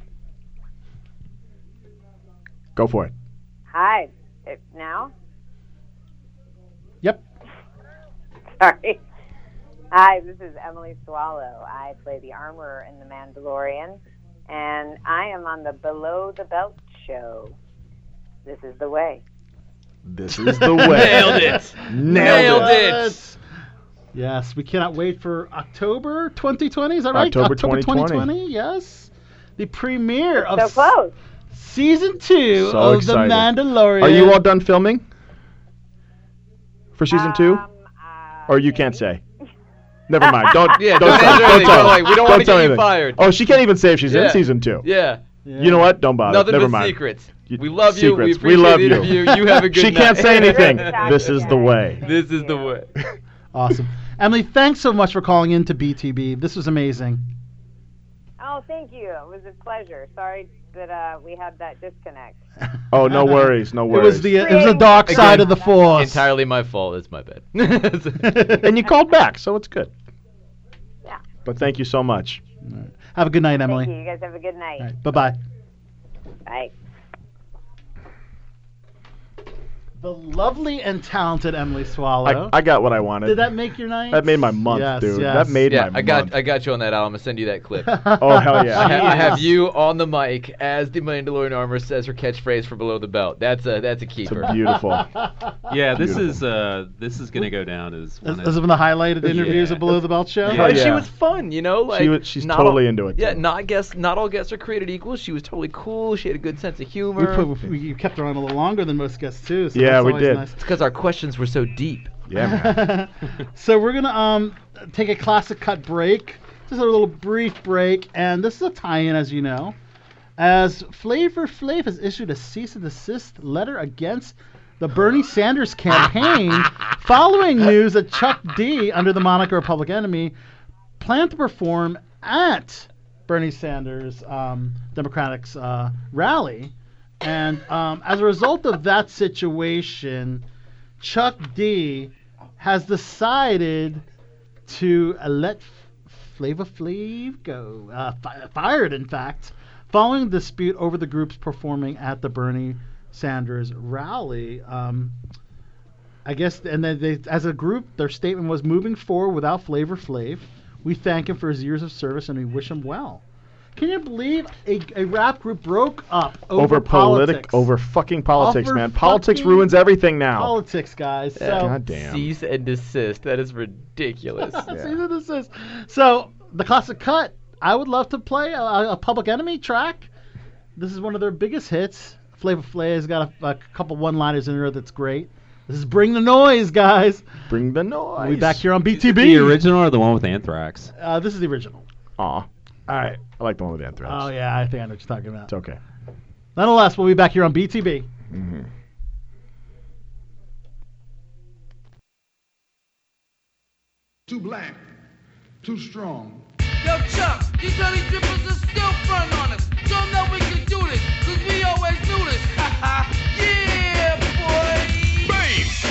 H: Go for it.
L: Hi. Uh, Now?
F: Yep.
L: Sorry. Hi, this is Emily Swallow. I play the armorer in The Mandalorian, and I am on the Below the Belt show. This is the way.
H: This is the way. Nailed it. Nailed,
I: Nailed
H: it.
I: it.
F: Yes, we cannot wait for October 2020. Is that right?
H: October 2020.
F: Yes, the premiere of
L: So
F: s-
L: close.
F: season two
H: So
F: of
H: excited.
F: Oh, The Mandalorian.
H: Are you all done filming for season two?
L: Um, uh,
H: Or you can't say. Never mind. Don't.
I: Yeah,
H: don't,
I: don't
H: tell,
I: answer
H: don't
I: anything.
H: tell.
I: Go away. We don't wanna
H: tell
I: get you
H: anything.
I: fired.
H: Oh, she can't even say if she's in
I: Yeah.
H: season two.
I: Yeah.
F: Yeah.
H: You know what? Don't bother.
I: Nothing
H: Never
I: but
H: mind.
I: secrets.
H: You-
I: We love you. We
H: secrets.
I: appreciate
H: We love
I: the
H: you.
I: interview. You have a good
H: She
I: night.
H: can't say anything.
L: Exactly,
H: This is the
L: guys.
H: way.
L: Thank
I: This is the
L: you.
I: way.
F: Awesome, Emily. Thanks so much for calling in to BTB. This was amazing.
L: Oh, No, thank you. It was a pleasure. Sorry that uh, we had that disconnect.
H: Oh, no worries, no
F: It
H: worries.
F: was the- it was the dark side of the force.
I: Entirely my fault. It's my bad.
H: and you called back, so it's good. But thank you so much.
F: Have a good night, Emily.
L: Thank you. You guys have a good night.
F: Bye bye.
L: Bye.
F: The lovely and talented Emily
H: I,
F: Swallow.
H: I got what I wanted.
F: Did that make your night?
H: That made my month,
F: Yes,
H: dude.
F: yes.
H: That made
I: yeah,
H: my
I: I got
H: month.
I: I got you on that. Al. I'm gonna send you that clip.
H: Oh, hell yeah.
I: I, ha- I
H: Jeez.
I: have you on the mic as the Mandalorian armor says her catchphrase for below the belt. That's a that's a keeper.
H: beautiful.
G: Yeah, this is uh, this is gonna go down as
F: This
G: one
F: has
G: of
F: been the highlighted interviews of Below the Belt Show.
H: Oh,
I: But she was fun, you know. Like
H: She was- she's
I: not
H: totally
I: all-
H: into it,
I: Yeah, not guests, not all guests are created equal. She was totally cool. She had a good sense
F: We,
I: of humor.
F: put, we you kept her on a little longer than most guests too. So
I: Yeah,
F: that's
I: we
F: always
I: did.
F: Nice.
I: It's because our questions were so deep.
F: so we're gonna um take a classic cut break. Just a little brief break, and this is a tie-in, as you know, as Flavor Flav has issued a cease and desist letter against the Bernie Sanders campaign following news that Chuck D, under the moniker of Public Enemy, planned to perform at Bernie Sanders' um, Democratic's uh, rally, and um, as a result of that situation, Chuck D has decided to uh, let Flavor Flav go. Uh, fi- fired, in fact, following a dispute over the groups performing at the Bernie Sanders rally. Um, I guess, and then they, as a group, their statement was moving forward without Flavor Flav. We thank him for his years of service and we wish him well. Can you believe a, a rap group broke up over,
H: politic-
F: politics?
H: over fucking politics,
F: Over
H: man. Politics
F: fucking
H: ruins everything now.
F: Politics, guys. So,
I: Cease and desist. That is ridiculous.
F: See what this is. So the classic cut. I would love to play a, a Public Enemy track. This is one of their biggest hits. Flavor Flav's got a, a couple one-liners in there that's great. This is "Bring the Noise," guys.
H: Bring the noise.
F: We'll be back here on BTB.
G: the original or the one with Anthrax.
F: Uh, this is the original.
H: Aw. All
F: right.
H: I like the one with Anthrax.
F: Oh yeah, I think I know what you're talking about. It's
H: okay.
F: Nonetheless, we'll be back here on BTB.
H: Mhm.
M: Too black, too strong.
N: Yo, Chuck, you dirty dippers are still front on us. Don't know we can do this, cause we always do this. yeah, boy.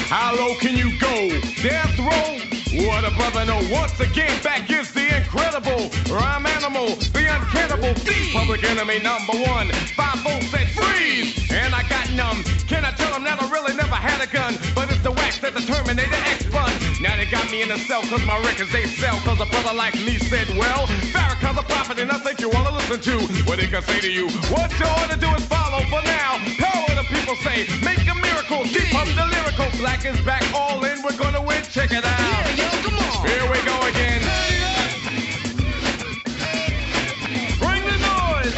O: How low can you go? Death row? What a brother no. Once again, back is the incredible rhyme animal, the uncannibal thief, public enemy number one. Five volts said freeze, and I got numb. Can I tell them that I really never had a gun? But it's the wax that the Terminator X bun. Now they got me in the cell, cause my records they sell. Cause a brother like me said, well, Farrakhan's a prophet, and I think you wanna listen to what he can say to you. What you ought to do is follow for now. Power the people say, make a miracle, keep up the lyrical. Black is back, all in, we're gonna win. Check it out. Here we go again. Bring the noise.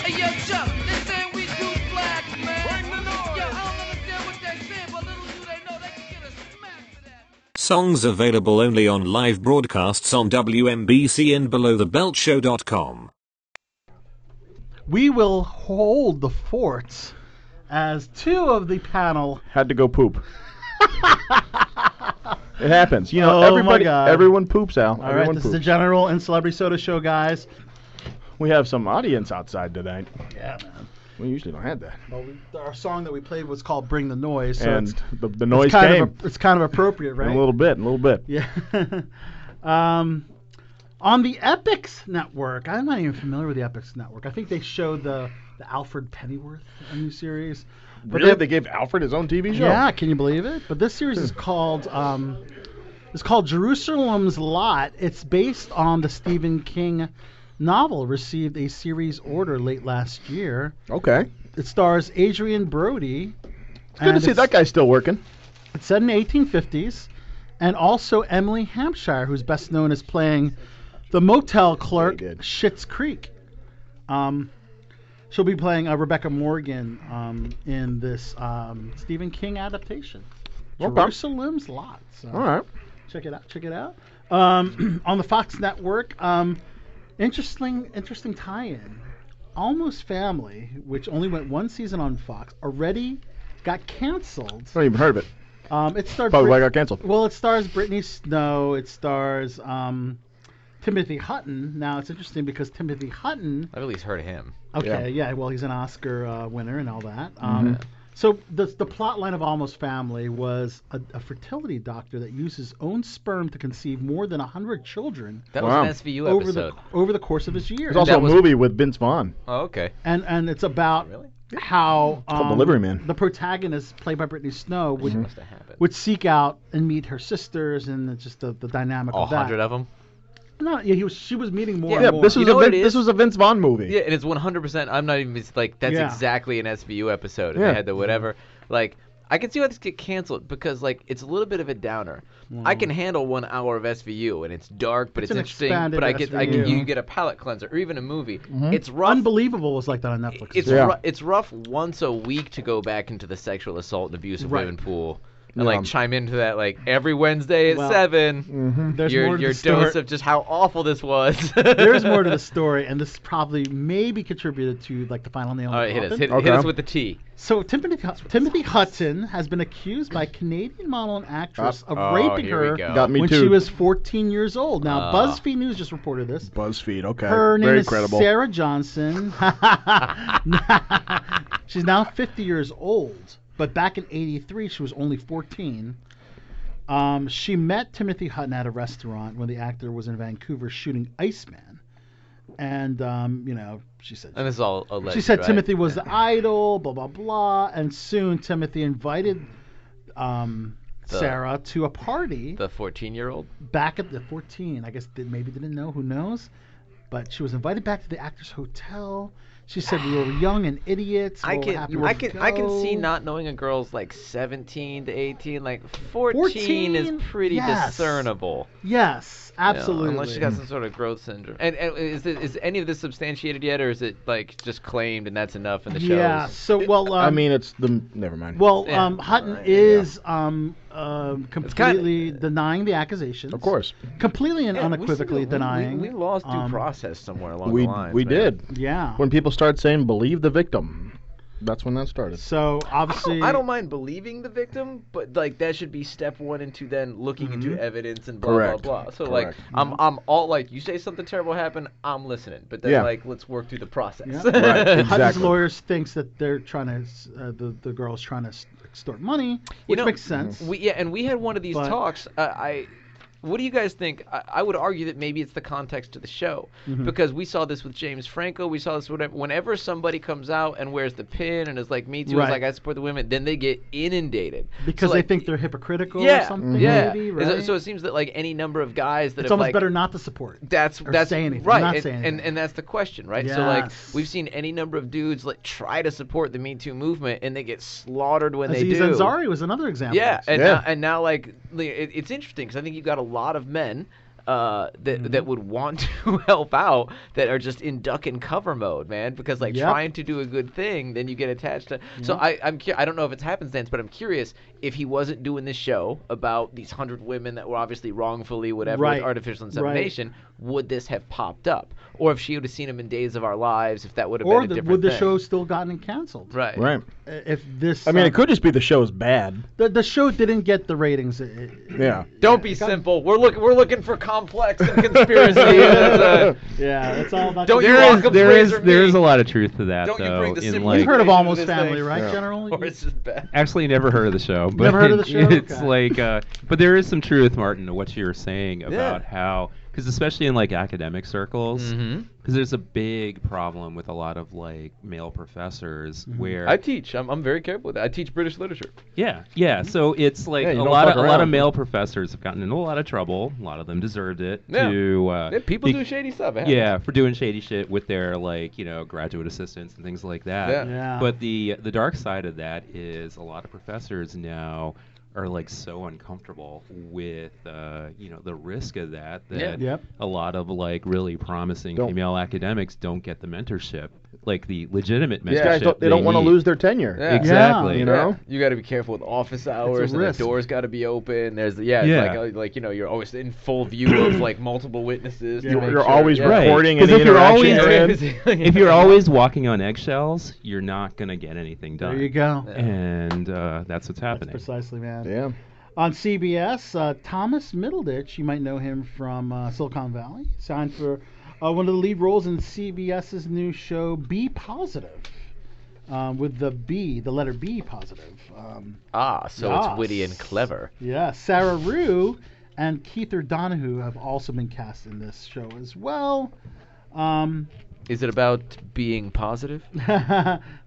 N: Hey, yo, Chuck, they say we do black, man. Yo, I don't understand what they said, but little do they know they can get a smack.
P: Songs available only on live broadcasts on WMBC and belowthebeltshow.com.
F: We will hold the fort as two of the panel
H: Had to go poop. it happens. You know,
F: Oh my
H: everybody,
F: God.
H: everyone poops, Al.
F: All right,
H: everyone
F: this is
H: poops.
F: the General and Celebrity Soda Show, guys.
H: we have some audience outside tonight.
F: Yeah, man.
H: We usually don't have that.
F: Well, we, our song that we played was called "Bring the Noise," so
H: and
F: it's,
H: the, the noise
F: it's kind
H: came.
F: Of a- it's kind of appropriate,
H: In
F: right?
H: a little bit, in a little bit.
F: Yeah. um, on the Epics Network, I'm not even familiar with the Epics Network. I think they showed the, the Alfred Pennyworth a new series.
H: Really? They gave Alfred his own TV show?
F: Yeah, can you believe it? But this series is called um, it's called Jerusalem's Lot. It's based on the Stephen King novel. Received a series order late last year.
H: Okay.
F: It stars Adrian Brody.
H: It's good to see that guy's still working.
F: It's set in the 1850s, and also Emily Hampshire, who's best known as playing the motel clerk Schitt's Creek. Um, she'll be playing uh, Rebecca Morgan um, in this um, Stephen King adaptation,
H: Okay.
F: Jerusalem's Lot. So
H: All right.
F: check it out. Check it out. Um, on the Fox network, um, interesting, interesting tie-in. Almost Family, which only went one season on Fox, already got canceled
H: I haven't even heard of it.
F: Um, it stars
H: Probably why it got canceled.
F: Well, it stars Brittany Snow. It stars um, Timothy Hutton. Now it's interesting because Timothy Hutton.
I: I've at least heard of him.
F: Okay, yeah. well, he's an Oscar uh, winner and all that.
H: Mm-hmm.
I: Mm-hmm.
F: Um, So the the plot line of Almost Family was a, a fertility doctor that used his own sperm to conceive more than hundred children.
H: That was Wow. an SVU
F: over
H: episode.
F: the over the course of his year.
H: There's also a movie with Vince Vaughn.
I: Oh, okay.
F: and and it's about how um,
H: called Delivery Man.
F: the protagonist, played by Brittany Snow, would
I: must have happened.
F: would seek out and meet her sisters, and it's just the, the dynamic
I: All
F: of that.
I: hundred of them.
F: No, yeah, he was. She was meeting more.
H: Yeah,
F: and more.
H: this was a Vin- this was a Vince Vaughn movie.
I: Yeah, and it's 100%. I'm not even it's like that's
H: Yeah.
I: exactly an SVU episode.
H: Yeah.
I: And They
F: Mm-hmm.
I: had the whatever. Like I can see why this get canceled because like it's a little bit of a downer. I can handle one hour of SVU and it's dark, but
F: Mm. It's
I: it's,
F: an
I: interesting.
F: expanded
I: But I get I
F: SVU.
I: can, you can get a palate cleanser or even a movie.
F: Mhm.
I: Mm-hmm. It's rough.
F: Unbelievable was like that on Netflix.
I: It's
F: yeah.
I: ru- it's rough once a week to go back into the sexual assault and abuse of
F: Right.
I: women pool. And like chime into that like every Wednesday at
F: Well,
I: 7
F: mhm. There's
I: Your
F: more to
I: your
F: the story.
I: dose of just how awful this was.
F: There's more to the story, and this probably maybe contributed to like the final nail. in
I: All
F: the
I: right, Uh, hit us.
F: coffin.
I: Hit, hit us with the T.
F: So Timothy Hut- Timothy Hudson has been accused by a Canadian model and actress
I: Oh,
F: of raping
I: here we
F: her
I: go. Uh. Got me
F: when
H: Uh, too.
F: she was 14 years old. Now
H: Ah.
F: BuzzFeed News just reported this.
H: BuzzFeed, okay.
F: Her name
H: Very
F: is
H: credible.
F: Sarah Johnson. She's now 50 years old, but back in 83 she was only 14. Um, she met Timothy Hutton at a restaurant when the actor was in Vancouver shooting Iceman. And um, you know, she said
I: And this is all alleged.
F: she said
I: right?
F: Timothy was the idol, blah blah blah, and soon Timothy invited um,
I: The-
F: Sarah to a party
I: the 14 year old.
F: back at the 14. I guess they maybe didn't know, who knows? But she was invited back to the actors' hotel. She said we were young and idiots.
I: I
F: we're
I: can
F: happy
I: I
F: to
I: can I can see
F: go."
I: not knowing a girl's like 17 to 18 like 14, is
F: 14?
I: pretty
F: Yes.
I: discernible.
F: Yes,
I: you know,
F: absolutely.
I: unless she got some sort of growth syndrome. And, and is it, is any of this substantiated yet or is it like just claimed and that's enough in the show?
F: Yeah. So well, um,
H: I mean, it's the never mind.
F: Well,
I: Yeah.
F: um, Hutton is um, um, completely denying the accusations. Of course. Completely and unequivocally denying.
I: We, lost due
F: um,
I: process somewhere along
H: we
I: the lines.
H: we
I: man.
H: did.
F: Yeah.
H: When people started saying "believe the victim," that's when that started.
F: So obviously,
I: I don't mind believing the victim, but like that should be step one into then looking into evidence and blah
H: Mm-hmm. Correct.
I: blah blah. So
H: Correct. Mm-hmm.
I: like I'm I'm all like you say something terrible happened, I'm listening, but then
H: Yeah.
I: like let's work through the process.
F: Yeah. Hutton's lawyers thinks that they're trying to, s- uh, the the girl's trying to s- extort money, which makes sense.
H: Mm-hmm.
I: We, yeah, and we had one of these
F: But-
I: talks. Uh, I, what do you guys think? I, I would argue that maybe it's the context of the show
F: Mhm.
I: because we saw this with James Franco. We saw this whenever, whenever somebody comes out and wears the pin and is like, "Me too,"
F: Right.
I: is like, "I support the women," then they get inundated So,
F: because
I: like,
F: they think they're hypocritical
I: yeah,
F: or something.
I: yeah.
F: Maybe,
I: Is it-
F: right?
I: So it seems that like any number of guys that
F: it's
I: have,
F: almost
I: like,
F: better not to support.
I: that's
F: or
I: that's
F: say anything,
I: right,
F: not
I: and,
F: say
I: and
F: anything.
I: and that's the question, right? So like
F: Yes.
I: we've seen any number of dudes like try to support the Me Too movement and they get slaughtered when
F: Aziz
I: they do.
F: Ansari was another example.
I: Yeah, and Now, and now like li- it, it's interesting because I think you've got a lot of men uh, that
F: Mm-hmm.
I: that would want to help out that are just in duck and cover mode, man. Because like
F: Yep. Mm-hmm.
I: trying to do a good thing, then you get attached to. So
F: Yep.
I: I I'm cu- I don't know if it's happenstance, but I'm curious if he wasn't doing this show about these hundred women that were obviously wrongfully whatever
F: Right.
I: with artificial
F: Right.
I: insemination, would this have popped up, or if she would have seen him in Days of Our Lives, if that would have
F: or
I: been a
F: the,
I: different
F: would the
I: thing.
F: show still gotten canceled?
I: Right.
H: Right.
F: If this,
H: I mean,
F: uh,
H: it could just be the show's bad.
F: The, the show didn't get the ratings. It, it-
H: Yeah.
I: Don't be simple. We're looking. We're looking for complex and conspiracy. That's, uh,
F: yeah, it's all about.
I: Don't
G: There
I: you
G: is-
I: walk up
G: there
I: praise
G: is
I: or
G: there
I: me.
G: is a lot of truth to that
I: Don't you
G: though.
I: bring the
G: in
I: simple
G: like,
F: You've heard of Almost
I: this
F: Family,
I: thing.
F: right,
I: Yeah.
F: General?
I: Or it's just bad.
G: Actually, never heard of the show. But
F: Never heard of the show?
G: It's
F: Okay.
G: like, uh, but there is some truth, Martin, to what you were saying about
I: Yeah.
G: how, because especially in like academic circles, because
F: Mm-hmm.
I: Mhm.
G: there's a big problem with a lot of like male professors
F: Mm-hmm.
G: where
I: I teach. I'm, I'm very careful with that. I teach British literature.
G: Yeah, yeah. So it's like
I: Yeah, you
G: a
I: don't
G: lot
I: fuck
G: of a lot
I: around.
G: of male professors have gotten in a lot of trouble. A lot of them deserved it.
I: Yeah.
G: To, uh,
I: Yeah, people do shady stuff, it
G: Yeah,
I: happens.
G: for doing shady shit with their like you know graduate assistants and things like that.
I: Yeah. Yeah.
G: But the the dark side of that is a lot of professors now are like so uncomfortable with uh, you know the risk of that
I: Yeah.
G: that
I: Yep.
G: a lot of like really promising
H: Don't-
G: female academics don't get the mentorship like the legitimate
H: These
G: mentorship
H: guys don't, they don't want to
G: need.
H: lose their tenure.
G: exactly
H: Oh, You know.
I: You got to be careful with office hours. And the
H: risk.
I: doors got to be open. There's yeah, it's
G: Yeah.
I: Like, uh, like you know, you're always in full view of like multiple witnesses. to
H: You're-
I: make
H: you're
I: sure-
H: always
I: yeah.
H: recording
G: Because
H: any
G: if you're
H: interaction
G: always
H: you're in.
G: if you're always walking on eggshells, you're not gonna get anything done.
F: There you go.
G: And uh, that's what's happening.
F: Precisely, man. man.
H: Yeah.
F: On CBS, uh, Thomas Middleditch, you might know him from uh, Silicon Valley, signed for uh, one of the lead roles in CBS's new show Be Positive, um, with the B, the letter B positive. Um,
I: Ah, so
F: Yes.
I: it's witty and clever.
F: yeah, Sarah Rue and Keith O'Donohue have also been cast in this show as well. Um,
I: Is it about being positive?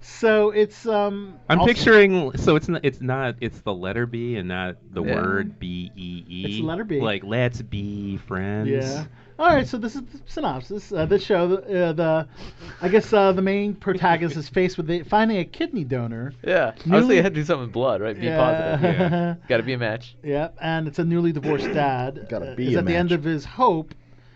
F: so it's um.
G: I'm
F: also-
G: picturing so it's not it's not it's the letter B and not the
F: Yeah.
G: word B E E.
F: It's the letter B.
G: Like let's be friends.
F: Yeah. All right, so this is the synopsis. Uh, this show, uh, the, I guess uh, the main protagonist is faced with the, finding a kidney donor.
I: Yeah. I was
F: Newly-
I: thinking it had to do something with blood, right? Be
F: Yeah.
I: positive.
F: Yeah.
I: Got to be a match.
F: Yeah, and it's a newly divorced dad.
I: Gotta
F: uh,
I: be
F: is
I: a
F: at the end of his hope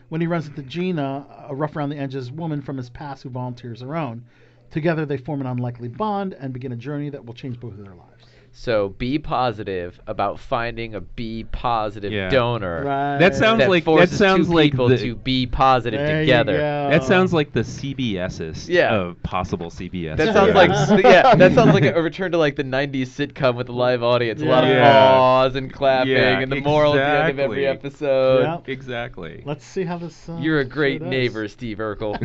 F: when he runs into Gina, a rough around the edges woman from his past who volunteers her own. Together, they form an unlikely bond and begin a journey that will change both of their lives.
I: So be positive about finding a B positive
G: Yeah.
I: donor.
F: Right.
G: That sounds like that
I: forces
G: sounds
I: two
G: like
I: people
G: the,
I: to be positive
G: There you
I: together.
G: go. That sounds like the CBS's
I: Yeah.
G: of possible CBS.
I: That sounds like yeah. That sounds like a return to like the '90s sitcom with a live audience. A lot of
G: Yeah.
I: pause and clapping,
G: Yeah,
I: and the moral at the end of
G: exactly.
I: every episode.
F: Yep.
G: Exactly.
F: Let's see how this. Uh,
I: You're a great
F: shit is.
I: neighbor, Steve Urkel.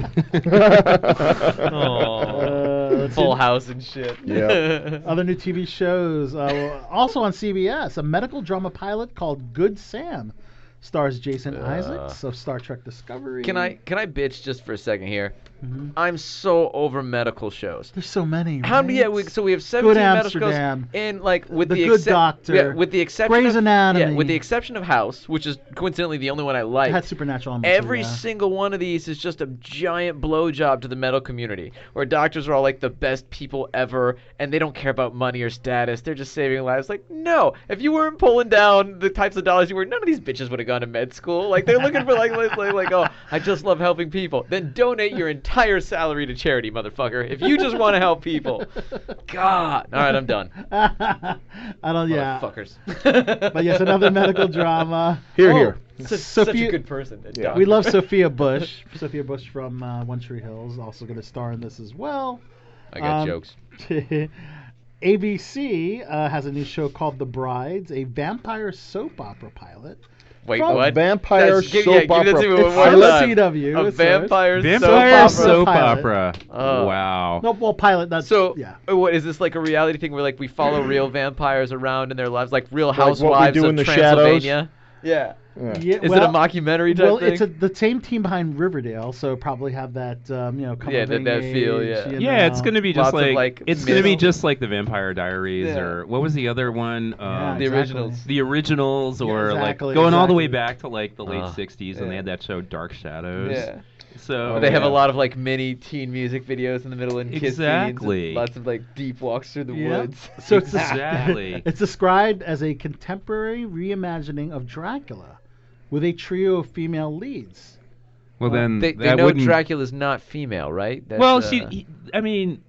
F: Uh,
I: oh,
F: let's
I: Full
F: see.
I: House and shit.
F: Other new TV shows. Uh, also on CBS, a medical drama pilot called Good Sam stars Jason
I: Uh.
F: Isaacs of Star Trek Discovery.
I: Can I can I bitch just for a second here?
F: Mhm.
I: I'm so over medical shows.
F: There's so many.
I: How many? Yeah,
F: right?
I: we, so we have 17 medical shows,
F: Amsterdam.
I: and like with
F: The
I: the,
F: Good
I: excep-
F: Doctor,
I: yeah, with the exception
F: Grey's
I: of,
F: Anatomy.
I: yeah, with the exception of House, which is coincidentally the only one I
F: I
I: like.
F: had Supernatural. on my
I: Every
F: too, yeah.
I: single one of these is just a giant blowjob to the medical community, where doctors are all like the best people ever, and they don't care about money or status. They're just saving lives. Like, no, if you weren't pulling down the types of dollars you were, none of these bitches would have gone to med school. Like, they're looking for like, like, like, like, oh, I just love helping people. Then donate your entire salary to charity, motherfucker. If you just want to help people, God. All right, I'm done.
F: I don't. Yeah.
I: Fuckers.
F: but yes, another medical drama.
I: Here,
F: Oh,
I: here.
F: S-
I: Such a
F: Sophia-
I: good person, that
F: Yeah.
I: dog.
F: We love Sophia Bush. Sophia Bush from uh, One Tree Hill is also going to star in this as well.
I: I got
F: Um,
I: jokes.
F: ABC uh, has a new show called The Brides, a vampire soap opera pilot.
I: Wait,
F: From-
I: what?
H: vampire
I: That's- give-
H: soap
I: yeah, give that
H: opera.
I: to me one
F: It's
I: more
F: on the
I: time.
F: CW,
I: A
F: it's ours.
I: vampire,
G: Vampire
I: soap
G: soap
I: opera.
G: opera.
I: Oh.
G: Wow.
F: No, well, pilot. That's
I: So,
F: yeah.
I: uh, what is this like a reality thing where like we follow real vampires around in their lives, like Real
H: Like what we
I: Housewives
H: do
I: of
H: in the shadows?
I: Transylvania? Yeah.
F: Yeah,
I: Is it a
F: well-
I: mockumentary type
F: well,
I: thing?
F: it's a, the same team behind Riverdale, so probably have that um, you know coming
I: Yeah, that- that feel, yeah.
G: Yeah, it's gonna be just
I: Lots of,
G: like,
I: like,
G: it's gonna be
I: myth.
G: just like the Vampire Diaries
I: Yeah.
G: or what was the other one? Um,
I: The exactly. Originals.
G: The originals, or
I: exactly,
G: like going all the way
I: exactly.
G: back to like the late
I: Ah,
G: '60s when they
I: yeah.
G: had that show Dark Shadows.
I: Yeah.
G: So
I: they have a
G: yeah.
I: lot of like mini teen music videos in the middle and kiss scenes and
G: Exactly.
I: lots of like deep walks through the
F: Yeah.
I: woods.
F: So it's, des-
G: Exactly.
F: it's described as a contemporary reimagining of Dracula with a trio of female leads. Uh,
G: Well, then
I: they, they
G: Mm, that
I: know
G: wouldn't-
I: Dracula's not female, right? That's,
G: Well, she.
I: uh,
G: he- I mean,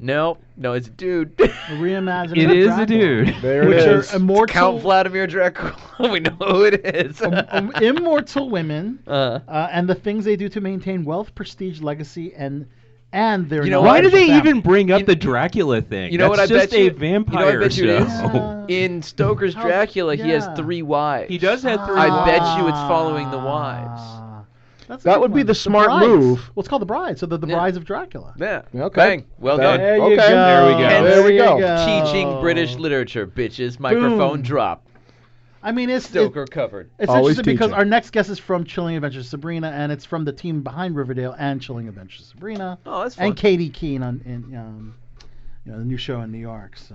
I: No, no, it's a dude.
F: A reimagining
G: it
F: of
G: is a
F: Dracula.
G: dude.
H: There
F: Which
H: it
F: are
H: is.
I: It's Count
F: immortal,
I: Vladimir Dracula. we know who it is.
F: um, immortal women
I: Uh,
F: uh, and the things they do to maintain wealth, prestige, legacy, and and their.
I: You know,
G: why
F: knowledge
G: do
F: of
G: they
F: family.
G: even bring up the Dracula thing?
I: you know what
G: That's
I: I
G: just
I: bet
G: a
I: you? You know what I
G: vampire
I: bet you it is?
G: show.
I: in Stoker's
F: How-
I: Dracula, he has
F: yeah.
I: three wives.
G: He does have three.
I: I
G: wives.
I: bet you it's following the wives.
F: That's a
H: That
F: good
H: would be
F: one.
H: the smart
F: brides.
H: move.
F: Well, it's called the bride, so the, the
I: Yeah.
F: brides of Dracula.
I: Yeah.
H: Okay.
I: Bang. Well
H: Bang.
I: done.
F: you go.
H: okay. There we go.
I: Hence-
H: there we go.
I: Teaching British literature, bitches. Microphone
F: Boom.
I: drop.
F: I mean, it's it-
I: Stoker covered.
F: It's
H: Always
F: interesting because
H: teaching.
F: our next guest is from Chilling Adventures of Sabrina, and it's from the team behind Riverdale and Chilling Adventures of Sabrina,
I: Oh, that's fun.
F: and Katie Keene on in, um, you know, the new show in New York. So,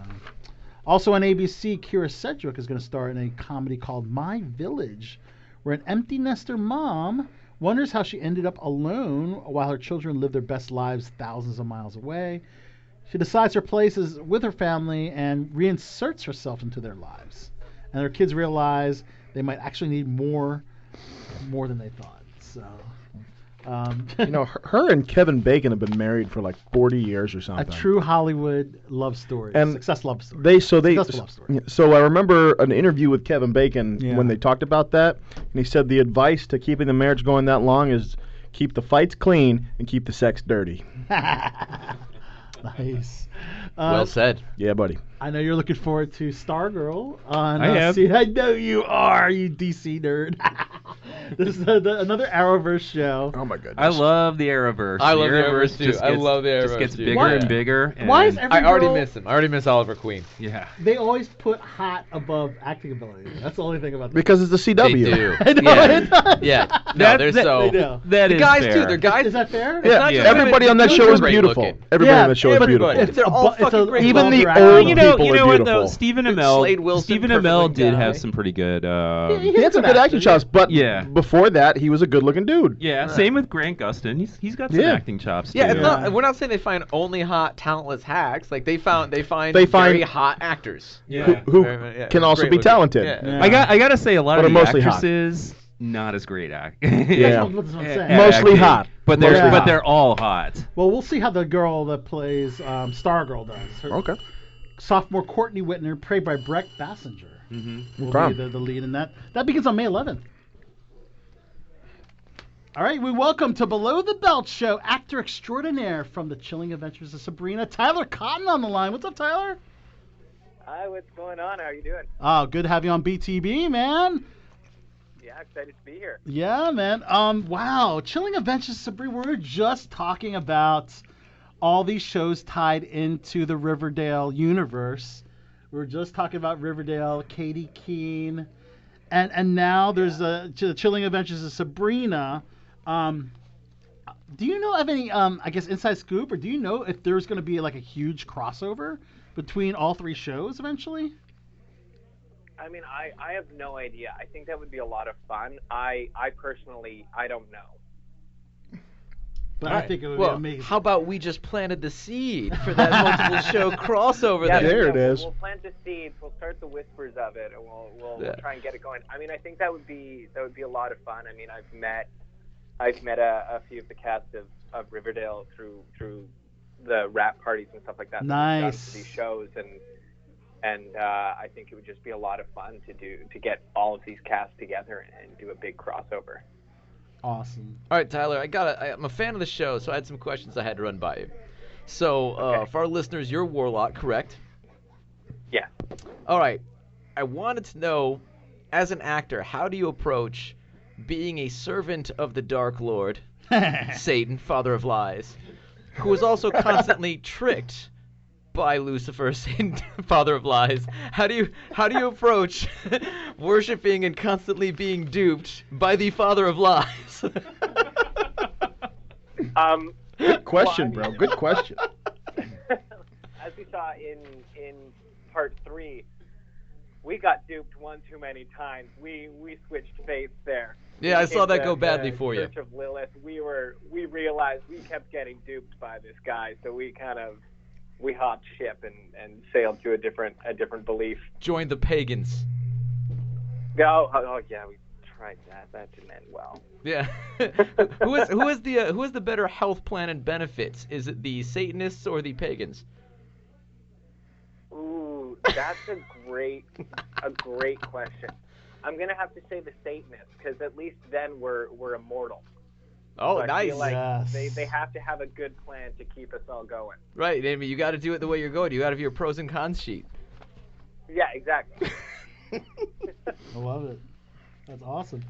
F: also on ABC, Kira Sedgwick is going to star in a comedy called My Village, where an empty nester mom wonders how she ended up alone while her children live their best lives thousands of miles away. She decides her place is with her family and reinserts herself into their lives. And her kids realize they might actually need more more than they thought. So um,
H: You know, her, her and Kevin Bacon have been married for like 40 years or
F: a
H: something.
F: true Hollywood love story.
H: And
F: success love story.
H: They so they
F: successful love story.
H: yeah, so I remember an interview with Kevin Bacon
F: Yeah.
H: when they talked about that, and he said the advice to keeping the marriage going that long is keep the fights clean and keep the sex dirty.
F: nice. Uh,
I: Well said.
H: Yeah, buddy.
F: I know you're looking forward to Stargirl on.
N: I
F: uh,
N: am.
F: See, I know you are, you DC nerd. this is the, the, another Arrowverse show.
H: Oh my goodness!
G: I love the Arrowverse.
C: I love the Arrowverse,
G: Arrowverse
C: too.
G: just
C: I
G: gets-
C: love the Arrowverse,
G: Just gets
C: dude.
G: bigger
C: Why-
G: and bigger.
F: why
G: and
F: is every
C: I already
F: girl-
C: miss him. I already miss Oliver Queen.
G: Yeah.
F: They always put hot above acting ability. That's the only thing about this.
H: Because it's the CW.
C: They do.
F: I know,
C: yeah.
F: I know.
C: yeah. No,
F: That-
C: they're
F: that-
C: so.
F: they do.
C: the guys too. They're guys.
F: Is that fair?
H: Yeah,
C: not just
H: everybody
C: women,
H: on that
C: dudes
H: show
C: are
H: is
C: great
H: beautiful.
C: looking.
H: Everybody
C: Yeah,
H: on that show is
C: everybody.
H: beautiful.
C: They're all
F: It's a-
C: fucking great.
H: Even the
F: Well,
H: old
G: you know,
H: people
G: you
H: are
G: know what though?
H: beautiful.
G: Stephen
C: Dude,
G: Amell.
C: Slade Wilson,
G: Stephen
C: perfect
G: Amell did
C: guy.
G: have some pretty good. Um,
H: He had some good action shots, but
G: Yeah.
H: before that, he was a good-looking dude.
G: yeah. Same with Grant Gustin. He's he's got some
H: Yeah.
G: acting chops.
C: Yeah,
G: too.
C: it's not. We're not saying they find only hot, talentless hacks. Like they found, they find,
H: They find-
C: very hot actors.
G: Yeah.
H: Who
C: Very- yeah,
H: can also
C: great
H: be
C: looking.
H: talented.
C: Yeah.
G: I got I gotta say a lot
H: But
G: of
H: are
G: the
H: mostly hot.
G: actresses not as great act.
H: Yeah.
F: That's what I'm saying.
G: at
H: Mostly
G: acting,
H: hot.
G: But they're
H: Mostly
G: but
H: hot.
G: they're all hot.
F: Well, we'll see how the girl that plays um, Stargirl does. Her
H: Okay.
F: Sophomore Courtney Whitner, played by Breck Bassinger, will
H: Okay.
F: be the, the lead in that. That begins on May 11th. All right, we welcome to Below the Belt Show actor extraordinaire from The Chilling Adventures of Sabrina, Tyler Cotton on the line. What's up, Tyler?
Q: Hi, what's going on? How are you doing?
F: Oh, good to have you on BTB, man.
Q: Yeah, excited to be here.
F: Yeah, man. Um, wow, Chilling Adventures, of Sabrina. We were just talking about all these shows tied into the Riverdale universe. We were just talking about Riverdale, Katie Keene, and and now there's a Ch- Chilling Adventures of Sabrina. Um, do you know of any, um, I guess, inside scoop, or do you know if there's going to be like a huge crossover between all three shows eventually?
Q: I mean, I, I have no idea. I think that would be a lot of fun. I I personally I don't know.
F: But I
I: Alright.
F: think it would
I: well,
F: be amazing.
I: How about we just planted the seed for that multiple show crossover?
Q: Yeah,
I: that-
Q: yeah, we'll- We'll plant the seeds. We'll start the whispers of it, and we'll we'll,
I: Yeah.
Q: we'll try and get it going. I mean, I think that would be that would be a lot of fun. I mean, I've met I've met a, a few of the cast of, of Riverdale through through the rap parties and stuff like that. that we've done
F: Nice.
Q: for these shows and and uh, I think it would just be a lot of fun to do to get all of these casts together and, and do a big crossover.
F: Awesome.
I: All right, Tyler, I got. I'm a fan of the show, so I had some questions I had to run by you. So, uh, for our listeners, you're a warlock, correct?
Q: Yeah.
I: All right. I wanted to know, as an actor, how do you approach being a servant of the Dark Lord, Satan, father of lies, who is also constantly tricked by Lucifer, Satan, father of lies? How do you how do you approach worshiping and constantly being duped by the father of lies?
Q: Um,
H: Good question, bro. Good question.
Q: as we saw in in part three, we got duped one too many times. We we switched faiths there.
I: Yeah, I saw
Q: In
I: that
Q: the-
I: go badly
Q: the
I: for you.
Q: Church of Lilith. We were we realized we kept getting duped by this guy, so we kind of we hopped ship and, and sailed to a different a different belief.
I: Join the pagans.
Q: No, oh, oh yeah, we tried that. That didn't end well.
I: Yeah. who is who is the uh, who is the better health plan and benefits? Is it the Satanists or the pagans?
Q: Ooh, that's a great, a great question. I'm gonna have to say the Satanists because at least then we're we're immortal.
I: Oh,
Q: So I
I: nice.
Q: feel like they they have to have a good plan to keep us all going.
I: Right, Amy, you got to do it the way you're going. You got to have your pros and cons sheet.
Q: Yeah, exactly.
F: I love it. That's awesome.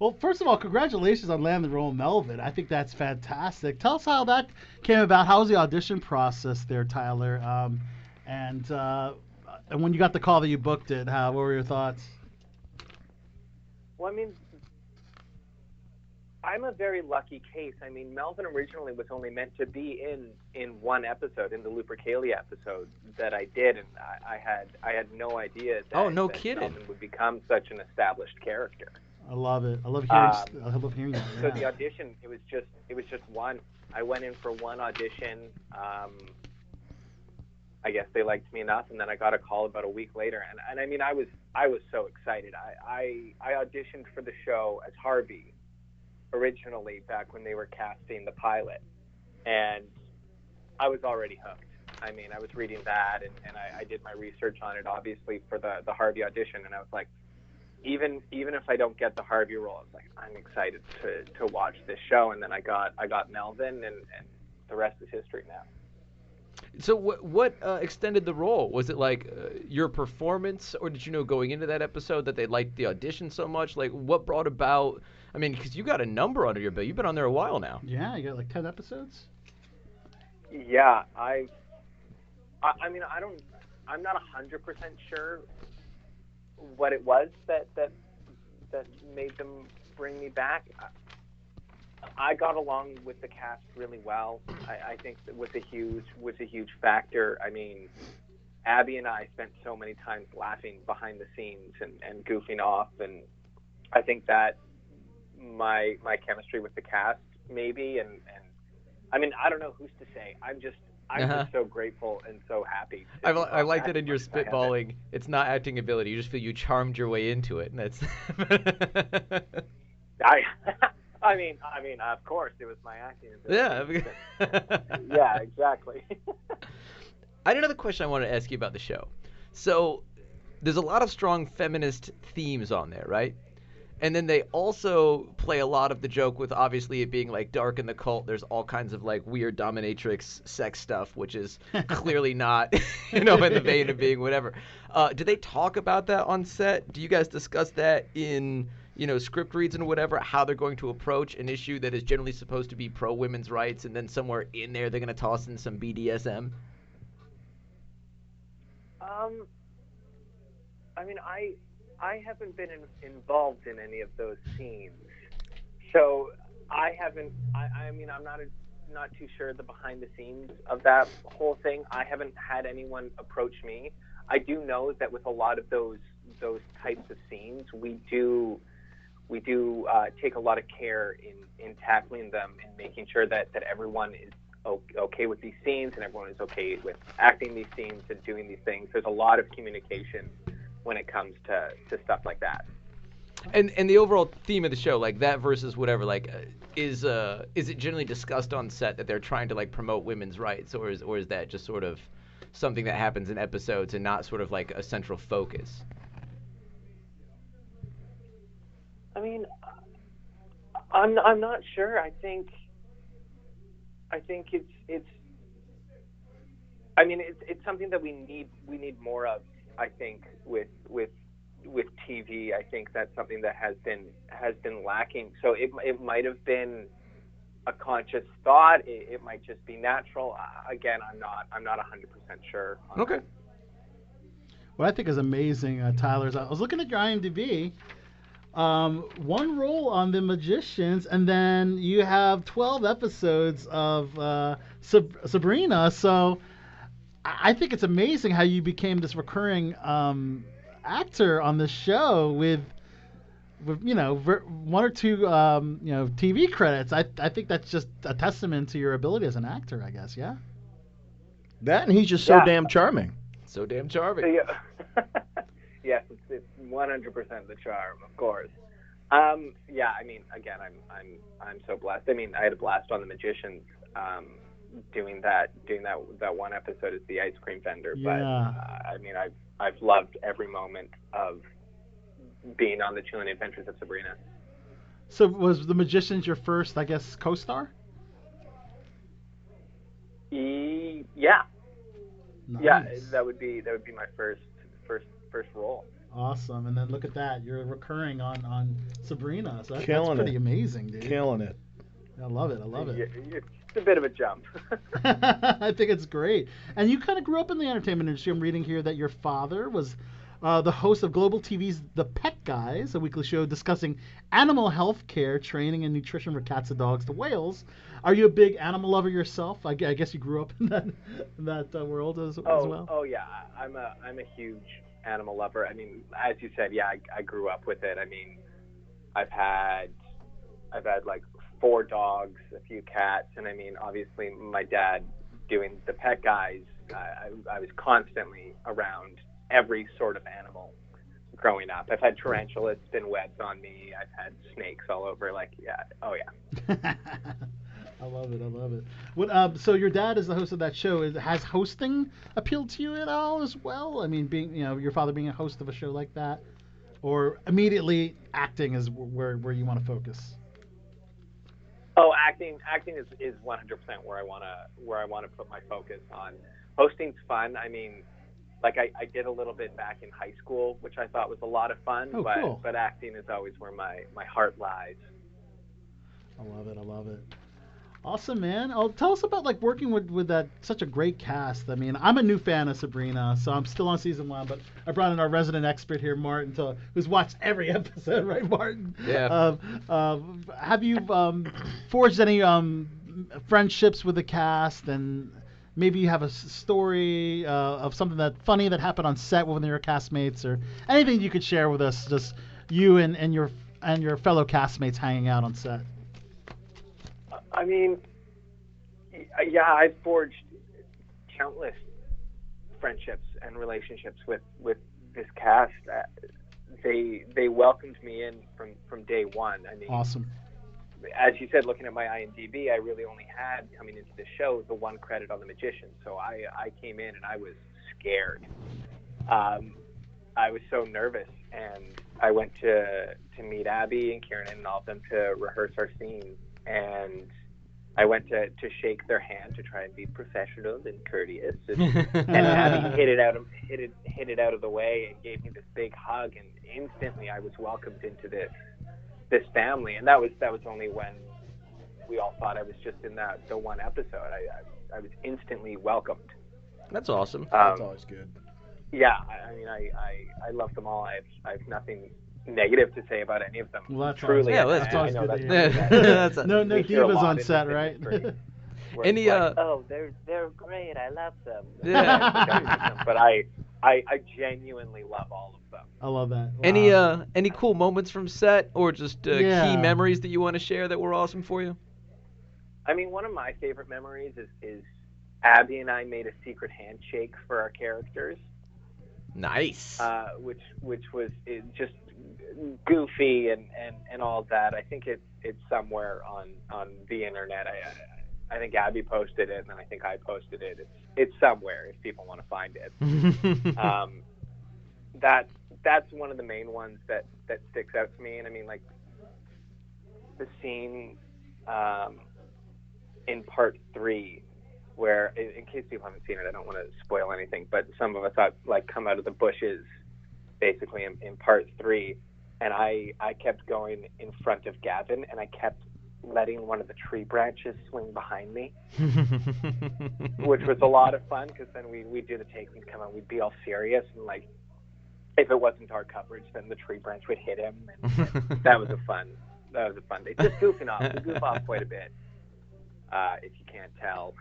F: Well, first of all, congratulations on landing the role of Melvin. I think that's fantastic. Tell us how that came about. How was the audition process there, Tyler? Um, and uh, and when you got the call that you booked it, how what were your thoughts?
Q: Well, I mean, I'm a very lucky case. I mean, Melvin originally was only meant to be in in one episode, in the Lupercalia episode that I did, and I, I had I had no idea that,
I: Oh, no
Q: that
I: kidding.
Q: Melvin would become such an established character.
F: I love it. I love hearing. I love hearing that.
Q: Uh, So
F: yeah.
Q: the audition, it was just it was just one. I went in for one audition. Um, I guess they liked me enough, and then I got a call about a week later. And, and I mean, I was I was so excited. I, I I auditioned for the show as Harvey originally back when they were casting the pilot, and I was already hooked. I mean, I was reading that, and, and I, I did my research on it, obviously for the the Harvey audition, and I was like even even if I don't get the Harvey role, I was like, I'm excited to, to watch this show. And then I got I got Melvin, and, and the rest is history now.
I: So what what uh, extended the role? Was it like uh, your performance, or did you know going into that episode that they liked the audition so much? Like what brought about? I mean, because you got a number under your belt. You've been on there a while now.
F: Yeah, you got like ten episodes.
Q: Yeah, I, I, I mean, I don't, I'm not hundred percent sure what it was that that that made them bring me back. I- I got along with the cast really well. I, I think that was a huge was a huge factor. I mean, Abby and I spent so many times laughing behind the scenes and, and goofing off, and I think that my my chemistry with the cast maybe and and I mean I don't know who's to say. I'm just I'm
I: Uh-huh.
Q: just so grateful and so happy. to
I: I,
Q: be
I: li- I liked
Q: back
I: it in
Q: as
I: your
Q: much as I have been.
I: spitballing. It's not acting ability. You just feel you charmed your way into it, and that's.
Q: I, I mean, I mean, of course, it was my acting.
I: yeah.
Q: ability,
I: because-
Q: but- yeah, exactly.
I: I had another question I wanted to ask you about the show. So, there's a lot of strong feminist themes on there, right? And then they also play a lot of the joke with obviously it being like dark in the cult. There's all kinds of like weird dominatrix sex stuff, which is clearly not, you know, in the vein of being whatever. Uh, do they talk about that on set? Do you guys discuss that in, you know, script reads and whatever, how they're going to approach an issue that is generally supposed to be pro women's rights? And then somewhere in there, they're going to toss in some BDSM?
Q: Um, I mean, I, I haven't been in, involved in any of those scenes, so I haven't. I, I mean, I'm not a, not too sure the behind the scenes of that whole thing. I haven't had anyone approach me. I do know that with a lot of those those types of scenes, we do we do uh, take a lot of care in, in tackling them and making sure that, that everyone is o- okay with these scenes and everyone is okay with acting these scenes and doing these things. There's a lot of communication when it comes to, to stuff like that.
I: and and the overall theme of the show like that versus whatever like uh, is uh is it generally discussed on set that they're trying to like promote women's rights or is or is that just sort of something that happens in episodes and not sort of like a central focus
Q: I mean, I'm I'm not sure. I think I think it's it's. I mean, it's it's something that we need we need more of. I think with with with TV, I think that's something that has been has been lacking. So it it might have been a conscious thought. It, it might just be natural. Uh, again, I'm not I'm not 100 percent sure. On
I: okay.
F: What I think is amazing, uh, Tyler's. I was looking at your IMDb. Um, one role on The Magicians, and then you have 12 episodes of uh, Sab- Sabrina. So I I think it's amazing how you became this recurring um, actor on the show with, with you know, ver- one or two um, you know TV credits. I I think that's just a testament to your ability as an actor. I guess, yeah.
H: That and he's just so
F: Yeah.
H: damn charming.
I: so damn charming.
Q: yeah. yes, it's, it's 100% the charm, of course. Um, yeah, I mean, again, I'm I'm I'm so blessed. I mean, I had a blast on The Magicians, um, doing that doing that that one episode as the ice cream vendor. But
F: Yeah.
Q: uh, I mean, I've I've loved every moment of being on the Chilling Adventures of Sabrina.
F: So was The Magicians your first, I guess, co-star?
Q: E- yeah, yeah, that would be that would be my first first first role.
F: Awesome. And then look at that. You're recurring on on Sabrina. So that,
H: Killing
F: that's pretty
H: it.
F: amazing, dude.
H: Killing it.
F: I love it. I love it.
Q: Y- y- It's a bit of a jump.
F: I think it's great. And you kind of grew up in the entertainment industry. I'm reading here that your father was uh, the host of Global TV's The Pet Guys, a weekly show discussing animal health care, training, and nutrition for cats and dogs to whales. Are you a big animal lover yourself? I, gue- I guess you grew up in that in that uh, world as, as
Q: Oh,
F: well.
Q: oh yeah, I- I'm a I'm a huge animal lover. I mean, as you said, yeah, I, I grew up with it. I mean, I've had I've had like four dogs, a few cats, and I mean, obviously, my dad doing the pet guys. I, I, I was constantly around every sort of animal growing up. I've had tarantulas spin webs on me. I've had snakes all over. Like, yeah, oh yeah.
F: I love it. I love it. What? Um, so your dad is the host of that show. Is, has hosting appealed to you at all as well? I mean, being you know your father being a host of a show like that, or immediately acting is wh- where where you want to focus.
Q: Oh, acting acting is is 100% where I want to where I want to put my focus on. Hosting's fun. I mean, like I, I did a little bit back in high school, which I thought was a lot of fun,
F: Oh,
Q: but
F: cool.
Q: but acting is always where my my heart lies.
F: I love it. I love it. Awesome, man. Oh, tell us about like working with with that such a great cast. I mean, I'm a new fan of Sabrina, so I'm still on season one. But I brought in our resident expert here, Martin, to, who's watched every episode, right, Martin?
C: Yeah.
F: Um, uh, have you um, forged any um, friendships with the cast, and maybe you have a s- story uh, of something that funny that happened on set with one of your castmates, or anything you could share with us? Just you and, and your and your fellow castmates hanging out on set.
Q: Uh, I mean, y- yeah, I've forged countless friendships and relationships with with this cast. Uh, They they welcomed me in from from day one. I mean,
F: Awesome.
Q: as you said, looking at my IMDb, I really only had coming into the show the one credit on The Magician. So I I came in and I was scared. Um, I was so nervous, and I went to to meet Abby and Kieran and all of them to rehearse our scenes. And I went to to shake their hand to try and be professional and courteous. And, and Abby hit it out of hit it hit it out of the way and gave me this big hug, and instantly I was welcomed into this this family. And that was that was only when we all thought I was just in that the one episode. I I, I was instantly welcomed.
I: That's awesome.
Q: That's Um,
H: always good.
Q: Yeah, I, I mean, I, I, I love them all. I have, I have nothing negative to say about any of them.
F: Well, that's awesome.
Q: Truly,
F: Yeah, well,
Q: I-
F: that's
Q: I, I
F: always
Q: know
F: good to
Q: that's-
F: hear.
Q: that's-
F: No- no
Q: we hear a
F: divas
Q: lot
F: on
Q: in
F: set,
Q: this
F: right?
Q: industry where
I: Any,
Q: it's
I: uh,
Q: like, oh, they're they're great. I love them.
I: Yeah.
Q: but I, I, I genuinely love all of them.
F: I love that.
I: Any uh any cool moments from set or just uh,
Q: Yeah.
I: key memories that you want to share that were awesome for you?
Q: I mean, one of my favorite memories is is Abby and I made a secret handshake for our characters.
I: Nice.
Q: Uh, which which was it just goofy and, and, and all that. I think it's it's somewhere on, on the internet. I, I I think Abby posted it, and I think I posted it. It's it's somewhere if people want to find it. um, that that's one of the main ones that that sticks out to me. And I mean, like the scene um, in part three where, in, in case people haven't seen it, I don't want to spoil anything, but some of us out, like come out of the bushes, basically in, in part three, and I I kept going in front of Gavin, and I kept letting one of the tree branches swing behind me, which was a lot of fun because then we we'd do the take, we'd come out, we'd be all serious, and like if it wasn't our coverage, then the tree branch would hit him, and that was a fun that was a fun day. Just goofing off, we goof off quite a bit, uh, if you can't tell.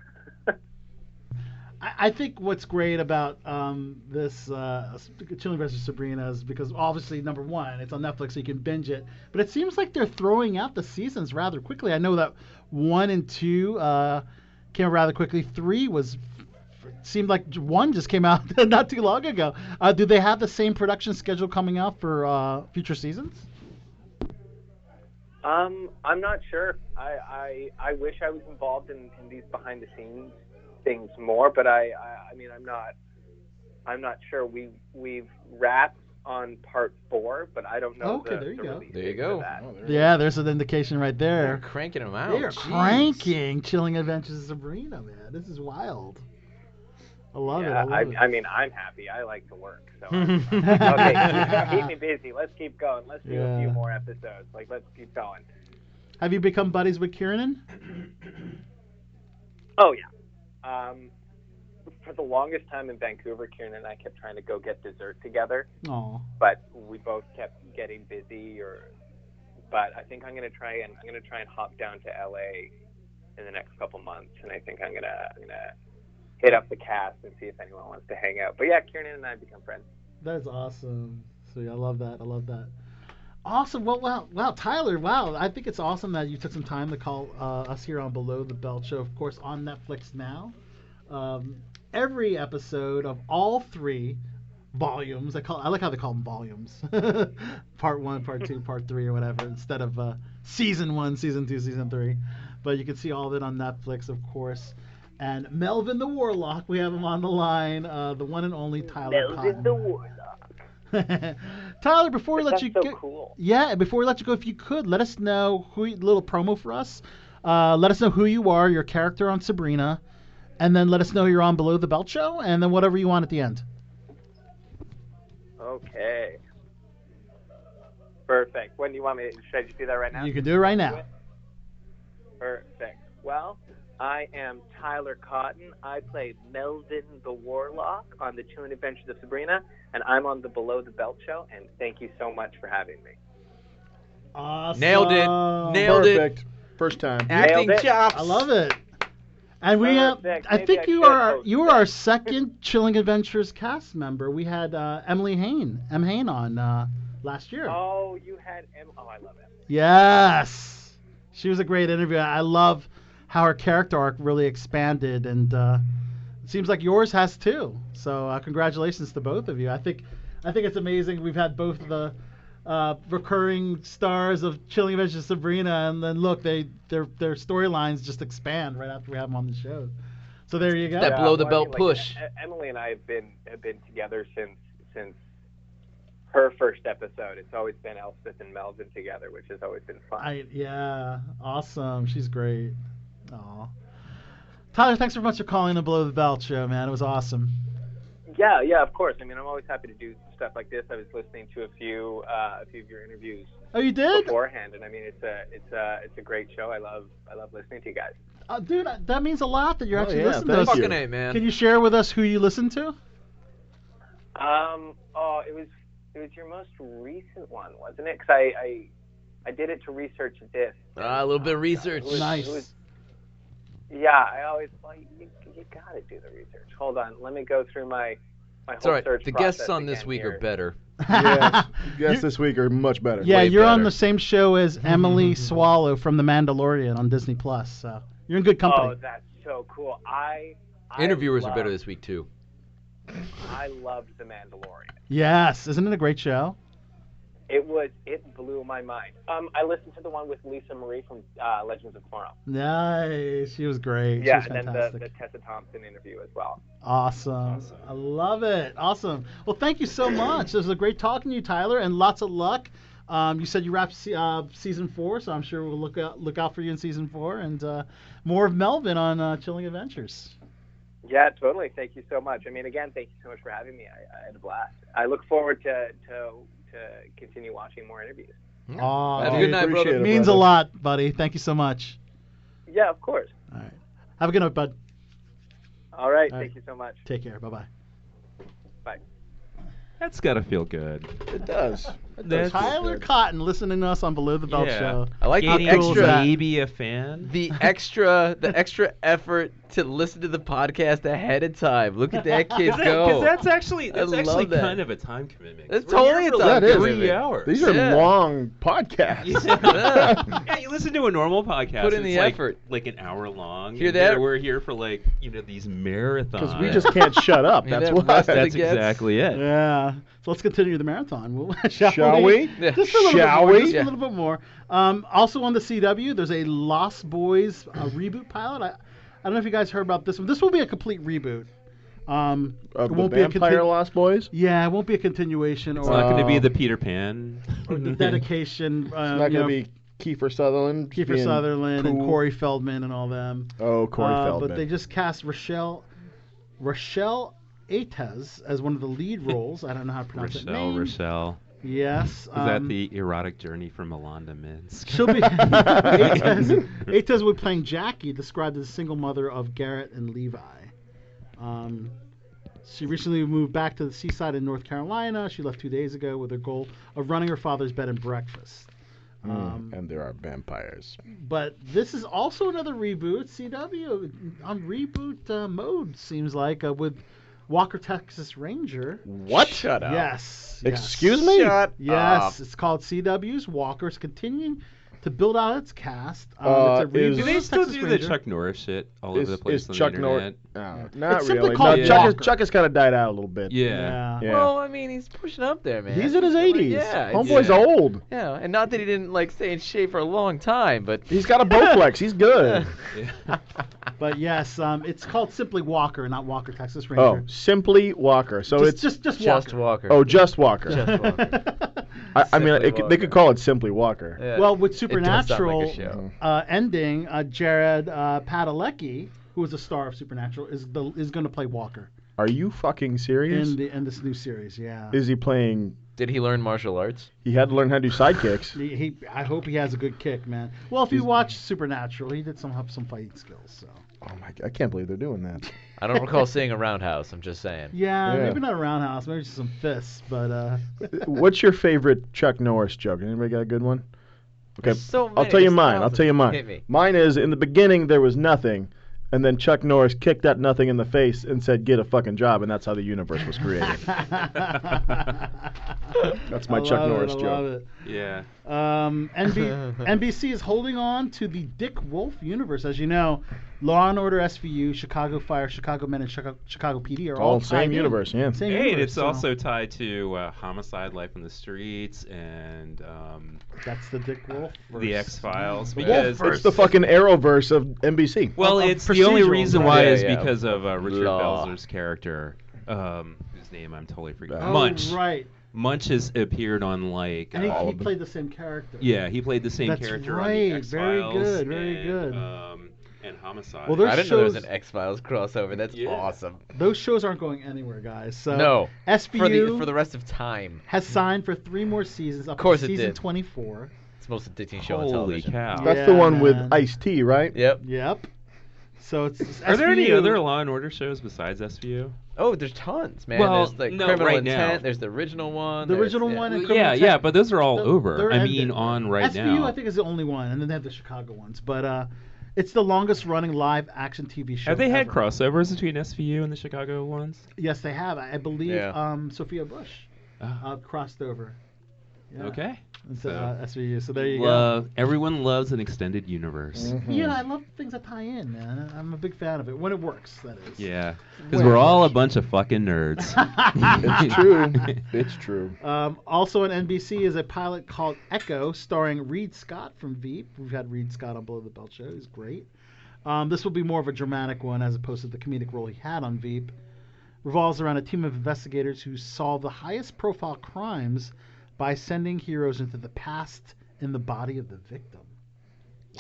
F: I, I think what's great about um, this uh, S- Chilling vs. Sabrina is because obviously number one, it's on Netflix, so you can binge it. But it seems like they're throwing out the seasons rather quickly. I know that one and two uh, came out rather quickly. Three was seemed like j- one just came out not too long ago. Uh, do they have the same production schedule coming out for uh, future seasons?
Q: Um, I'm not sure. I, I I wish I was involved in, in these behind the scenes things more, but I, I I mean I'm not I'm not sure. We we've wrapped on part four, but I don't know
F: Okay,
Q: the,
F: there you
Q: the
F: go.
Q: release
I: There you
Q: date for
I: go.
Q: that.
F: Yeah, there's an indication right
I: They're
F: there.
I: cranking them out.
F: They're
I: Jeez.
F: cranking Chilling Adventures of Sabrina, man. This is wild. I love it. I
Q: Yeah,
F: love
Q: I,
F: it.
Q: I, mean I'm happy. I like to work, so I'm- okay, keep, keep me busy. Let's keep going. Let's do a few
F: Yeah.
Q: more episodes. Like let's keep going.
F: Have you become buddies with Kieran?
Q: Oh yeah. Um, for the longest time in Vancouver, Kieran and I kept trying to go get dessert together.
F: Oh,
Q: but we both kept getting busy or but I think I'm gonna try and I'm gonna try and hop down to LA in the next couple months and I think I'm gonna I'm gonna hit up the cast and see if anyone wants to hang out. But yeah, Kieran and I become friends.
F: that's awesome. So yeah, I love that. I love that. Awesome. Well, wow, wow, Tyler. Wow, I think it's awesome that you took some time to call uh, us here on Below the Belt Show, of course, on Netflix now. Um, every episode of all three volumes. I call. I like how they call them volumes. part one, part two, part three, or whatever, instead of uh, season one, season two, season three. But you can see all of it on Netflix, of course. And Melvin the Warlock, we have him on the line, uh, the one and only Tyler. Cotton. Tyler, before we
Q: But
F: let
Q: that's
F: you
Q: so
F: go,
Q: cool.
F: yeah, before we let you go, if you could let us know who little promo for us Uh, let us know who you are, your character on Sabrina, and then let us know you're on Below the Belt Show, and then whatever you want at the end.
Q: Okay. Perfect. When do you want me? To, should I just do that right now?
F: You can do it right now.
Q: Perfect. Well, I am Tyler Cotton. I play Melvin the Warlock on the Chilling Adventures of Sabrina, and I'm on the Below the Belt show. And thank you so much for having me.
F: Awesome.
C: Nailed it. Nailed it.
H: Perfect. First time.
C: Acting
Q: Nailed it.
C: chops.
F: I love it. And we have, I
Q: Maybe
F: think
Q: I
F: you
Q: should
F: are
Q: host
F: you are our second Chilling Adventures cast member. We had uh, Emily Hain, M Hain on uh, last year.
Q: Oh, you had M. Oh, I love it.
F: Yes, she was a great interview. I love how her character arc really expanded, and uh, it seems like yours has too. So uh, congratulations to both of you. I think I think it's amazing. We've had both of the uh, recurring stars of Chilling Adventures of Sabrina, and then look, they their their storylines just expand right after we have them on the show. So there you go.
Q: Yeah, well, I mean, like, E- Emily and I have been have been together since since her first episode. It's always been Elspeth and Melvin together, which has always been fun.
F: I, yeah, awesome. She's great. Aw. Tyler, thanks so much for calling the Below the Belt show, man. It was awesome.
Q: Yeah, yeah, of course. I mean, I'm always happy to do stuff like this. I was listening to a few uh, a few of your interviews
F: Oh, you did?
Q: beforehand, and I mean, it's a it's a it's a great show. I love I love listening to you guys.
F: Uh, dude, uh, that means a lot that you're
Q: Oh,
F: actually
Q: yeah,
F: listening to us.
Q: thank you. Fucking A, man.
F: Can you share with us who you listen to?
Q: Um, oh, it was it was your most recent one, wasn't it? Because I, I I did it to research this.
I: Ah, a little bit of research.
Q: It was- it was- yeah, I always well, you, you got to do the research. Hold on, let me go through my my
I: It's
Q: whole
I: all right.
Q: search
I: The guests
Q: process
I: on this
Q: again
I: week
Q: here.
I: are better.
H: yes. Guests this week are much better.
F: Yeah, you're on the same show as Emily Swallow from The Mandalorian on Disney Plus. So you're in good company.
Q: Oh, that's so cool. I I
I: Interviewers are better
Q: loved-
I: this week too.
Q: I loved The Mandalorian.
F: Yes, isn't it a great show?
Q: It was it blew my mind. Um, I listened to the one with Lisa Marie from uh, Legends of Tomorrow.
F: Nice. She was great.
Q: yeah,
F: she was
Q: and then
F: fantastic.
Q: the, the Tessa Thompson interview as well.
F: Awesome. I love it. Awesome. Well, thank you so much. This was a great talking to you, Tyler, and lots of luck. Um, you said you wrapped se- uh, season four, so I'm sure we'll look out look out for you in season four and uh, more of Melvin on uh, Chilling Adventures.
Q: Yeah, totally. Thank you so much. I mean, again, thank you so much for having me. I, I had a blast. I look forward to to to continue watching more interviews.
F: Aw,
I: Have a
F: dude,
I: good night, brother.
F: It means a lot, buddy. Thank you so much.
Q: Yeah, of course.
F: Have a good night, bud.
Q: All right.
F: All right.
Q: Thank you so much.
F: Take care. Bye bye.
Q: Bye.
G: That's gotta feel good.
H: It does.
G: That's-
F: Tyler Cotton listening to us on Below the Belt
G: Yeah.
F: Show.
I: I like
F: How
I: the
F: cool is
I: extra-
F: that?
G: Maybe a fan.
I: The extra, the extra effort to listen to the podcast ahead of time. Look at that kid
G: Because
I: go.
G: that's actually that's
I: I love
G: actually
I: that.
G: kind of a time commitment.
I: That's
G: 'cause we're
I: totally
G: here for
I: a time
G: like
H: That is.
G: Three hours.
H: These are
G: yeah.
H: long podcasts.
G: yeah. you listen to a normal podcast.
I: Put in
G: it's
I: the
G: like,
I: effort.
G: like an hour long.
I: Hear
G: and here
I: that?
G: We're here for like you know these marathons.
H: Because we just can't shut up.
I: Yeah,
H: That's
I: that
H: why.
I: rest of the
G: That's
I: gets-
G: exactly it.
F: Yeah. uh, So let's continue the marathon. Will- Shall,
H: Shall we?
I: Yeah.
F: Just a little
H: Shall
F: bit more.
H: we?
F: Just a
H: Yeah.
F: little bit more. Um, also on the CW, there's a Lost Boys uh, reboot pilot. I, I don't know if you guys heard about this one. This will be a complete reboot. Um,
H: Of
F: it
H: the
F: won't be a
H: Vampire
F: continu-
H: Lost Boys?
F: Yeah, it won't be a continuation
G: It's
F: or,
G: not going to be
H: Oh.
G: the Peter Pan.
F: or the dedication. Uh,
H: Mm-hmm. it's not
F: you know,
H: going to be Kiefer Sutherland.
F: Kiefer
H: being
F: Sutherland and
H: cool.
F: Corey Feldman and all them.
H: Oh, Corey
F: Uh,
H: Feldman.
F: But they just cast Rochelle Rochelle Aites as one of the lead roles. I don't know how to pronounce that
G: Rochelle,
F: name.
G: Rochelle.
F: Yes.
G: Is
F: um,
G: that the erotic journey from Melanda Minsk?
F: She'll be Aites, Aites will be playing Jackie, described as a single mother of Garrett and Levi. Um, she recently moved back to the seaside in North Carolina. She left two days ago with her goal of running her father's bed and breakfast.
H: Mm,
F: Um,
H: and there are vampires.
F: but this is also another reboot. CW on reboot uh, mode seems like uh, with Walker Texas Ranger.
H: What? Shut
F: up. Yes.
H: Excuse
F: yes.
H: me? Shut
F: Yes,
H: up.
F: it's called CW's Walkers, continuing to build out its cast. Um,
H: Uh,
F: it's a reboot
H: is-
G: Do
F: of
G: they still
F: Texas
G: do the
F: Ranger.
G: Chuck Norris shit all
H: Is-
G: over the place
H: is
G: on
H: Chuck
G: the
H: Nor-
G: internet?
H: No, not
F: It's simply
H: really. No,
F: called
H: Chuck, has,
F: Walker.
H: Chuck has kind of died out a little bit.
G: Yeah.
H: Yeah.
I: Well, I mean, he's pushing up there, man.
H: He's in his 80s.
I: Yeah, it's-
H: Homeboy's
G: yeah.
H: old.
I: Yeah, and not that he didn't like stay in shape for a long time, but
H: He's got a Bowflex. He's good.
F: But yes, um, it's called simply Walker, not Walker Texas Ranger.
H: Oh, simply Walker. So
F: just,
H: it's
F: just just Walker.
I: Walker.
H: oh, just Walker.
I: Just Walker.
H: I, I mean,
F: Simply
H: it, could- they could call it Simply Walker. Mm.
F: Well, with
H: It does sound
F: Supernatural
H: like a show.
F: uh, ending, uh, Jared uh, Padalecki, who is a star of Supernatural, is the is going to play Walker
H: Are you fucking serious?
F: in the in this new series. Yeah.
H: Is he playing?
I: Did he learn martial arts?
H: He had to learn how to do sidekicks.
F: He, he, I hope he has a good kick, man. Well, if you watch Supernatural, he did some have some fighting skills. So
H: oh my! I can't believe they're doing that.
I: I don't recall seeing a roundhouse. I'm just saying.
F: yeah,
H: Yeah.
F: maybe not a roundhouse, maybe just some fists. But uh,
H: What's your favorite Chuck Norris joke? Anybody got a good one? Okay,
F: There's so
H: I'll
F: many,
H: tell you
F: there's
H: mine. I'll tell you
F: thousands.
H: mine.
F: Hit me.
H: Mine is in the beginning there was nothing, and then Chuck Norris kicked that nothing in the face and said, "Get a fucking job," and that's how the universe was created. that's my
F: I
H: Chuck
F: love it,
H: Norris
F: I
H: joke.
F: love it.
G: Yeah.
F: Um, NB- NBC is holding on to the Dick Wolf universe. As you know, Law and Order SVU, Chicago Fire, Chicago Men, and Chicago, Chicago PD are all,
H: All same
F: tied in.
H: universe, yeah.
F: Same
G: Hey, and
F: universe,
G: it's
F: so
G: also tied to uh, homicide, life on the streets, and um,
F: that's the Dick Wolf.
G: the X Files.
H: The
G: Because
H: Wolfverse. it's the fucking Arrowverse of NBC.
G: Well,
F: Oh,
G: it's the only reason why
H: Yeah,
G: is
H: yeah.
G: because of uh, Richard
H: Law.
G: Belzer's character, um, whose name I'm totally forgetting.
F: Oh,
G: Munch.
F: right.
G: Munch has appeared on like.
F: And he,
G: uh,
F: he played the same character.
G: Yeah, he played the same
F: That's
G: character
F: right,
G: on the
F: very
G: X-Files
F: good, very
G: and,
F: good.
G: Um, and homicide.
F: Well, there's
I: I didn't know there was
F: shows-
I: an X Files crossover. That's awesome.
F: Those shows aren't going anywhere, guys. So
I: no.
F: SVU
I: for the for the rest of time.
F: has signed for three more seasons. Up
I: Of course
F: to
I: it
F: season
I: did.
F: 24.
I: It's the most
H: Oh,
I: addicting show on
G: Holy
I: television.
G: cow.
H: That's the
F: Yeah,
H: one with
F: man.
H: Ice T, right?
I: Yep.
F: Yep. So it's. it's
G: Are there any
F: SVU.
G: other Law and Order shows besides SVU?
I: Oh, there's tons, man.
G: Well,
I: there's like
G: no,
I: criminal
G: right now.
I: intent. There's the original one.
F: The
I: there's-
F: original
I: yeah.
F: one and Criminal
G: Yeah,
F: Intent.
G: yeah, but those are all
F: They're-
G: over.
F: they're
G: I
F: ended.
G: mean, on right
F: SVU,
G: now.
F: I think, is the only one, and then they have the Chicago ones. But uh, it's the longest-running live-action TV show.
G: Have they had
F: ever.
G: crossovers between SVU and the Chicago ones?
F: Yes, they have. I I believe
G: Yeah.
F: um, Sophia Bush uh, crossed over. Yeah.
G: Ah. Okay. uh,
F: And so, uh, SVU. So there you
G: Love, Everyone loves an extended universe.
F: go. Yeah, I love things that tie in, man. I'm a big fan of it when it works. That is.
G: Yeah. Because we're all a bunch of fucking nerds.
H: it's true. It's true.
F: Um, also on NBC is a pilot called Echo, starring Reed Scott from Veep. We've had Reed Scott on Below the Belt show. He's great. Um, this will be more of a dramatic one as opposed to the comedic role he had on Veep. Revolves around a team of investigators who solve the highest profile crimes by sending heroes into the past in the body of the victim.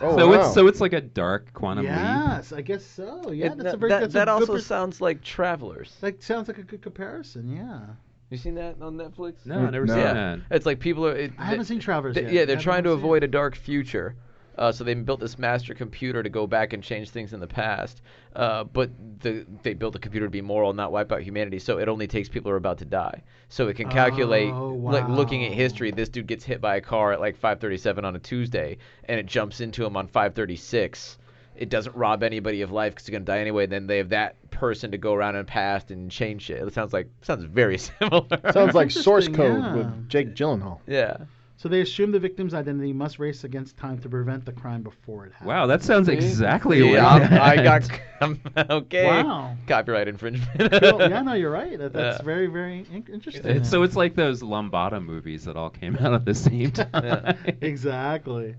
F: Oh,
G: so it's so it's like a dark quantum leap.
F: yes, I guess so. Yeah,
I: It-
F: that's a
I: that-
F: very
I: that-
F: that's a
I: that
F: good
I: also
F: pers-
I: sounds like Travelers.
F: that sounds like a good comparison. Yeah.
I: You seen that on Netflix?
G: No, I never No. seen that.
I: It's like people are. It,
F: I haven't seen Travelers
I: they-
F: yet.
I: Yeah,
F: I
I: they're
F: haven't
I: trying to
F: seen it.
I: avoid a dark future. Uh, so they built this master computer to go back and change things in the past, uh, but the, they built a computer to be moral, not wipe out humanity. So it only takes people who are about to die. So it can calculate,
F: Oh,
I: like looking at history, this dude gets hit by a car at like 5:37 on a Tuesday, and it jumps into him on 5:36. It doesn't rob anybody of life because they're gonna die anyway. Then they have that person to go around and past and change shit. It sounds like sounds very similar.
H: Sounds like Source
F: Interesting,
H: Code
F: yeah.
H: with Jake Gyllenhaal.
I: Yeah.
F: So they assume the victim's identity must race against time to prevent the crime before it happens.
G: Wow, that sounds exactly
I: yeah,
F: Um,
G: like
I: I'm- I
G: that.
I: got I'm- okay.
F: Wow.
I: Copyright infringement.
F: Cool. Yeah, no, you're right. That, that's
G: Yeah.
F: very, very in- interesting.
G: It's- so it's like those Lombada movies that all came out at the same time.
F: exactly.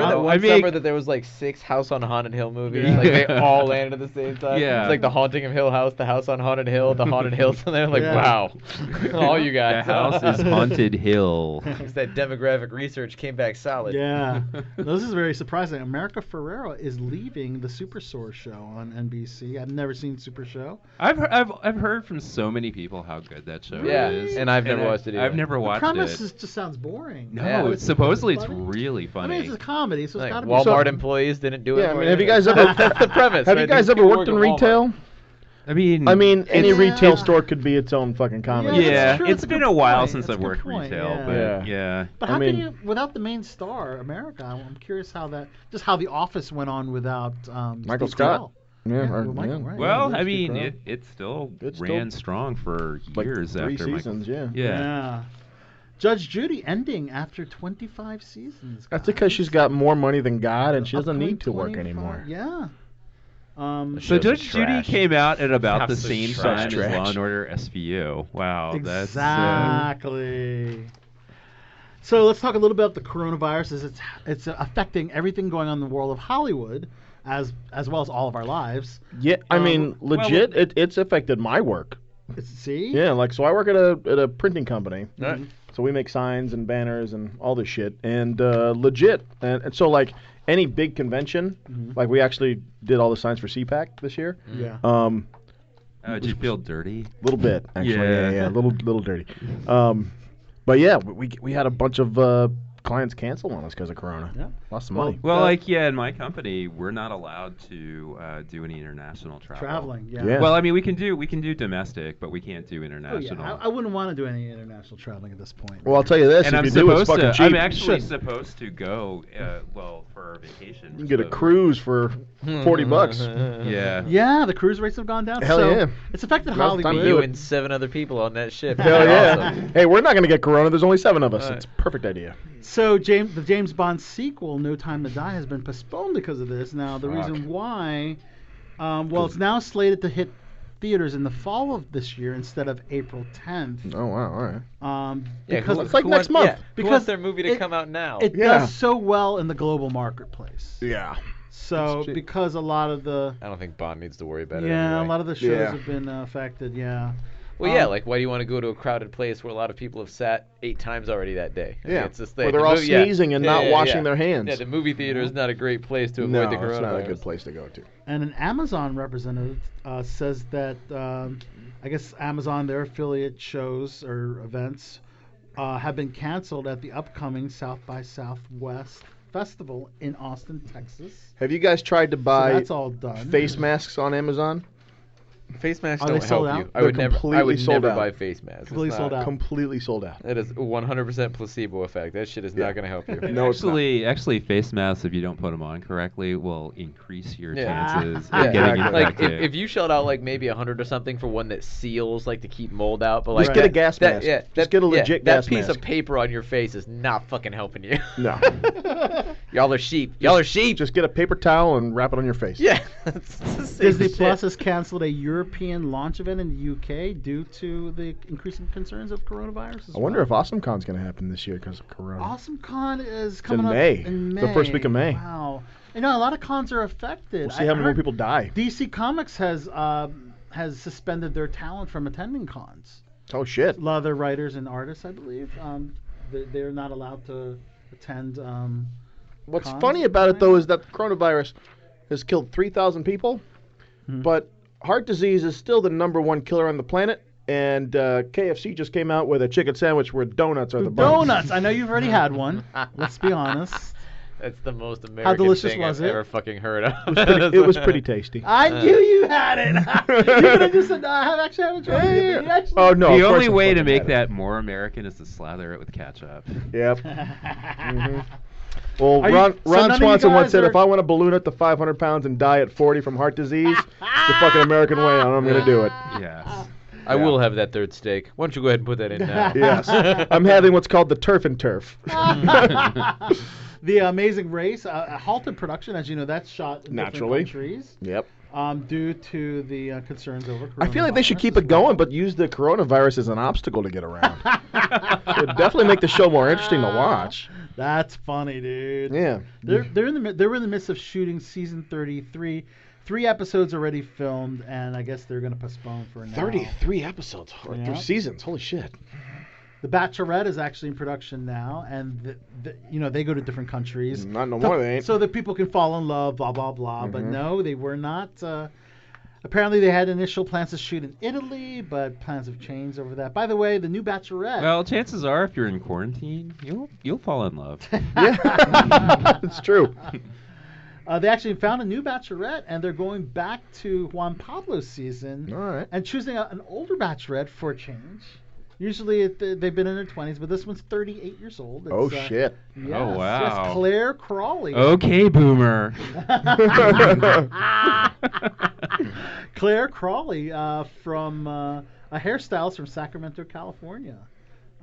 G: Oh,
I: that
F: Um,
I: one
F: I mean-
I: summer that there was like six House on Haunted Hill movies? Like they
G: Yeah.
I: all landed at the same time.
G: Yeah.
I: It's like the Haunting of Hill House, the House on Haunted Hill, the Haunted Hills, and they're like,
G: Yeah.
I: wow, all you
G: the
I: guys.
G: house is haunted hill.
I: It's that demographic research came back solid.
F: Yeah. No, this is very surprising. America Ferrera is leaving the Super Source show on NBC. I've never seen Super Show.
G: I've, he- I've I've heard from so many people how good that show
I: Yeah,
G: is.
I: and I've never watched it
G: I've
I: either.
G: never
I: The
G: watched
F: the premise
G: it.
F: is- just sounds boring.
G: No,
I: Yeah.
G: it's, supposedly it's
F: funny.
G: really
F: I
G: funny.
F: mean, it's a comedy, so it's
I: Like,
F: got to be
I: Walmart
F: something.
I: employees didn't do it.
H: Yeah, I
I: for
H: mean, have you guys
I: That's-
H: ever
I: that's the premise?
H: Have
I: right?
H: you guys
I: These
H: ever
I: people
H: worked in
I: work at Walmart.
H: retail?
G: I mean,
H: I mean, any
G: it's-
H: retail store could be its own fucking comedy.
G: yeah,
F: true, that's
G: it's
F: a
G: been
F: good
G: a while
F: point,
G: since
F: that's
G: I've
F: a good
G: worked
F: point,
G: retail,
F: yeah.
G: but yeah.
F: But
H: I
F: how
H: mean-
F: can you, without the main star, America? I'm curious how that, just how The Office went on without um,
H: Michael
F: Steve
H: Scott.
F: Carell.
H: Yeah, or-
F: well, Michael,
H: yeah.
F: right.
G: Well,
H: Yeah,
G: I
H: it's
G: mean,
H: good
G: it, it still
H: It's still
G: ran strong for
H: like
G: years
H: three
G: after Michael-
H: seasons, yeah.
G: Yeah.
F: Judge Judy ending after 25 seasons.
H: That's because she's got more money than God, and she doesn't need to work anymore.
F: Yeah. Um,
G: So Judge Judy came out at about the
H: Absolute
G: same
H: trash.
G: time as
H: Trash.
G: Law and Order SVU. Wow, that's uh,
F: Exactly. So let's talk a little bit about the coronavirus as it's it's affecting everything going on in the world of Hollywood, as as well as all of our lives.
H: Yeah, I
F: Um,
H: mean,
F: well,
H: legit, it, it's affected my work.
F: See?
H: Yeah, like so I work at a at a printing company.
F: Right.
H: So we make signs and banners and all this shit, and uh, legit. And, and so like any big convention,
G: Mm-hmm.
H: like we actually did all the signs for CPAC this year.
G: Yeah.
I: Mm.
H: Um,
G: Oh, uh, did you feel dirty?
H: a little bit, actually. Yeah, yeah,
G: Yeah.
H: a little, little dirty. Um, but yeah, we we- we had a bunch of uh, clients cancel on us because of Corona. Yeah, lost some money.
G: Well, like yeah, in my company, we're not allowed to uh, do any international travel.
F: Traveling, yeah.
H: Yeah.
G: Well, I mean, we can do we can do domestic, but we can't do
F: Oh, yeah.
G: international.
F: I, I wouldn't want to do any international traveling at this point.
H: Well, I'll tell you this:
G: and
H: if
G: I'm
H: you do, it's
G: supposed
H: fucking
G: to.
H: cheap.
G: I'm actually
H: Shit.
G: supposed to go. Uh, well, for vacation.
H: You can get a cruise for forty bucks.
G: Yeah.
F: Yeah, the cruise rates have gone down.
H: Hell
F: so
H: yeah.
F: It's affected
H: Now's the time to
F: Hollywood.
H: do
I: You
H: it.
I: and seven other people on that ship.
H: Hell yeah!
I: Awesome.
H: Hey, we're not gonna get Corona. There's only seven of us.
I: Alright.
H: It's a perfect idea.
F: Hmm. So James, the James Bond sequel, No Time to Die, has been postponed because of this. Now the
H: Fuck.
F: reason why, um, well, it's now slated to hit theaters in the fall of this year instead of April 10th.
H: Oh wow! All right.
F: Um,
I: Yeah,
F: because
I: who- It's like who next wants- month. yeah, who
F: because
I: wants their movie to
F: it-
I: come out now?
F: It
I: Yeah.
F: does so well in the global marketplace.
H: Yeah.
F: So because a lot of the
I: I don't think Bond needs to worry about it.
F: yeah,
I: anyway.
F: a lot of the shows have been uh, affected. Yeah.
I: Well, yeah,
F: Um,
I: like why do you want to go to a crowded place where a lot of people have sat eight times already that day? I mean,
H: Yeah,
I: it's this
H: where
I: thing.
H: they're
I: The
H: all
I: movie- yeah.
H: sneezing and not washing their hands.
I: Yeah, the movie theater is not a great place to
H: No,
I: avoid the coronavirus.
H: it's not a good place to go to.
F: And an Amazon representative uh, says that um, I guess Amazon, their affiliate shows or events, uh, have been canceled at the upcoming South by Southwest festival in Austin, Texas.
H: Have you guys tried to buy
F: that's all done.
H: face masks on Amazon?
I: Face masks
F: Are they
I: don't help
F: sold out?
I: you. I
H: They're
I: would never. I
H: completely
I: would
H: sold
I: never
H: out.
I: buy face masks.
H: Completely
I: it's
H: sold
I: not,
H: out. Completely sold out.
I: It is 100% placebo effect. That shit is
H: Yeah.
I: not going to help you.
G: actually, actually, face masks if you don't put them on correctly will increase your chances
I: Yeah,
G: of getting
I: exactly. Like
G: infected.
I: if, if you shelled out like maybe a hundred or something for one that seals, like to keep mold out, but like
H: Just get a
I: that-
H: gas
I: that-
H: mask.
I: Yeah,
H: Just
I: that-
H: get a
I: yeah,
H: legit
I: that
H: gas
I: piece
H: mask.
I: of paper on your face is not fucking helping you.
H: No.
I: Y'all are sheep. Y'all are sheep.
H: Just get a paper towel and wrap it on your face.
I: Yeah.
F: Disney Plus has canceled a European launch event in the UK due to the increasing concerns of coronavirus. as
H: I wonder
F: well.
H: if AwesomeCon's going to happen this year because of Corona.
F: Awesome Con is coming
H: in
F: up
H: May.
F: in May.
H: It's the first week of May.
F: Wow. You know, a lot of cons are affected.
H: We'll see
F: I
H: how many more
F: heard
H: people die.
F: DC Comics has um, has suspended their talent from attending cons.
H: Oh shit!
F: A lot of their writers and artists, I believe, um, they, they're not allowed to attend. Um,
H: What's
F: cons.
H: funny about it though is that coronavirus has killed 3,000 people,
F: Hmm.
H: but heart disease is still the number one killer on the planet. And uh, KFC just came out with a chicken sandwich where donuts are the bun.
F: donuts. I know you've already had one. Let's be honest.
I: That's the most American
F: delicious
I: thing
F: was
I: I've
F: it?
I: ever fucking heard of.
H: It was pretty, it was pretty tasty.
F: I knew you had it. you could have just said, no, I have actually haven't tried it. yet," but you actually-
H: Oh,
G: The only way to make that more American is to slather it with ketchup.
H: Yep. Well,
G: Mm-hmm. Are you-
H: Ron,
G: so
H: Ron
G: none of you
H: Swanson once
G: guys
H: said,
G: are-
H: if I want to balloon up to 500 pounds and die at 40 from heart disease, the fucking American way, and I'm going to do it.
G: Yes.
I: I will have that third steak. Why don't you go ahead and put that in now?
H: yes. I'm having what's called the turf and turf.
F: the Amazing Race uh, halted production, as you know. That's shot in
H: Naturally.
F: different countries
H: Yep.
F: um, due to the uh, concerns over.
H: I feel like they should keep it going, but use the coronavirus as an obstacle to get around. it would definitely make the show more interesting to watch.
F: That's funny, dude.
H: Yeah.
F: They're they're in the mi- they were in the midst of shooting season 33, three episodes already filmed, and I guess they're gonna postpone for now.
H: 33 episodes or
F: Yeah.
H: three seasons. Holy shit.
F: The Bachelorette is actually in production now, and the, the, you know they go to different countries.
H: Not no
F: to-
H: more, they ain't.
F: So that people can fall in love, blah blah blah. But
H: Mhm.
F: no, they were not. Uh, apparently, they had initial plans to shoot in Italy, but plans have changed over that. By the way, the new Bachelorette.
G: Well, chances are, if you're in quarantine, you'll you'll fall in love.
H: it's true.
F: Uh, they actually found a new Bachelorette, and they're going back to Juan Pablo's season and choosing a, an older Bachelorette for a change. Usually it, they- they've been in their 20s, but this one's 38 years old.
H: Oh,
F: It's, uh,
H: shit.
F: Yes,
G: Oh, wow. Oh,
F: Yes, Claire Crawley.
G: Okay, boomer.
F: Claire Crawley uh, from uh, a hairstylist from Sacramento, California.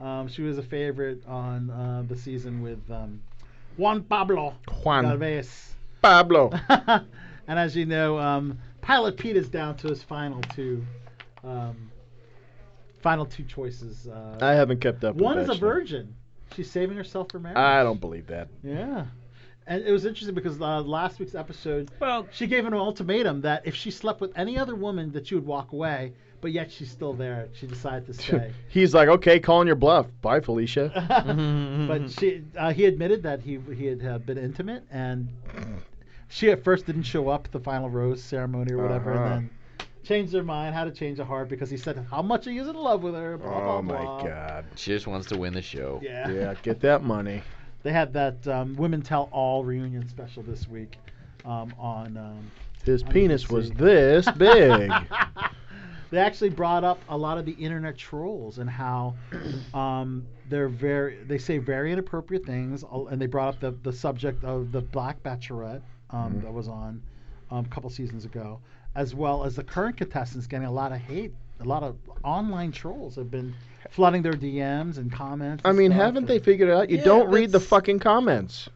F: Um, she was a favorite on uh, the season with um, Juan Pablo
H: Juan.
F: Galvez.
H: Pablo.
F: And as you know, um, Pilot Pete is down to his final two, um, final two choices. Uh,
H: I haven't kept up with
F: One is a
H: Bachelor.
F: virgin. She's saving herself for marriage.
H: I don't believe that.
F: Yeah. And it was interesting because uh, last week's episode,
G: well,
F: she gave an ultimatum that if she slept with any other woman, that she would walk away. But yet she's still there. She decided to stay.
H: He's like, okay, calling your bluff. Bye, Felicia.
F: but she, uh, he admitted that he he had uh, been intimate, and she at first didn't show up at the final rose ceremony or whatever,
H: Uh-huh.
F: and then changed her mind, had to change her heart because he said how much he is in love with her. Blah, blah,
H: oh my
F: blah.
H: God.
I: She just wants to win the show.
F: Yeah.
H: Yeah, get that money.
F: They had that um, Women Tell All reunion special this week um, on. Um,
H: His
F: on
H: penis was
F: ABC.
H: this big.
F: They actually brought up a lot of the internet trolls and how um, they're very they say very inappropriate things, al- and they brought up the, the subject of the Black Bachelorette um,
H: Mhm.
F: that was on um, a couple seasons ago, as well as the current contestants getting a lot of hate. A lot of online trolls have been flooding their DMs and comments.
H: I
F: and
H: mean,
F: stuff,
H: haven't
F: and-
H: they figured it out? You
F: Yeah,
H: don't read the
F: that's-
H: fucking comments.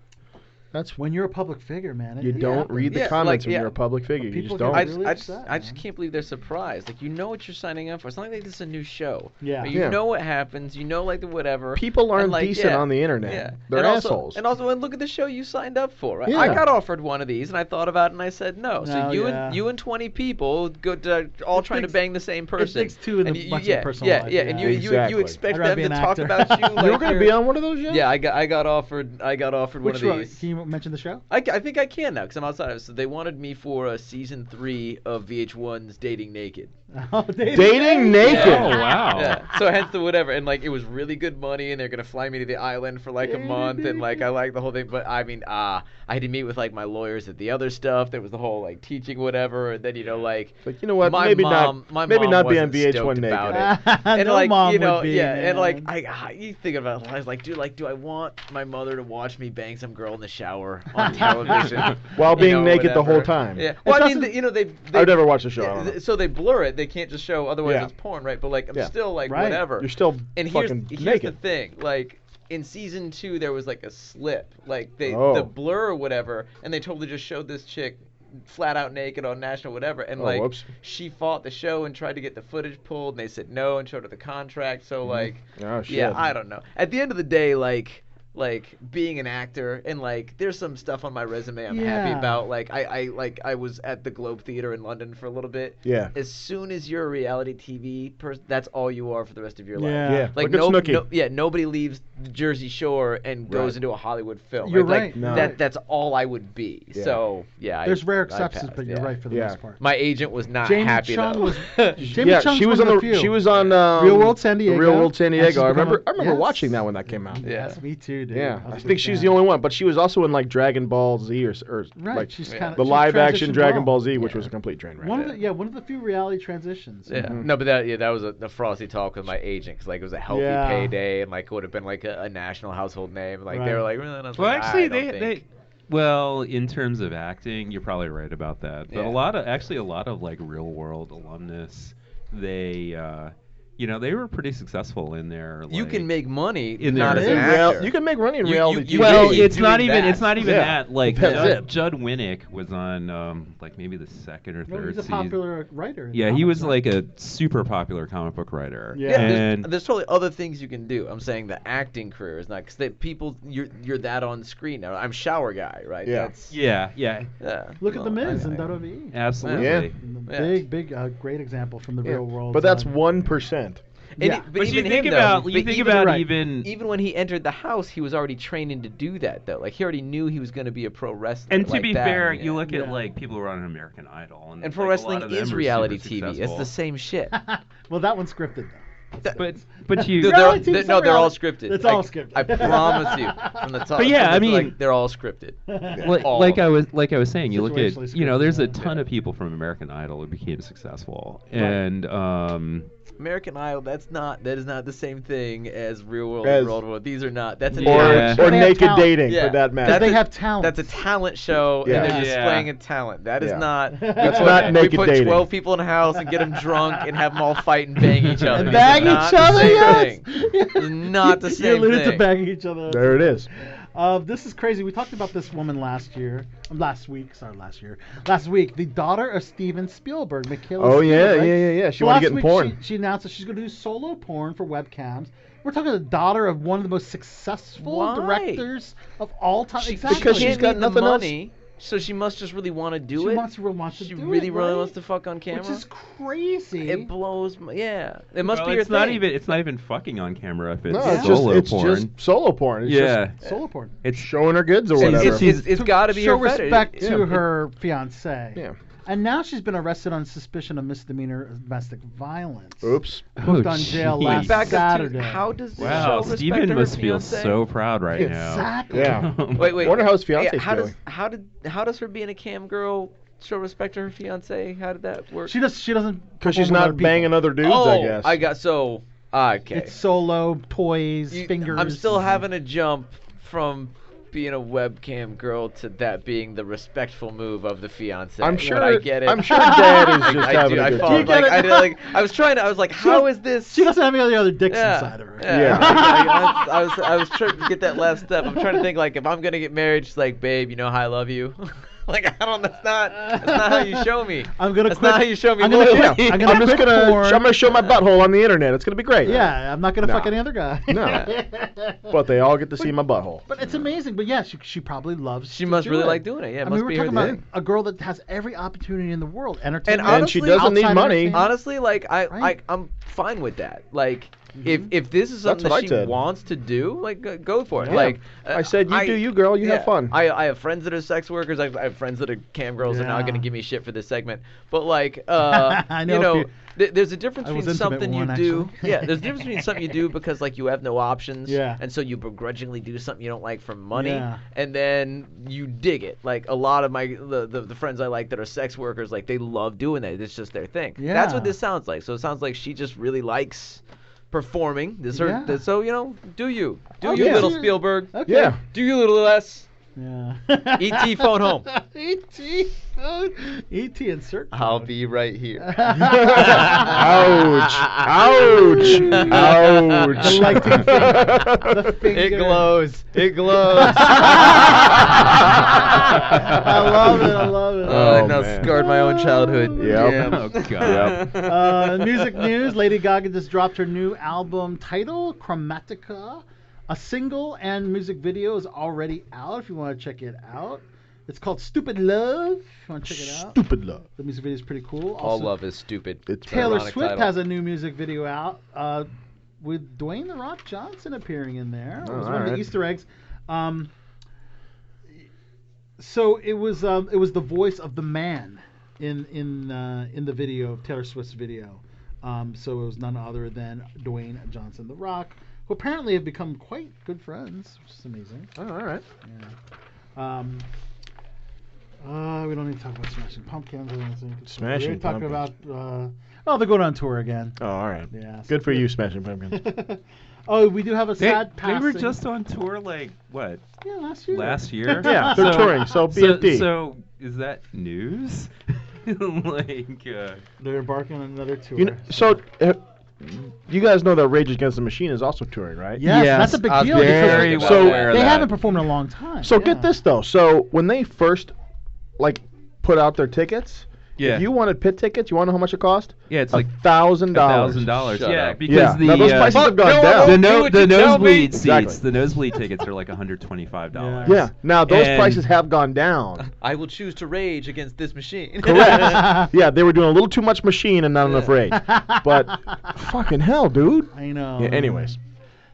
H: That's
F: when you're a public figure, man.
H: You don't read the
I: Yeah,
H: comments
I: like,
H: when
I: yeah.
H: you're a public figure. You just
I: People
H: don't.
I: get really I just, I just, I just can't believe they're surprised. Like you know what you're signing up for. It's not like this is a new show.
H: Yeah.
I: But you
H: Yeah.
I: know what happens. You know like the whatever.
H: People
I: and,
H: aren't
I: like,
H: decent
I: yeah,
H: on the internet.
I: Yeah.
H: They're
I: and also-
H: assholes.
I: and also, and look at the show you signed up for. I- I
H: Yeah.
I: got offered one of these, and I thought about it, and I said no.
F: No,
I: so you
F: yeah.
I: and you and 20 people go to, all trying to bang the same person.
F: takes two in
I: and
F: the
I: you,
F: bunch of
I: yeah,
F: personal
I: yeah,
F: life,
I: Yeah, and
F: yeah.
I: you you,
F: Exactly.
I: you expect
F: I'd rather
I: them
F: be
I: to
F: an
I: talk
F: actor.
I: about you.
F: You were
I: like
F: gonna
I: you're-
F: be on one of those yet?
I: Yeah, I got I got offered I got offered
F: Which
I: one of
F: one?
I: these.
F: Can you mention the show?
I: I, ca- I think I can now because I'm outside of it. So they wanted me for uh, season three of VH1's Dating Naked.
F: Oh, dating, Oh,
I: Yeah.
G: wow.
I: Yeah. So hence the whatever, and like it was really good money, and they're gonna fly me to the island for like a month, and like I like the whole thing. But I mean, ah, I had to meet with like my lawyers at the other stuff. There was the whole like teaching whatever, and then you know like
H: like you know what?
I: My
H: Maybe not-
I: mom, My
H: maybe
I: mom
H: not be on
I: wasn't
H: VH1
I: stoked
H: naked.
I: About it. and
F: No
I: like
F: mom
I: you
F: would
I: know
F: be,
I: yeah, and like I, ah, you think about it, I was like, dude, like do I want my mother to watch me bang some girl in the shower on television
H: While
I: You
H: being
I: know,
H: naked the whole
I: whatever.
H: time.
I: Yeah.
H: It
I: Well, I mean,
H: doesn't-
I: the- you know they. they
H: I've never watched the show. I
I: yeah,
H: don't know.
I: th- so they blur it. They can't just show. Otherwise,
H: Yeah.
I: it's porn, right? But like, I'm
H: Yeah.
I: still like
H: Right.
I: whatever.
H: You're still
I: and
H: fucking
I: here's, here's
H: naked.
I: the thing, like. In season two, there was like a slip, like they
H: Oh.
I: the blur or whatever, and they totally just showed this chick flat out naked on national whatever, and
H: Oh,
I: like
H: whoops.
I: she fought the show and tried to get the footage pulled, and they said no and showed her the contract. So like,
H: Oh,
I: yeah,
H: shit.
I: I don't know. At the end of the day, like like being an actor and like there's some stuff on my resume I'm happy
H: Yeah.
I: about. Like I, I like I was at the Globe Theater in London for a little bit.
H: Yeah.
I: As soon as you're a reality TV person, that's all you are for the rest of your life.
H: Yeah. Yeah.
I: Like
H: Look at
I: no,
H: Snooki.
I: no- yeah, nobody leaves Jersey Shore and goes
H: Right.
I: into a Hollywood film.
F: You're
I: Like,
F: right. No.
I: That that's all I would be.
F: Yeah.
I: So yeah. I-
F: There's rare
I: I
F: exceptions,
I: passed,
F: but you're
I: yeah.
F: right for the most part.
I: My agent was not
F: Jamie
I: happy
F: Chung
I: though.
F: was- Jamie
H: yeah,
F: Chung's
H: she was
F: one
H: on
F: of
H: the.
F: the few.
H: She was on um,
F: Real World San
H: the
F: Diego,
H: Real World San
F: and she's
H: Diego. I
F: become
H: remember.
F: a-
H: I remember
F: yes.
H: watching that when that came out.
F: Yes, me too, dude.
H: Yeah,
F: was
H: I
F: a
H: think
F: big
H: she's
F: fan.
H: the only one, but she was also in like Dragon Ball Z or, s- or
F: Right,
H: like
F: she's kinda-
H: the
F: she
H: live action
F: transitioned
H: Dragon
F: well.
H: Ball Z, which was a complete drain wreck.
F: One of the yeah, one of the few reality transitions.
I: Yeah.
H: Mm-hmm.
I: No, but that yeah, that was a, a frosty talk with my agent because like it was a healthy
F: Yeah.
I: payday and like it would have been like a, a national household name. Like they were like, really? and I was
G: well,
I: like,
G: actually,
I: I don't
G: they, they
I: think.
G: well, in terms of acting, you're probably right about that. But
I: Yeah.
G: a lot of actually a lot of like real world alumnus, they uh, you know they were pretty successful in their. Like,
I: you can make money
G: in
I: not
G: their
I: as an
G: real-
I: actor.
H: you can make money in
I: You- you-
H: reality.
I: you
H: TV.
G: well,
I: really
G: it's not
I: doing
G: even
I: that.
G: it's not even
H: Yeah.
G: that. Like uh,
H: That's
G: Judd,
H: it.
G: Judd Winnick was on um, like maybe the second or
F: Well,
G: third
F: he's a
G: season.
F: popular writer.
G: Yeah, he was like a super popular comic book writer.
I: Yeah, there's,
G: and
I: there's totally other things you can do. I'm saying the acting career is not because that people you're you're that on screen now. I'm shower guy, right?
G: Yeah.
I: That's,
G: Yeah, yeah.
I: yeah.
F: Look at the
I: Well, I-
F: Miz in
I: I-
F: WWE.
G: Absolutely.
H: Yeah.
I: Yeah.
F: Big, big, uh, great example from the
H: Yeah.
F: real world.
H: But that's
F: uh,
H: one percent.
I: And
F: Yeah.
I: e-
F: But you
I: even
F: think
I: him,
F: about-
I: though,
F: you
I: but
F: think about Right.
G: even
I: even when he entered the house, he was already training to do that though. Like he already knew he was going to be a pro wrestler.
G: And to
I: like
G: be
I: that,
G: fair,
I: yeah.
G: you look at like people who are on American Idol, and,
I: And pro
G: like, a
I: wrestling
G: lot of them are
I: is
G: super
I: reality TV. It's
G: successful.
I: the same shit.
F: well, that one's scripted. though. That's
G: But
F: good.
G: but you
I: They're- they're-
F: Reality
I: they're-
F: TV
I: no, they're all
F: reality.
I: scripted.
F: It's
I: I-
F: all scripted.
I: I promise you, from the top.
G: But yeah, I
I: it's like,
G: mean-
I: they're all scripted.
G: Like,
I: All
G: like
I: of
G: I
I: them.
G: was like I was saying, you look
I: Situationally
G: at you know,
I: scripted,
G: there's
I: yeah.
G: a ton of people from American Idol who became successful, and um,
I: American Idol. That's not. That is not the same thing as Real World.
G: As-
I: and World War. These are not. That's an
G: Or-
I: art.
G: or They
H: have naked talent. dating, for that matter.
I: That's
H: They
I: a-
H: have
F: talent.
I: That's a talent show,
H: Yeah.
I: and they're
H: Yeah.
I: displaying a talent. That is
H: Yeah.
I: not. we
H: That's
I: put-
H: not naked
I: We put
H: dating.
I: twelve people in a house and get them drunk and have them all fight and bang each other.
F: And
I: These are
F: bang
I: not
F: each
I: the
F: other,
I: same
F: yes.
I: thing. This is Not the
F: You
I: same
F: alluded
I: thing.
F: to banging each other.
H: There it is.
F: of this is crazy. We talked about this woman last year, um, last week. Sorry, last year, last week. The daughter of Steven Spielberg, Michaela.
H: Oh, yeah,
F: Spielberg.
H: yeah, yeah, yeah. She
F: So
H: wanted to
F: last
H: get in
F: week
H: porn.
F: She, she announced that she's going to do solo porn for webcams. We're talking the daughter of one of the most successful
I: Why?
F: directors of all time. exactly.
I: can't need the money, so she must just really want to do
F: She
I: it.
F: wants to really wants to
I: She
F: do it,
I: really, really
F: right?
I: wants to fuck on camera.
F: Which is crazy.
I: It blows. My, yeah, it must
G: Well,
I: be her
G: it's not
I: thing.
G: even it's not even fucking on camera if it's
H: No, it's just
G: solo
H: it's
G: porn.
H: just solo porn. It's
G: yeah,
H: just
F: solo porn.
G: it's
H: showing her goods or
G: It's-
H: whatever.
G: it's- it's- it's
I: gotta be
F: show
I: her fetish.
F: respect to
I: Yeah.
F: her fiance.
H: Yeah.
F: And now she's been arrested on suspicion of misdemeanor domestic violence.
H: Oops.
I: Oh,
F: Booked on jail last
I: Back up to-
F: Saturday.
I: how does this
G: Wow,
I: show
G: Steven
I: respect to her
G: must feel
I: fiancé?
G: so proud right
F: Exactly.
G: now.
I: Wait, wait.
H: Wonder how his fiance's
I: how does
H: feeling.
I: how did how does her being a cam girl show respect to her fiance? How did that work?
F: She does. She doesn't.
H: Because she's not banging other dudes, I
I: oh,
H: guess.
I: I got so ah, okay.
F: It's solo toys, fingers.
I: I'm still having a jump from being a webcam girl to that being the respectful move of the fiance.
H: I'm
I: But
H: sure-
I: I get it.
H: I'm sure Dad is
I: I-
H: just
I: I
H: having
I: do,
H: a
I: I
H: good
I: felt
H: time. You get
I: Like, I,
H: it?
I: did, like, I was trying to. I was like, how is this?
F: She doesn't have any other dicks
I: Yeah.
F: inside of her.
I: Yeah.
H: Yeah.
I: I, I was, I was trying to get that last step. I'm trying to think like if I'm gonna get married, she's like, babe, you know how I love you. like I don't. That's not. That's not how you show me.
F: I'm gonna
I: That's
F: quit.
I: not how you show me.
F: I'm gonna
I: loyalty.
F: quit. I'm gonna
H: I'm just
F: quit
H: gonna
F: porn.
H: I'm gonna show my butthole on the internet. It's gonna be great.
F: Yeah, I'm not gonna fuck
H: Nah.
F: any other guy.
H: No. But they all get to see my butthole.
F: But it's amazing. But yeah, she, she probably loves.
I: She
F: to
I: must
F: do
I: really
F: it.
I: like doing it. Yeah, it
F: I
I: must
F: mean, we're
I: be her
F: talking about
I: thing.
F: a girl that has every opportunity in the world,
I: and,
F: entertainment,
I: honestly,
F: outside entertainment.
I: Honestly, like I, I, I'm fine with that. Like, if if this is
H: That's
I: something
H: what
I: that
H: I
I: she
H: did.
I: wants to do, like go- go for it.
H: Yeah.
I: Like uh,
H: I said, you do you, girl. You have
I: yeah.
H: fun.
I: I, I have friends that are sex workers. I, I have friends that are cam girls. They're not
F: Yeah.
I: gonna give me shit for this segment. But like, uh,
F: I
I: you
F: know a
I: know,
F: few-
I: th- there's a difference
F: I was
I: between
F: intimate with
I: something you
F: one,
I: do.
F: actually.
I: yeah, there's a difference between something you do because like you have no options.
F: Yeah.
I: And so you begrudgingly do something you don't like for money.
F: Yeah.
I: And then you dig it. Like a lot of my the, the the friends I like that are sex workers, like they love doing that. It's just their thing. That's
F: Yeah.
I: what this sounds like. So it sounds like she just really likes performing. This her,
F: Yeah.
I: this- so you know, do you. Do
F: Oh,
I: you
F: yeah.
I: little
F: Sure.
I: Spielberg.
F: Okay.
H: Yeah.
I: Do you little less.
F: Yeah.
I: E.T. E phone home.
F: E.T. E phone.
H: E
F: E.T. insert.
I: I'll be right here.
H: Ouch! Ouch! Ouch!
F: The lighting thing. The finger.
I: It glows. It glows.
F: I love it. I love it.
I: Oh,
H: Oh,
I: now
H: man.
I: scarred my own childhood.
H: Yep.
I: Yeah.
G: Oh god.
F: uh, music news Lady Gaga just dropped her new album title, Chromatica. A single and music video is already out if you want to check it out. It's called Stupid Love. If you want to check it out,
H: Stupid love.
F: the music video is pretty cool.
I: All
F: Also,
I: love is stupid.
H: It's
F: Taylor
I: Ironic
F: Swift
I: title.
F: has a new music video out uh, with Dwayne The Rock Johnson appearing in there. it
H: Oh,
F: was one of
H: alright.
F: the Easter eggs. Um, so it was um, it was the voice of the man in in uh, in the video Taylor Swift's video. Um, so it was none other than Dwayne Johnson The Rock, who apparently have become quite good friends, which is amazing.
H: Oh, all right.
F: Um, uh, we don't need to talk about Smashing Pumpkins. I don't think.
H: Smashing
F: We're talking about.
H: Pumpkins.
F: Uh, oh, they're going on tour again.
H: Oh, all right.
F: Yeah. so-
H: Good for you, Smashing Pumpkins.
F: oh, we do have a
G: They,
F: sad
G: they
F: passing.
G: were just on tour like what
F: yeah, last year.
G: last year?
H: Yeah, they're touring, so BFD.
G: So is that news? like uh,
F: They're embarking on another tour.
H: You know, so, uh, you guys know that Rage Against the Machine is also touring, right?
F: yes,
G: Yes,
F: that's a big
G: I was
F: deal.
G: very
F: because
H: well
F: they-
H: aware
G: of
F: they
G: that.
F: haven't performed in a long time.
H: So
F: yeah.
H: get this though. So when they first, like, put out their tickets,
G: Yeah.
H: if you wanted pit tickets, you want to know how much it cost?
G: yeah, it's like
H: thousand dollars.
G: thousand dollars.
I: Shut
G: Yeah,
I: up.
G: because
H: Yeah.
G: the
H: Now those
G: uh,
H: prices have gone
I: Fuck no, I
H: down.
I: won't
G: the,
I: do
G: no,
I: what
G: the
I: you tell me.
G: nosebleed
H: Exactly.
G: seats, the nosebleed tickets are like hundred twenty-five dollars.
H: Yeah. Now those
G: And-
H: prices have gone down.
I: I will choose to rage against this machine.
H: Correct. yeah, they were doing a little too much machine and not enough rage. But fucking hell, dude.
F: I know.
H: Yeah, anyways.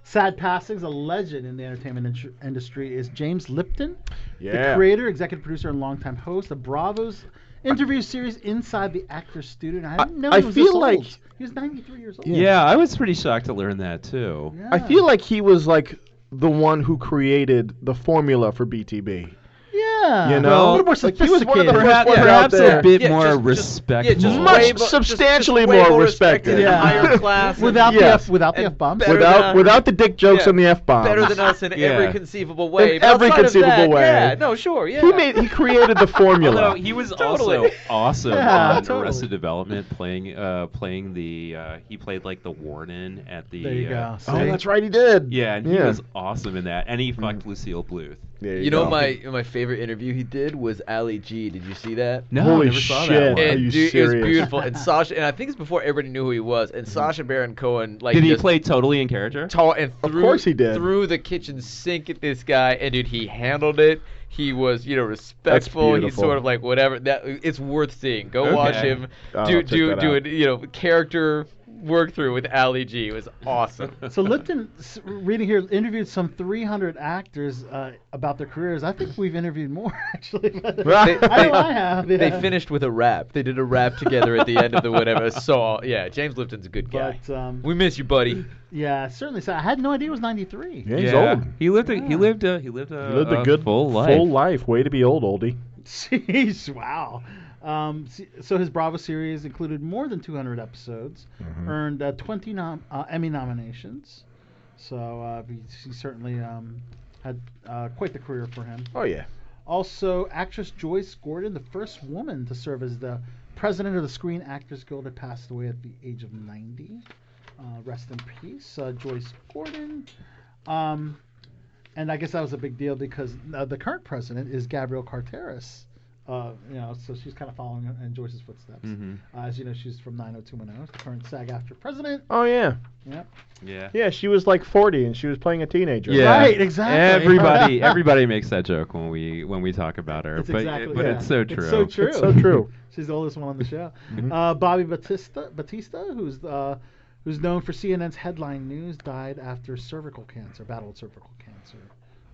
F: Sad passings. A legend in the entertainment in- industry is James Lipton,
H: Yeah.
F: the creator, executive producer, and longtime host of Bravo's interview series Inside the Actor's Studio. And I didn't know
H: I
F: he was this
H: feel like-
F: old. he was 93 years old.
G: Yeah, I was pretty shocked to learn that too.
H: I
F: Yeah.
H: feel like he was like the one who created the formula for BTB.
F: Yeah, Yeah.
H: You know,
G: Well,
H: a little more
G: like, he was one of
H: sophisticated.
G: the
H: Perhaps-
G: first ones
H: perhaps
G: out there.
H: a bit
G: Yeah,
H: more
G: just- just- yeah, just
H: respectable.
G: way
H: much
G: more- just-
H: substantially
G: just way
H: more
G: more
H: respected.
G: respected. Yeah. Higher
I: class and-
F: Without the
I: Yeah.
F: F, without the
I: And
F: F bombs.
I: better
H: Without-
I: than-
H: without the dick jokes and the F-bombs.
I: Better than us in
H: Yeah.
I: every conceivable way.
H: In
I: but
H: every
I: outside of
H: conceivable
I: that,
H: way.
I: Yeah, no, sure, yeah.
H: He made he created the formula.
G: Although he was also awesome
H: Yeah,
G: on
H: totally.
G: Arrested Development, playing uh, playing the uh, he played like the warden at the.
H: There you
G: uh,
H: go. Oh, that's right, he did.
G: Yeah, and he
H: Yeah. Hmm.
G: was awesome in that, and he fucked Lucille Bluth.
C: You, know my my favorite interview he did was Ali G. Did you see that?
G: No, I Holy never
H: saw that shit, one. are
C: And
H: you
C: dude, It
H: serious?
C: was beautiful. And Sasha and I think it's before everybody knew who he was. And Sasha Baron Cohen like
G: Did he
C: just
G: play totally in character?
C: tall and threw,
G: course he did.
C: threw the kitchen sink at this guy and dude he handled it. He was, you know, respectful. He's
I: beautiful.
C: sort of like whatever. That it's worth seeing. Go
I: Okay.
C: watch him.
I: I'll
C: Do
I: check
C: do
I: that
C: do
I: out.
C: it. You know, character work through with Ali G. It was awesome.
F: So Lipton, s- reading here, interviewed some 300 actors uh, about their careers. I think we've interviewed more actually. but I know I have. Yeah.
C: They finished with a rap. They did a rap together at the end of the whatever. So yeah, James Lipton's a good guy.
F: But, um,
C: we miss you, buddy.
F: Yeah, certainly. So I had no idea it was 93.
G: Yeah. He lived. A, he
F: Yeah.
G: lived. A, he lived. A,
H: He lived a good
G: Uh, full life.
H: Full life. Way to be old, oldie.
F: Jeez, wow. Um, s- so his Bravo series included more than 200 episodes,
H: Mm-hmm.
F: earned uh, 20 nom- uh, Emmy nominations. So uh, he, he certainly um, had uh, quite the career for him.
H: Oh yeah.
F: Also, actress Joyce Gordon, the first woman to serve as the president of the Screen Actors Guild, had passed away at the age of 90. Uh, rest in peace, uh, Joyce Gordon. Um, and I guess that was a big deal because uh, the current president is Gabrielle Carteris. Uh, you know, so she's kind of following in- in Joyce's footsteps.
H: Mhm.
F: Uh, as you know, she's from 90210, oh, the current SAG-AFTRA president.
H: Oh yeah.
F: Yep.
G: Yeah.
H: Yeah, she was like 40 and she was playing a teenager.
G: Yeah. Everybody,
H: everybody.
G: everybody makes that joke when we when we talk about her.
F: It's
G: but
F: exactly
G: but
F: yeah.
G: it's so true.
F: It's so true.
H: true. Mm-hmm.
F: She's the oldest one on the show.
G: Mhm.
F: Uh, Bobby Batista, Batista, who's uh, who's known for CNN's headline news, died after cervical cancer, battled cervical cancer.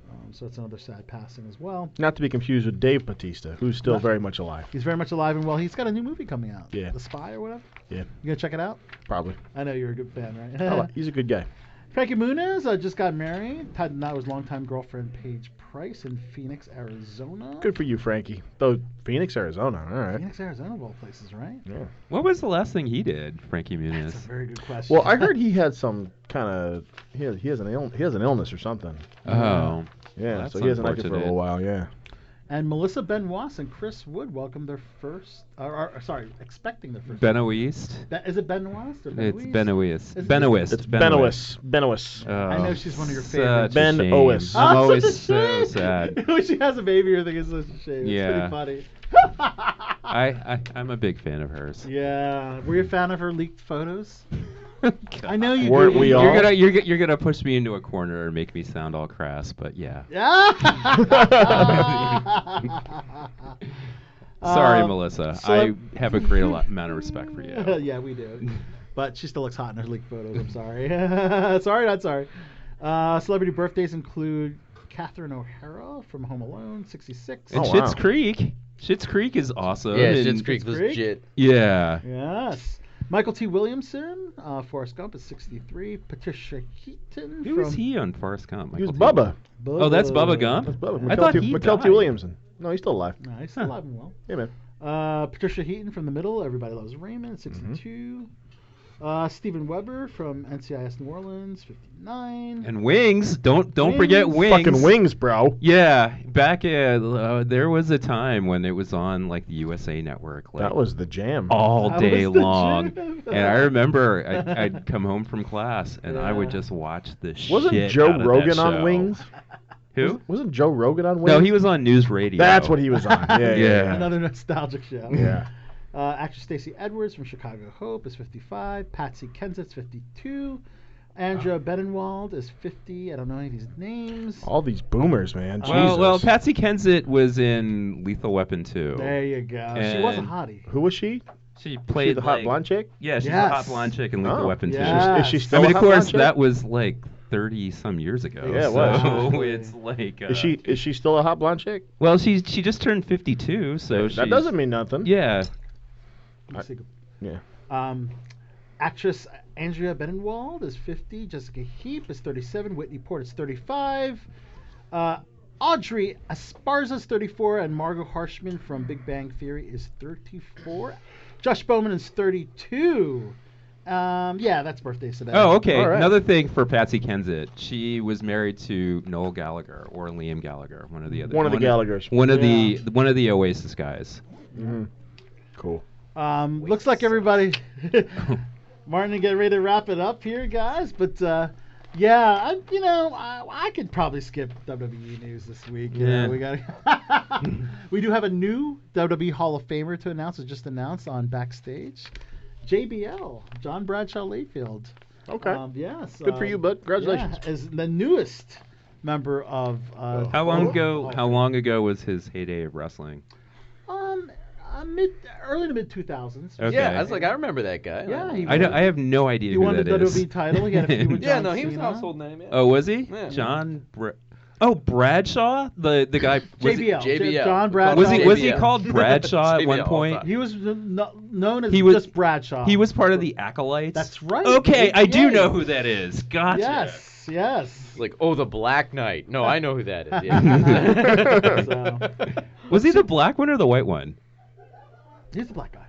F: Um, so that's another sad passing as well.
H: Not to be confused with Dave Batista, who's still
F: Not-
H: very much alive.
F: He's very much alive and well. He's got a new movie coming out.
H: Yeah.
F: The Spy or whatever.
H: Yeah.
F: You gonna check it out?
H: Probably.
F: I know you're a good fan, right?
H: Oh, I like- He's a good guy.
F: Frankie Muniz uh, just got married. Had that was longtime girlfriend Paige Price in Phoenix, Arizona.
H: Good for you, Frankie. Though Phoenix, Arizona. All right.
F: Phoenix, Arizona, of all places, right?
H: Yeah.
G: What was the last thing he did, Frankie Muniz?
F: That's a very good question.
H: Well, I heard he had some kind of he has, he has an Ill, he has an illness or something.
G: Oh. Well,
H: Yeah.
G: that's
H: so he hasn't acted for a little
G: unfortunate.
H: while. Yeah.
F: And Melissa Benoist and Chris Wood welcome their first, or, or- sorry, expecting their first.
G: Benoist.
F: Be- is it Benoist or
G: It's
F: Benoist?
G: Benoist.
F: Is it-
G: Benoist.
H: It's Benoist. Benoist.
F: I know she's one of your
G: Oh. such
F: favorites.
G: a
H: Ben
G: shame.
H: Owis.
G: I'm
F: Oh, such a
G: always so
F: shame.
G: sad.
F: when she has a baby, I think it's such a shame.
G: Yeah.
F: It's pretty funny.
G: I, I I'm a big fan of hers.
F: Yeah. Were you a fan of her leaked photos? I know you
G: Weren't
F: do.
G: we
F: You-
G: all? You're gonna you're, g- you're gonna push me into a corner and make me sound all crass, but yeah. Sorry,
F: Um,
G: Melissa.
F: celeb-
G: I have a great al- amount of respect for you.
F: yeah, we do. But she still looks hot in her leaked photos. I'm sorry. sorry, not sorry. Uh, celebrity birthdays include Catherine O'Hara from Home Alone, 66.
G: And Schitt's Creek. Schitt's Creek is awesome.
C: Oh, Yeah,
G: and-
C: Schitt's Creek was
F: Creek?
C: legit.
G: Yeah.
F: Yes. Michael T. Williamson, uh, Forrest Gump is 63. Patricia Keaton.
G: Who
F: from
G: was he on Forrest Gump?
H: He was
G: Michael T.
H: Bubba.
G: Oh, that's Bubba Gump.
H: That's Bubba.
G: I thought
H: McKelty-
G: he
H: McKelty
G: died.
H: Williamson. No, he's still alive.
F: No, he's still alive and well.
H: Hey man.
F: Uh, Patricia Heaton from The Middle, Everybody Loves Raymond, 62.
H: Mm-hmm.
F: Uh, Stephen Weber from NCIS New Orleans, 59.
G: And Wings. Don't don't forget
F: Wings.
G: Wings.
H: Fucking Wings, bro.
G: Yeah, back at uh, there was a time when it was on like the USA Network. Like,
H: That was the jam.
G: all
H: That
G: day
H: was the
G: long.
H: jam.
G: And I remember I'd, I'd come home from class and I would
H: Yeah.
G: just watch the shit.
H: oh, Wasn't
G: out
H: Joe
G: of that
H: Rogan on
G: show.
H: Wings?
G: Who?
H: Wasn't Joe Rogan on Wings?
G: No, he was on News Radio.
H: That's what he was on. Yeah. yeah, yeah.
F: Another nostalgic show.
H: Yeah.
F: Uh, actress Stacey Edwards from Chicago Hope is 55. Patsy Kensett's 52. Andrea Bedenwald is 50. I don't know any of these names.
H: All these boomers, man.
G: Well,
H: Jesus.
G: well, Patsy Kensit was in Lethal Weapon 2.
F: There you go. she was a hottie.
H: Who was she?
G: She played
H: the hot
G: like-
H: blonde chick.
G: Yeah, she's a hot
F: Yes.
G: blonde chick in Lethal
H: Oh.
G: Weapon 2.
H: Yes. Is she- is she still
G: I
H: a
G: mean, of
H: hot blonde
G: course,
H: chick?
G: that was like 30 some years ago.
H: Yeah, it was.
G: so it's like. Uh,
H: Is she is she still a hot blonde chick?
G: Well, she's she just turned 52, so
H: That
G: she's-
H: doesn't mean nothing.
G: Yeah.
F: Let's see.
H: Yeah.
F: Um, actress Andrea Bedenwald is 50. Jessica Heap is 37. Whitney Port is 35. Uh, Audrey Asparza's 34 and Margot Harshman from Big Bang Theory is 34. Josh Bowman is 32. Um, yeah, that's birthdays today.
G: Oh, okay.
F: All right.
G: Another thing for Patsy Kensit. She was married to Noel Gallagher or Liam Gallagher, one of the other.
H: One of the Gallaghers.
G: One of
H: Yeah.
G: the one of the Oasis guys.
H: Mhm. Cool.
F: Um, looks like everybody. Martin, get ready to wrap it up here, guys. But uh, yeah, I, you know, I, I could probably skip WWE news this week. You
H: Yeah.
F: know, we got. we do have a new WWE Hall of Famer to announce. It just announced on backstage. JBL, John Bradshaw Layfield.
H: Okay.
F: Um, yes.
H: Good for
F: um,
H: you, bud. Congratulations.
F: Yeah, is the newest member of. Uh,
G: How long
H: Oh.
F: Hall-
G: ago?
F: Hall-
G: How long ago was his heyday of wrestling?
F: Um, uh, mid, early to mid 2000s.
G: Okay. Yeah, I was like, I
I: remember that guy.
F: Yeah, he
G: I, don't,
F: was.
G: I have no idea
F: He
G: who
F: won the
G: that is.
F: WWE title. He had a feud with
I: Yeah,
F: John
I: no, he was an
F: Cena.
I: household name. Yeah.
G: Oh, was he?
I: Yeah.
G: John. Br- oh, Bradshaw, the the guy. was he-
F: JBL. J- John Bradshaw.
G: Was he was he called Bradshaw at one point?
F: He was kn- known as
G: He was-
F: just Bradshaw.
G: He was part of the acolytes.
F: That's right.
G: Okay, I do
F: AKA.
G: know who that is. Gotcha.
F: Yes, yes.
I: Like, oh, the Black Knight. No, I know who that is.
F: So,
I: Yeah.
G: Was he the black one or the white one?
F: he's the black guy.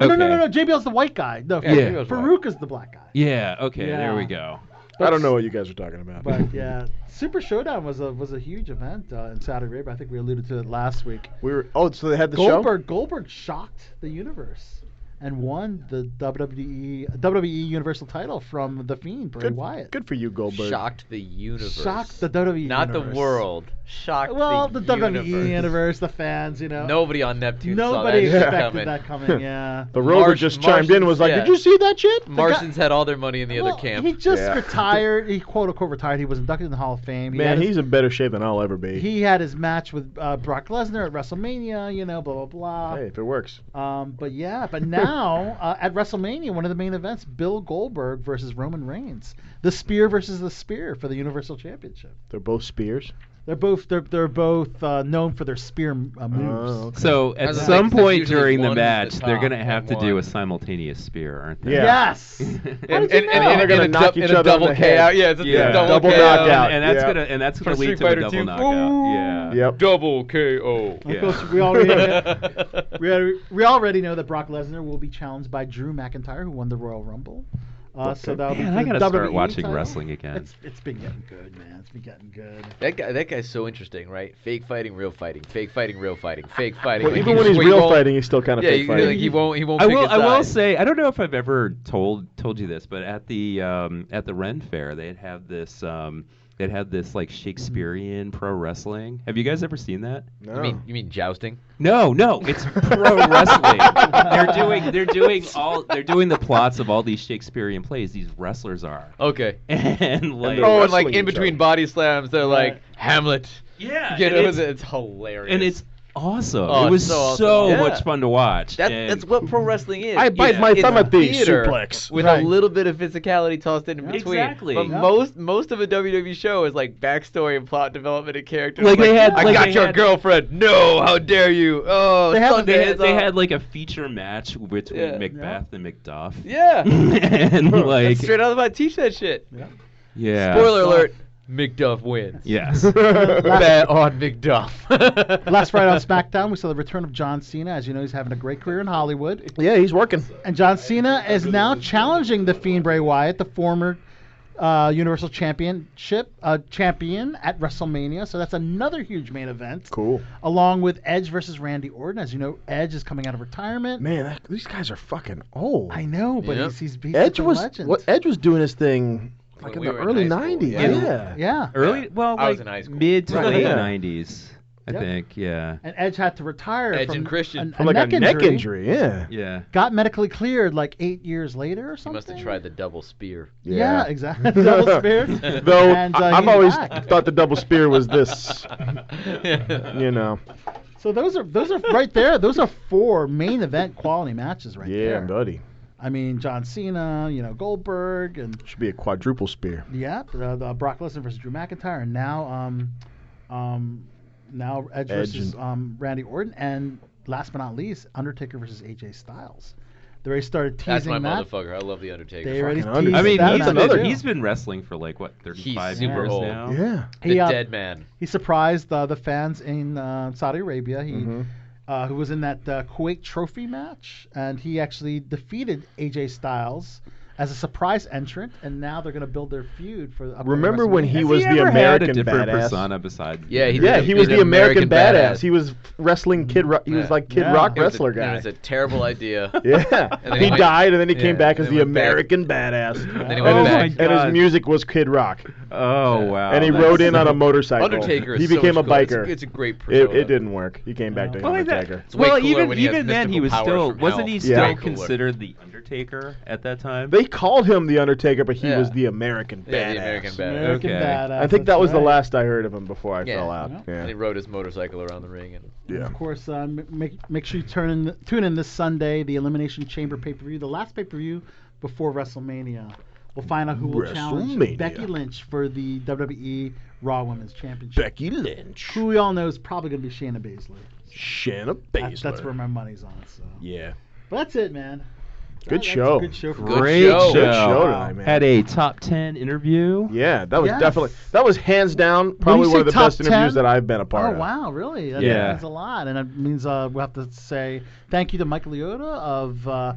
F: No, No, no, no, no. JBL's the white guy. No,
G: Yeah. Yeah.
F: Farouk is the black guy.
G: Yeah. Okay. There we
F: Yeah.
G: go.
H: I don't know what you guys are talking about.
F: But yeah, Super Showdown was a was a huge event uh, in Saudi Arabia. I think we alluded to it last week.
H: we were. Oh, so they had the
F: Goldberg Goldberg shocked the universe and won the E, WWE WWE Universal title from the Fiend
H: show.
F: Bray
H: Good,
F: Wyatt.
H: good for you, Goldberg.
I: Shocked the universe.
F: Shocked the WWE
I: Not
F: universe.
I: the world. Shocked
F: well,
I: the,
F: the, WWE
I: universe.
F: universe. the fans, you know.
I: Nobody on Neptune
F: Nobody
I: saw that shit
F: expected
I: coming.
F: that coming. Yeah.
H: The rover just chimed in. Was like,
I: yeah.
H: did you see that shit?
F: The
I: Martians had all their money in the
F: Well,
I: other camp.
F: He just retired. He quote unquote retired. He was inducted in the Hall of Fame. He had
H: Man,
F: his-
H: he's in better shape than I'll ever be.
F: he had his match with uh, Brock Lesnar at WrestleMania. You know, blah blah blah.
H: hey, if it works.
F: Um, but yeah, but now uh, at WrestleMania, one of the main events, Bill Goldberg versus Roman Reigns, the Spear versus the Spear for the Universal Championship.
H: They're both spears.
F: They're both they're, they're both uh, known for their spear uh, moves.
G: So at some point during the match, they're gonna have to do a simultaneous spear, aren't they?
F: Yes.
I: And, and,
F: know?
I: and,
F: They're
I: and,
F: gonna
I: a dou-
F: knock
I: and
F: each
I: a
F: other in
I: double
F: the head.
I: KO. Yeah, it's a
G: Yeah.
I: double,
G: Double
I: KO.
G: knockout, And that's yeah. gonna- and that's
I: For
G: gonna lead
I: Street
G: to a
I: Fighter
G: double
I: II.
G: knockout.
I: Ooh.
G: Yeah.
H: Yep.
I: Double KO.
F: Of course, we already, we, already, we already know that Brock Lesnar will be challenged by Drew McIntyre, who won the Royal Rumble. Uh, So that'll be
G: Man,
F: for
G: I
F: the E
G: gotta
F: WWE
G: start watching
F: title.
G: wrestling again.
F: It's, it's been getting good, man. It's been getting good.
I: That guy, that guy's so interesting, right? Fake fighting, real fighting, fake fighting, real fighting, fake fighting.
H: Well,
I: Like,
H: even when he's
I: well, he
H: real
I: won't-
H: fighting, he's still kinda
I: yeah,
H: fake
I: he-
H: fighting.
I: Like, he won't. He won't.
G: I
I: pick
G: will.
I: a
G: I will
I: side.
G: say. I don't know if I've ever told told you this, but at the um, at the Ren Fair, they'd have this. Um, they'd have this like Shakespearean pro wrestling. Have you guys ever seen that?
H: No.
I: You mean you mean jousting?
G: No, no, it's pro wrestling. they're doing they're doing all they're doing the plots of all these Shakespearean plays. These wrestlers are.
I: Okay.
G: And like
I: oh, and like in between body slams, they're like Hamlet.
G: Yeah,
I: you
G: and
I: know,
G: it's-
I: it's, it's hilarious.
G: and it's awesome.
I: Oh,
G: it
I: it's
G: was
I: so
G: so,
I: awesome. Yeah.
G: much fun to watch.
I: That,
G: and-
I: that's what pro wrestling is.
G: I bite my
I: it's
G: thumb at these
I: theater
G: suplex.
I: with
G: Right.
I: a little bit of physicality tossed in between.
G: Exactly.
I: But
G: Yeah.
I: most most of a WWE show is like backstory and plot development and character.
G: Like, they had-
I: I
G: like
I: got
G: they
I: your
G: had-
I: girlfriend. No, how dare you? Oh,
G: they had,
I: Sunday
G: they
I: is
G: had, they
I: off.
G: had like a feature match between
I: Yeah.
G: Macbeth and Macduff.
I: Yeah.
G: and like
I: That's straight out of my teach that shit.
G: yeah.
I: Spoiler alert. McDuff wins.
G: Yes.
I: Bet on McDuff.
F: Last Friday on SmackDown, we saw the return of John Cena. As you know, he's having a great career in Hollywood.
H: Yeah, he's working.
F: And John Cena is now challenging the Fiend Bray Wyatt, the former uh, Universal Championship uh, champion at WrestleMania. So that's another huge main event.
H: Cool.
F: Along with Edge versus Randy Orton. As you know, Edge is coming out of retirement.
H: Man, that, these guys are fucking old.
F: I know, but he's, he's, he's
H: Edge
F: such a
H: was
F: legend.
H: what Edge was doing his thing like in
I: we
H: the
I: were in
H: early
I: high school,
H: '90s.
I: yeah.
H: Yeah.
F: Yeah.
G: Early, well,
I: I was
G: like
I: in high school.
G: mid to
H: Right,
G: late
H: yeah.
G: '90s, I
F: Yep.
G: think. Yeah.
F: And Edge had to retire
I: Edge
F: from
I: and Christian.
F: an-
I: From like a
F: neck
I: neck
F: injury.
I: injury, yeah.
G: Yeah.
F: Got medically cleared like eight years later or something.
I: must have tried the double spear.
F: Yeah, exactly. Double spear.
H: Though
F: And, uh,
H: I- I've
F: he's
H: always
F: back.
H: thought the double spear was this. you know.
F: So those are those are right there. Those are four main event quality matches right
H: yeah,
F: there.
H: buddy.
F: I mean John Cena, you know Goldberg, and
H: Should be a quadruple spear.
F: yeah, uh, the Brock Lesnar versus Drew McIntyre, and now um, um, now Edge,
H: Edge
F: versus
H: and-
F: um Randy Orton, and last but not least, Undertaker versus AJ Styles. They already started teasing
I: That's my
F: that.
I: motherfucker. I love the Undertaker.
F: They already
I: Fucking
F: teased
G: I mean,
F: that
G: he's,
F: out
G: been-
F: too.
G: he's been wrestling for like what 35
I: super
G: years
I: old.
G: now. uh,
F: Yeah.
I: The dead man.
F: He surprised uh, the fans in uh, Saudi Arabia. He
H: Mm-hmm.
F: uh, who was in that uh, Kuwait Trophy match, and he actually defeated AJ Styles as a surprise entrant, and now they're going to build their feud for. the upcoming
H: Remember when
F: WrestleMania.
H: he was the
G: had a
H: American
G: different
H: badass?
G: persona besides-
I: Yeah, he
H: yeah,
I: did.
H: he was
I: He's
H: the
I: an
H: American,
I: American
H: badass.
I: badass.
H: He was wrestling
G: Mm-hmm.
H: Kid Rock. He was like Kid Rock
I: It was a-
H: wrestler guy.
I: It was a terrible idea.
H: Yeah,
I: And then
H: he
I: went-
H: died, and then he
I: yeah,
H: came back
I: and
H: as
I: then
H: the
I: went back.
H: American badass.
I: then he went
H: Oh
I: back.
H: my
I: And his
H: God. music was Kid Rock.
G: Oh wow!
H: and he
G: that's-
H: rode in on a motorcycle.
G: Undertaker is
H: He
G: so
H: became a
G: much cooler. It's-
H: biker.
G: it's a great
H: It,
G: persona.
H: it didn't work. He came back to
G: Well, that-
H: Undertaker.
G: well, even even then, he was still wasn't he still
H: Yeah.
G: considered the Undertaker at that time?
H: They called him the Undertaker, but he
G: Yeah.
H: was the American badass.
G: Yeah, the American badass. American
H: okay.
G: badass,
H: I think that
F: that's
H: was the
F: right.
H: last I heard of him before I
I: Yeah.
H: fell out.
I: And he rode his motorcycle around the ring and
F: And Of course, uh, m- make make sure you turn in, tune in this Sunday, the Elimination Chamber
H: Mm-hmm.
F: pay per view, the last pay per view before WrestleMania. We'll find out who will challenge
H: WrestleMania.
F: Becky Lynch for the WWE Raw Women's Championship.
H: Becky Lynch,
F: who we all know is probably going to be Shayna Baszler.
H: Shanna
F: That's,
H: Baszler.
F: that's where my money's on. So.
H: Yeah.
F: But that's it, man.
H: Good
F: That- that's a
H: show.
F: Good show. for
G: Great
F: us.
G: show.
H: Good show tonight, man.
G: Had a top ten interview.
H: Yeah, that was
F: Yes.
H: definitely that was hands down probably
F: you
H: one of
F: say
H: the best
F: top
H: interviews
F: 10?
H: that I've been a
F: Oh
H: part of.
F: wow, really? That
H: Yeah.
F: means a lot, and it means uh, we will have to say thank you to Mike Liotta of uh,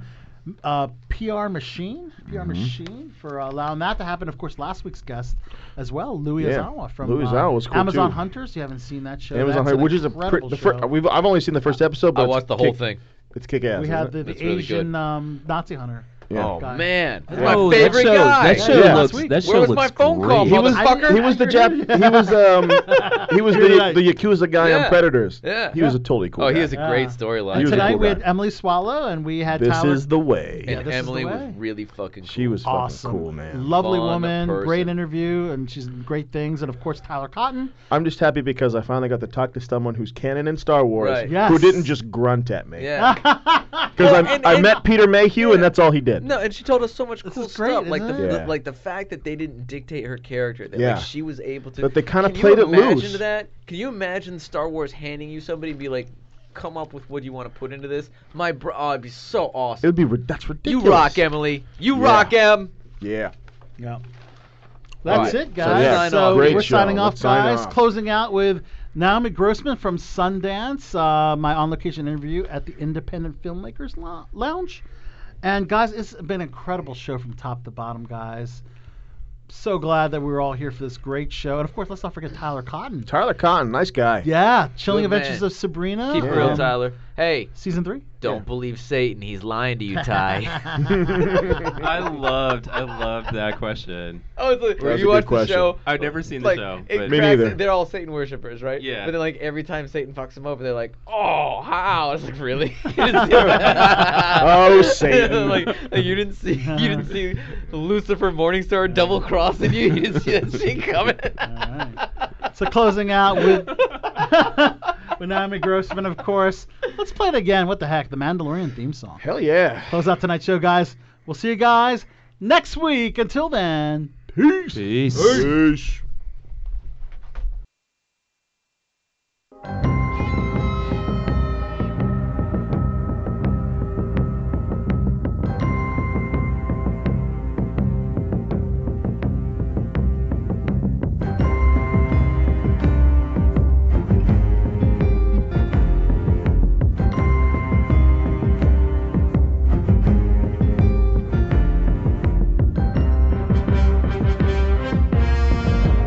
F: m- uh, PR Machine, PR
H: Mm-hmm.
F: Machine, for uh, allowing that to happen. Of course, last week's guest as well, Louis
H: Yeah.
F: Azawa from
H: Louis
F: uh,
H: Azawa was cool,
F: Amazon
H: too.
F: Hunters. You haven't seen that show?
H: Amazon,
F: That's
H: Hunt,
F: an
H: which is a
F: incredible
H: the oh, first,
F: show.
H: we've I've only seen the first episode. But
I: I
H: it's
I: watched the whole
H: kick-
I: thing.
H: It's kick ass.
F: we
H: isn't
F: had
H: it?
F: the, the
I: That's really good.
F: Asian um, Nazi hunter.
H: Yeah. Oh,
F: guy.
I: man, that's
F: Yeah.
I: my favorite
G: show-
I: guy.
G: that show Yeah. looks- that show
I: Where was my
G: looks
I: phone call,
G: great.
H: He was
I: motherfucker?
H: he was the Jap he was um he was
F: You're
H: the
F: right.
H: the yakuza guy
I: Yeah.
H: on Predators.
I: Yeah.
H: He was a totally cool.
I: Oh, he
H: guy.
I: is a great storyline.
H: He
F: And
H: was a
F: tonight
H: cool
F: we
H: guy.
F: had Emily Swallow, and we had
H: This
F: Tyler.
H: is the way.
F: Yeah,
I: And
F: this is the
I: Emily
F: way.
I: was really fucking.
H: She was fucking
F: awesome,
H: cool, man.
F: Lovely
I: Fun
F: woman,
I: person.
F: great interview, and she's in great things. And of course, Tyler Cotton.
H: I'm just happy because I finally got to talk to someone who's canon in Star Wars
I: Right.
H: who
F: Yes.
H: didn't just grunt at me.
I: Yeah.
H: Because
I: Well,
H: I
I: and-
H: I
I: and-
H: met Peter Mayhew and that's all he did.
I: No, and she told us so much cool
F: is great,
I: stuff, like the,
F: isn't
H: it?
I: the-
H: Yeah.
I: like the fact that they didn't dictate her character, that
H: Yeah.
I: like she was able to.
H: But they kinda
I: Can you
H: played it
I: imagine
H: loose.
I: That can you imagine Star Wars handing you somebody and be like, "Come up with what you want to put into this." My bro, oh, it'd be so
H: It
I: awesome.
H: would be ri- that's
I: you
H: ridiculous.
I: rock, Emily. You
H: Yeah.
I: rock, Em.
H: Yeah.
F: Yeah. That's
I: Right.
F: it,
I: So
F: guys.
I: yeah,
F: So,
H: great
F: we're
H: show.
F: signing off,
H: Let's sign
F: guys.
H: off.
F: Closing out with Naomi Grossman from Sundance, uh, my on location interview at the Independent Filmmakers Lou- Lounge. And, guys, it's been an incredible show from top to bottom, guys. So glad that we were all here for this great show. And, of course, let's not forget Tyler Cotton.
H: Tyler Cotton, nice guy.
F: Yeah, Chilling
I: Good man.
F: Adventures of Sabrina.
I: Keep it real,
F: um,
I: Tyler. Hey,
F: Season three.
I: don't believe Satan. He's lying to you, Ty.
G: I loved, I loved that question.
I: oh, it's like,
H: That was
I: you
H: a good
I: watch the
H: question.
I: show.
G: I've never seen the
I: Like,
G: show.
I: it
G: but-
H: Me
I: cracks-
H: neither.
I: They're all Satan worshippers, right?
G: Yeah.
I: But then, like, every time Satan fucks them over, they're like, oh, how? It's like, really? You didn't see that?
H: Oh, Satan.
I: like, like, you didn't see, you didn't see Lucifer Morningstar double crossing you? You didn't see that shit coming?
F: So closing out with with Naomi Grossman, of course. Let's play it again. What the heck? The Mandalorian theme song.
H: Hell yeah.
F: Close out tonight's show, guys. We'll see you guys next week. Until then, peace.
G: Peace.
H: Peace.
R: Thank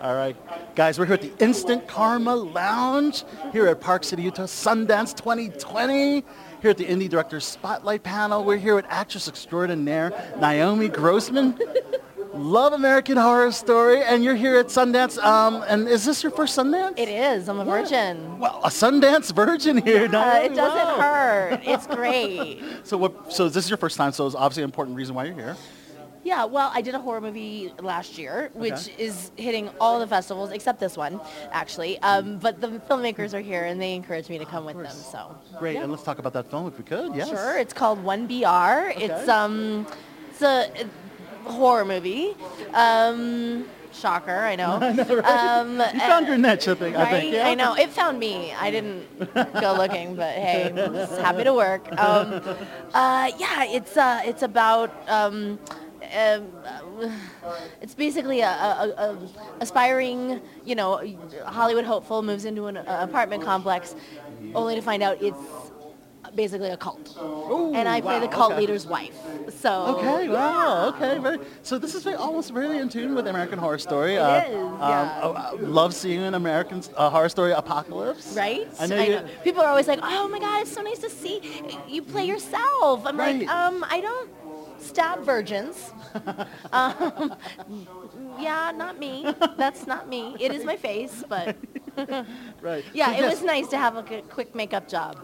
F: All right. Guys, we're here at the Instant Karma Lounge here at Park City, Utah, Sundance 2020. Here at the Indie Directors Spotlight Panel, we're here with actress extraordinaire Naomi Grossman. Love American Horror Story, and you're here at Sundance. Um, and is this your first Sundance?
S: It is. I'm a virgin.
F: Well, a Sundance virgin here,
S: Uh,
F: Naomi.
S: it doesn't
F: wow.
S: hurt. It's great.
F: So what? So this is your first time. So it's obviously an important reason why you're here.
S: Yeah, well, I did a horror movie last year, which
F: Okay.
S: is hitting all the festivals except this one, actually. Um, but the filmmakers are here, and they encouraged me to come with them. So
F: Great.
S: yeah.
F: And let's talk about that film if we could. Yes.
S: Sure. It's called One BR. It's um, it's a it- horror movie. Um, shocker, I know.
F: I know, right?
S: um,
F: you found your niche, I think.
S: Right?
F: I think. Yeah.
S: I know. It found me. I didn't go looking, but hey, I'm just happy to work. Um, uh, yeah, it's uh, it's about. Um, um, uh, it's basically a, a, a a aspiring, you know, Hollywood hopeful moves into an uh, apartment complex, only to find out it's basically a cult. and I play
F: wow,
S: the cult
F: okay.
S: leader's wife. So
F: Okay.
S: yeah.
F: Wow. Okay. Very. So this is very, almost really in tune with American Horror Story.
S: It
F: uh,
S: is,
F: um,
S: yeah.
F: oh, I love seeing an American uh, Horror Story apocalypse.
S: Right?
F: I know you-
S: People are always like, oh my God, it's so nice to see you play yourself. I'm
F: Right.
S: like, um, I don't stab virgins. um, yeah, not me. That's not me. It is my face, but
F: Right.
S: yeah,
F: So
S: it
F: yes,
S: was nice to have a good, quick makeup job.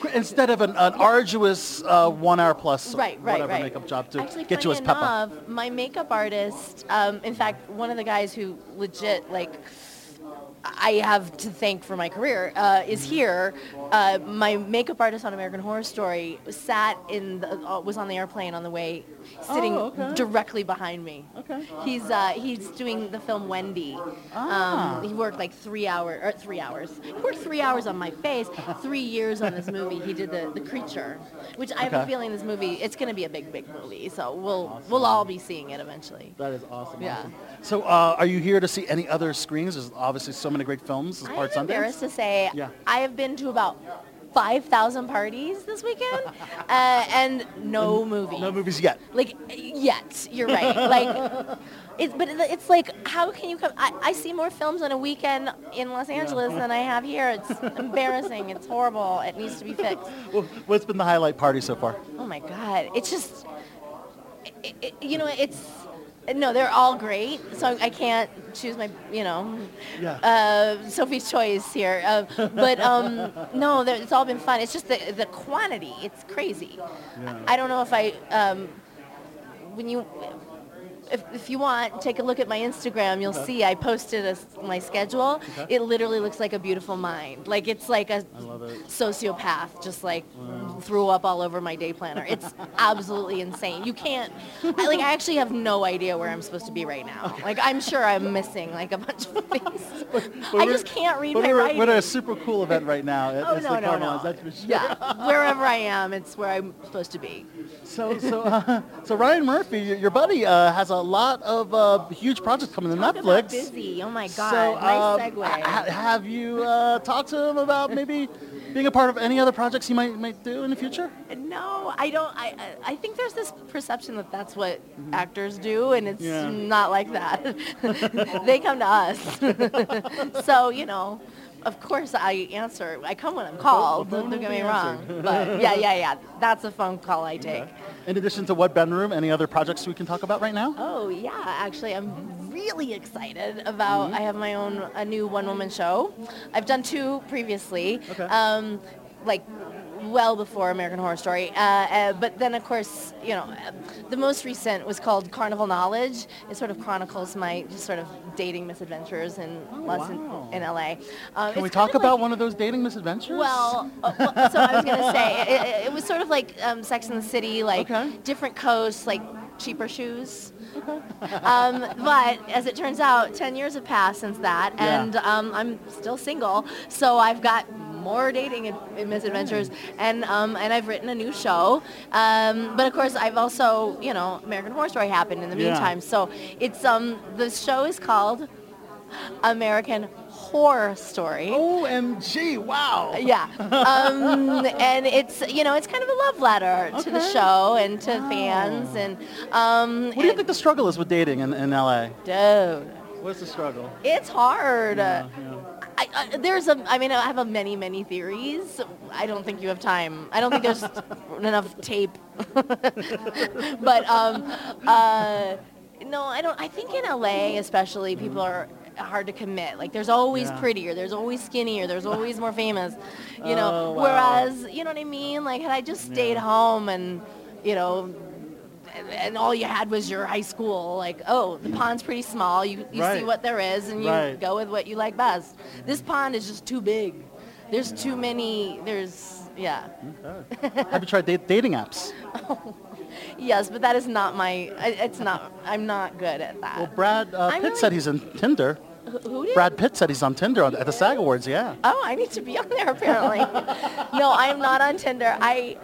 F: qu- Instead of an, an arduous uh, one-hour plus
S: Right, right,
F: whatever
S: right.
F: makeup job to
S: Actually,
F: get you
S: funny
F: as Peppa.
S: enough, my makeup artist, um, in fact, one of the guys who legit like I have to thank for my career uh, is
F: Mm-hmm.
S: here. Uh, my makeup artist on American Horror Story sat in the, uh, was on the airplane on the way, sitting
F: Oh, okay.
S: directly behind me.
F: Okay.
S: He's uh, he's doing the film Wendy.
F: Ah.
S: Um, he worked like three hours or three hours. He worked three hours on my face. Three years on this movie. He did the, the creature, which I have a
F: Okay.
S: feeling this movie it's going to be a big big movie. So we'll we'll all be seeing it eventually.
F: That is awesome.
S: Yeah.
F: awesome. So, uh, are you here to see any other screens? There's obviously so many great films as part
S: I'm embarrassed to
F: Sundance.
S: say
F: Yeah.
S: I have been to about 5,000 parties this weekend uh, and no movie.
F: No movies yet.
S: Like, yet, you're right. Like, it's, but it- it's like, how can you come? I, I see more films on a weekend in Los Angeles than I have here. It's embarrassing. It's horrible. It needs to be fixed.
F: Well, what's been the highlight party so far?
S: Oh my God. It's just, it, it, you know, it's, no, they're all great. So I can't choose my, you know,
F: Yeah.
S: uh, Sophie's Choice here. Uh, but um, no, there, it's all been fun. It's just the, the quantity. It's crazy. I don't know if I, um, when you, if, if you want, take a look at my Instagram. You'll
F: Okay.
S: see I posted a s my schedule.
F: Okay.
S: It literally looks like a beautiful mind. Like it's like a
F: I love it.
S: sociopath just like threw up all over my day planner. It's absolutely insane. You can't, I, like I actually have no idea where I'm supposed to be right now. Like I'm sure I'm missing like a bunch of things. I
F: we're-
S: just can't read
F: but
S: my
F: we're,
S: writing.
F: we're at a super cool event right now. at-
S: Oh,
F: it's
S: no,
F: the
S: no,
F: Carmel
S: no.
F: Lounge, That's for sure.
S: yeah, wherever I am, it's where I'm supposed to be.
F: So, so, uh, so Ryan Murphy, your, your buddy, uh, has a lot of uh, huge projects coming to
S: About
F: Netflix.
S: busy. Oh my
F: So,
S: god. nice
F: um,
S: segue.
F: ha- have you uh, talked to him about maybe being a part of any other projects he might might do in the future?
S: No, I don't. I I- I think there's this perception that that's what actors do, and it's
F: Mm-hmm. Yeah.
S: not like that. they come to us, so you know. Of course, I answer. I come when I'm called. Don't
F: phone will
S: get
F: be
S: me
F: answered.
S: wrong, but yeah, yeah, yeah. That's a phone call I take.
F: In addition to what bedroom, any other projects we can talk about right now?
S: Oh yeah, actually, I'm really excited about.
F: Mm-hmm.
S: I have my own a new one woman show. I've done two previously, um, like well before American Horror Story. Uh, uh, but then of course, you know, uh, the most recent was called Carnival Knowledge. It sort of chronicles my just sort of dating misadventures in Los in, in LA. Um,
F: Oh, Can we
S: it's
F: talk about one of those dating misadventures?
S: well, uh, well, so I was gonna say it, it, it was sort of like um, Sex in the City, like different coasts, like cheaper shoes. um, but as it turns out, 10 years have passed since that,
D: Yeah.
S: and um, I'm still single, so I've got more dating and, and misadventures, and um, and I've written a new show. Um, but of course, I've also, you know, American Horror Story happened in the
D: Yeah.
S: meantime, so it's um the show is called American Horror Story.
F: OMG, wow.
S: Yeah. Um, and it's, you know, it's kind of a love letter to the
F: Okay.
S: show and to fans. And um,
F: What do you think the struggle is with dating in, in LA?
S: dude,
F: What's the struggle?
S: It's hard.
F: Yeah,
S: I, I, there's a, I mean, I have a many, many theories. I don't think you have time. I don't think there's enough tape. but um, uh, no, I don't. I think in LA, especially, people are hard to commit. Like, there's always
T: Yeah.
S: prettier, there's always skinnier, there's always more famous. You know.
T: Oh, wow.
S: Whereas, you know what I mean? Like, had I just stayed home and, you know. and- And all you had was your high school. Like, oh, the pond's pretty small. You, you see
T: Right.
S: what there is, and you
T: Right.
S: go with what you like best. This pond is just too big. There's too many. There's yeah.
F: Have you tried da- dating apps?
S: Yes, but that is not my. I- It's not. I'm not good at that. Well,
F: Brad Uh, Pitt said he's on Tinder.
S: Who did?
F: Brad Pitt said he's on Tinder on, at the SAG Awards. Yeah.
S: Oh, I need to be on there apparently. no, I am not on Tinder. I,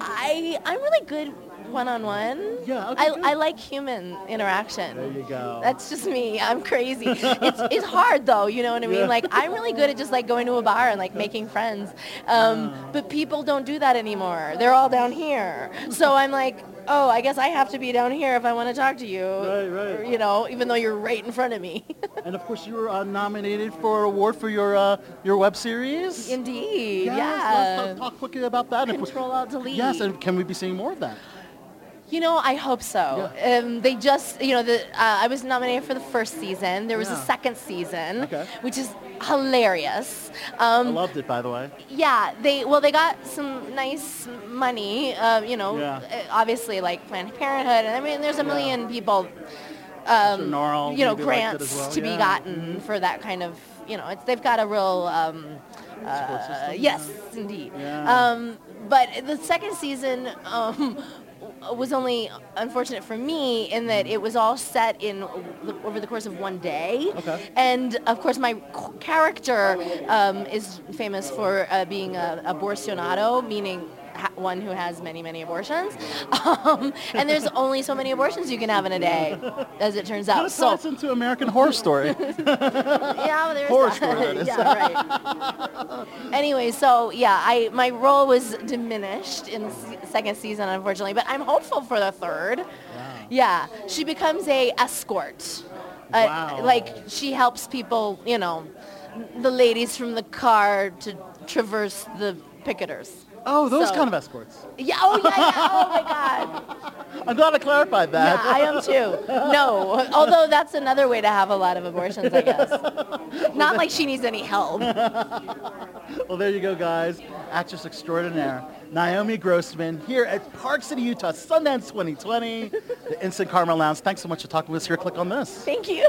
S: I, I'm really good one-on-one. Yeah. I, I like human interaction.
F: There you go.
S: That's just me. I'm crazy. it's, it's hard though, you know what I mean? Like I'm really good at just like going to a bar and like making friends. Um,
F: Ah.
S: but people don't do that anymore. They're all down here. So I'm like, oh, I guess I have to be down here if I want to talk to you. Right, right. You know, even though you're right in front of me.
F: and of course, you were uh, nominated for an award for your uh, your web series.
S: Indeed.
F: Yes,
S: yeah.
F: let's talk, talk quickly about that.
S: Control E. Alt Delete.
F: Yes, and can we be seeing more of that?
S: You know, I hope so. Um, they just, you know, the, uh, I was nominated for the first season. There was
F: Yeah.
S: a second season,
F: Okay.
S: which is hilarious.
F: I
S: Um,
F: loved it, by the way.
S: yeah, they well, they got some nice money. Uh, you know,
F: Yeah.
S: uh, obviously like Planned Parenthood, and I mean, there's a
F: Yeah.
S: million people,
F: Sure,
S: um,
F: Gnarl
S: you know,
F: maybe liked it as
S: grants
F: well.
S: to
F: Yeah.
S: be gotten for that kind of, you know, it's, they've got a real. Um, uh, yes, indeed.
T: Yeah.
S: Um, but the second season. Um, was only unfortunate for me in that it was all set in over the course of one day.
T: Okay.
S: And of course, my c- character um, is famous for uh, being a abortionado, meaning ha- one who has many, many abortions. Um, and there's only so many abortions you can have in a day, as it turns out.
F: That
S: So
F: ties into American Horror Story.
S: yeah, there's
F: Horror
S: that.
F: story, that is.
S: yeah, right. anyway, so yeah, I my role was diminished in the se- second season, unfortunately, but I'm hopeful for the third. Yeah, she becomes a escort. Uh,
T: Wow.
S: Like she helps people, you know, the ladies from the car to traverse the picketers.
F: Oh, those
S: So-
F: kind of escorts.
S: Yeah. Oh yeah. yeah oh my God.
F: I'm glad I clarified that.
S: Yeah, I am too. No, although that's another way to have a lot of abortions, I guess. Not like she needs any help.
F: Well, there you go, guys. Actress extraordinaire, Naomi Grossman, here at Park City, Utah, Sundance 2020, the Instant Karma Lounge. Thanks so much for talking with us here. Click on this.
S: Thank you.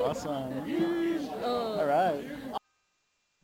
F: Awesome. All right.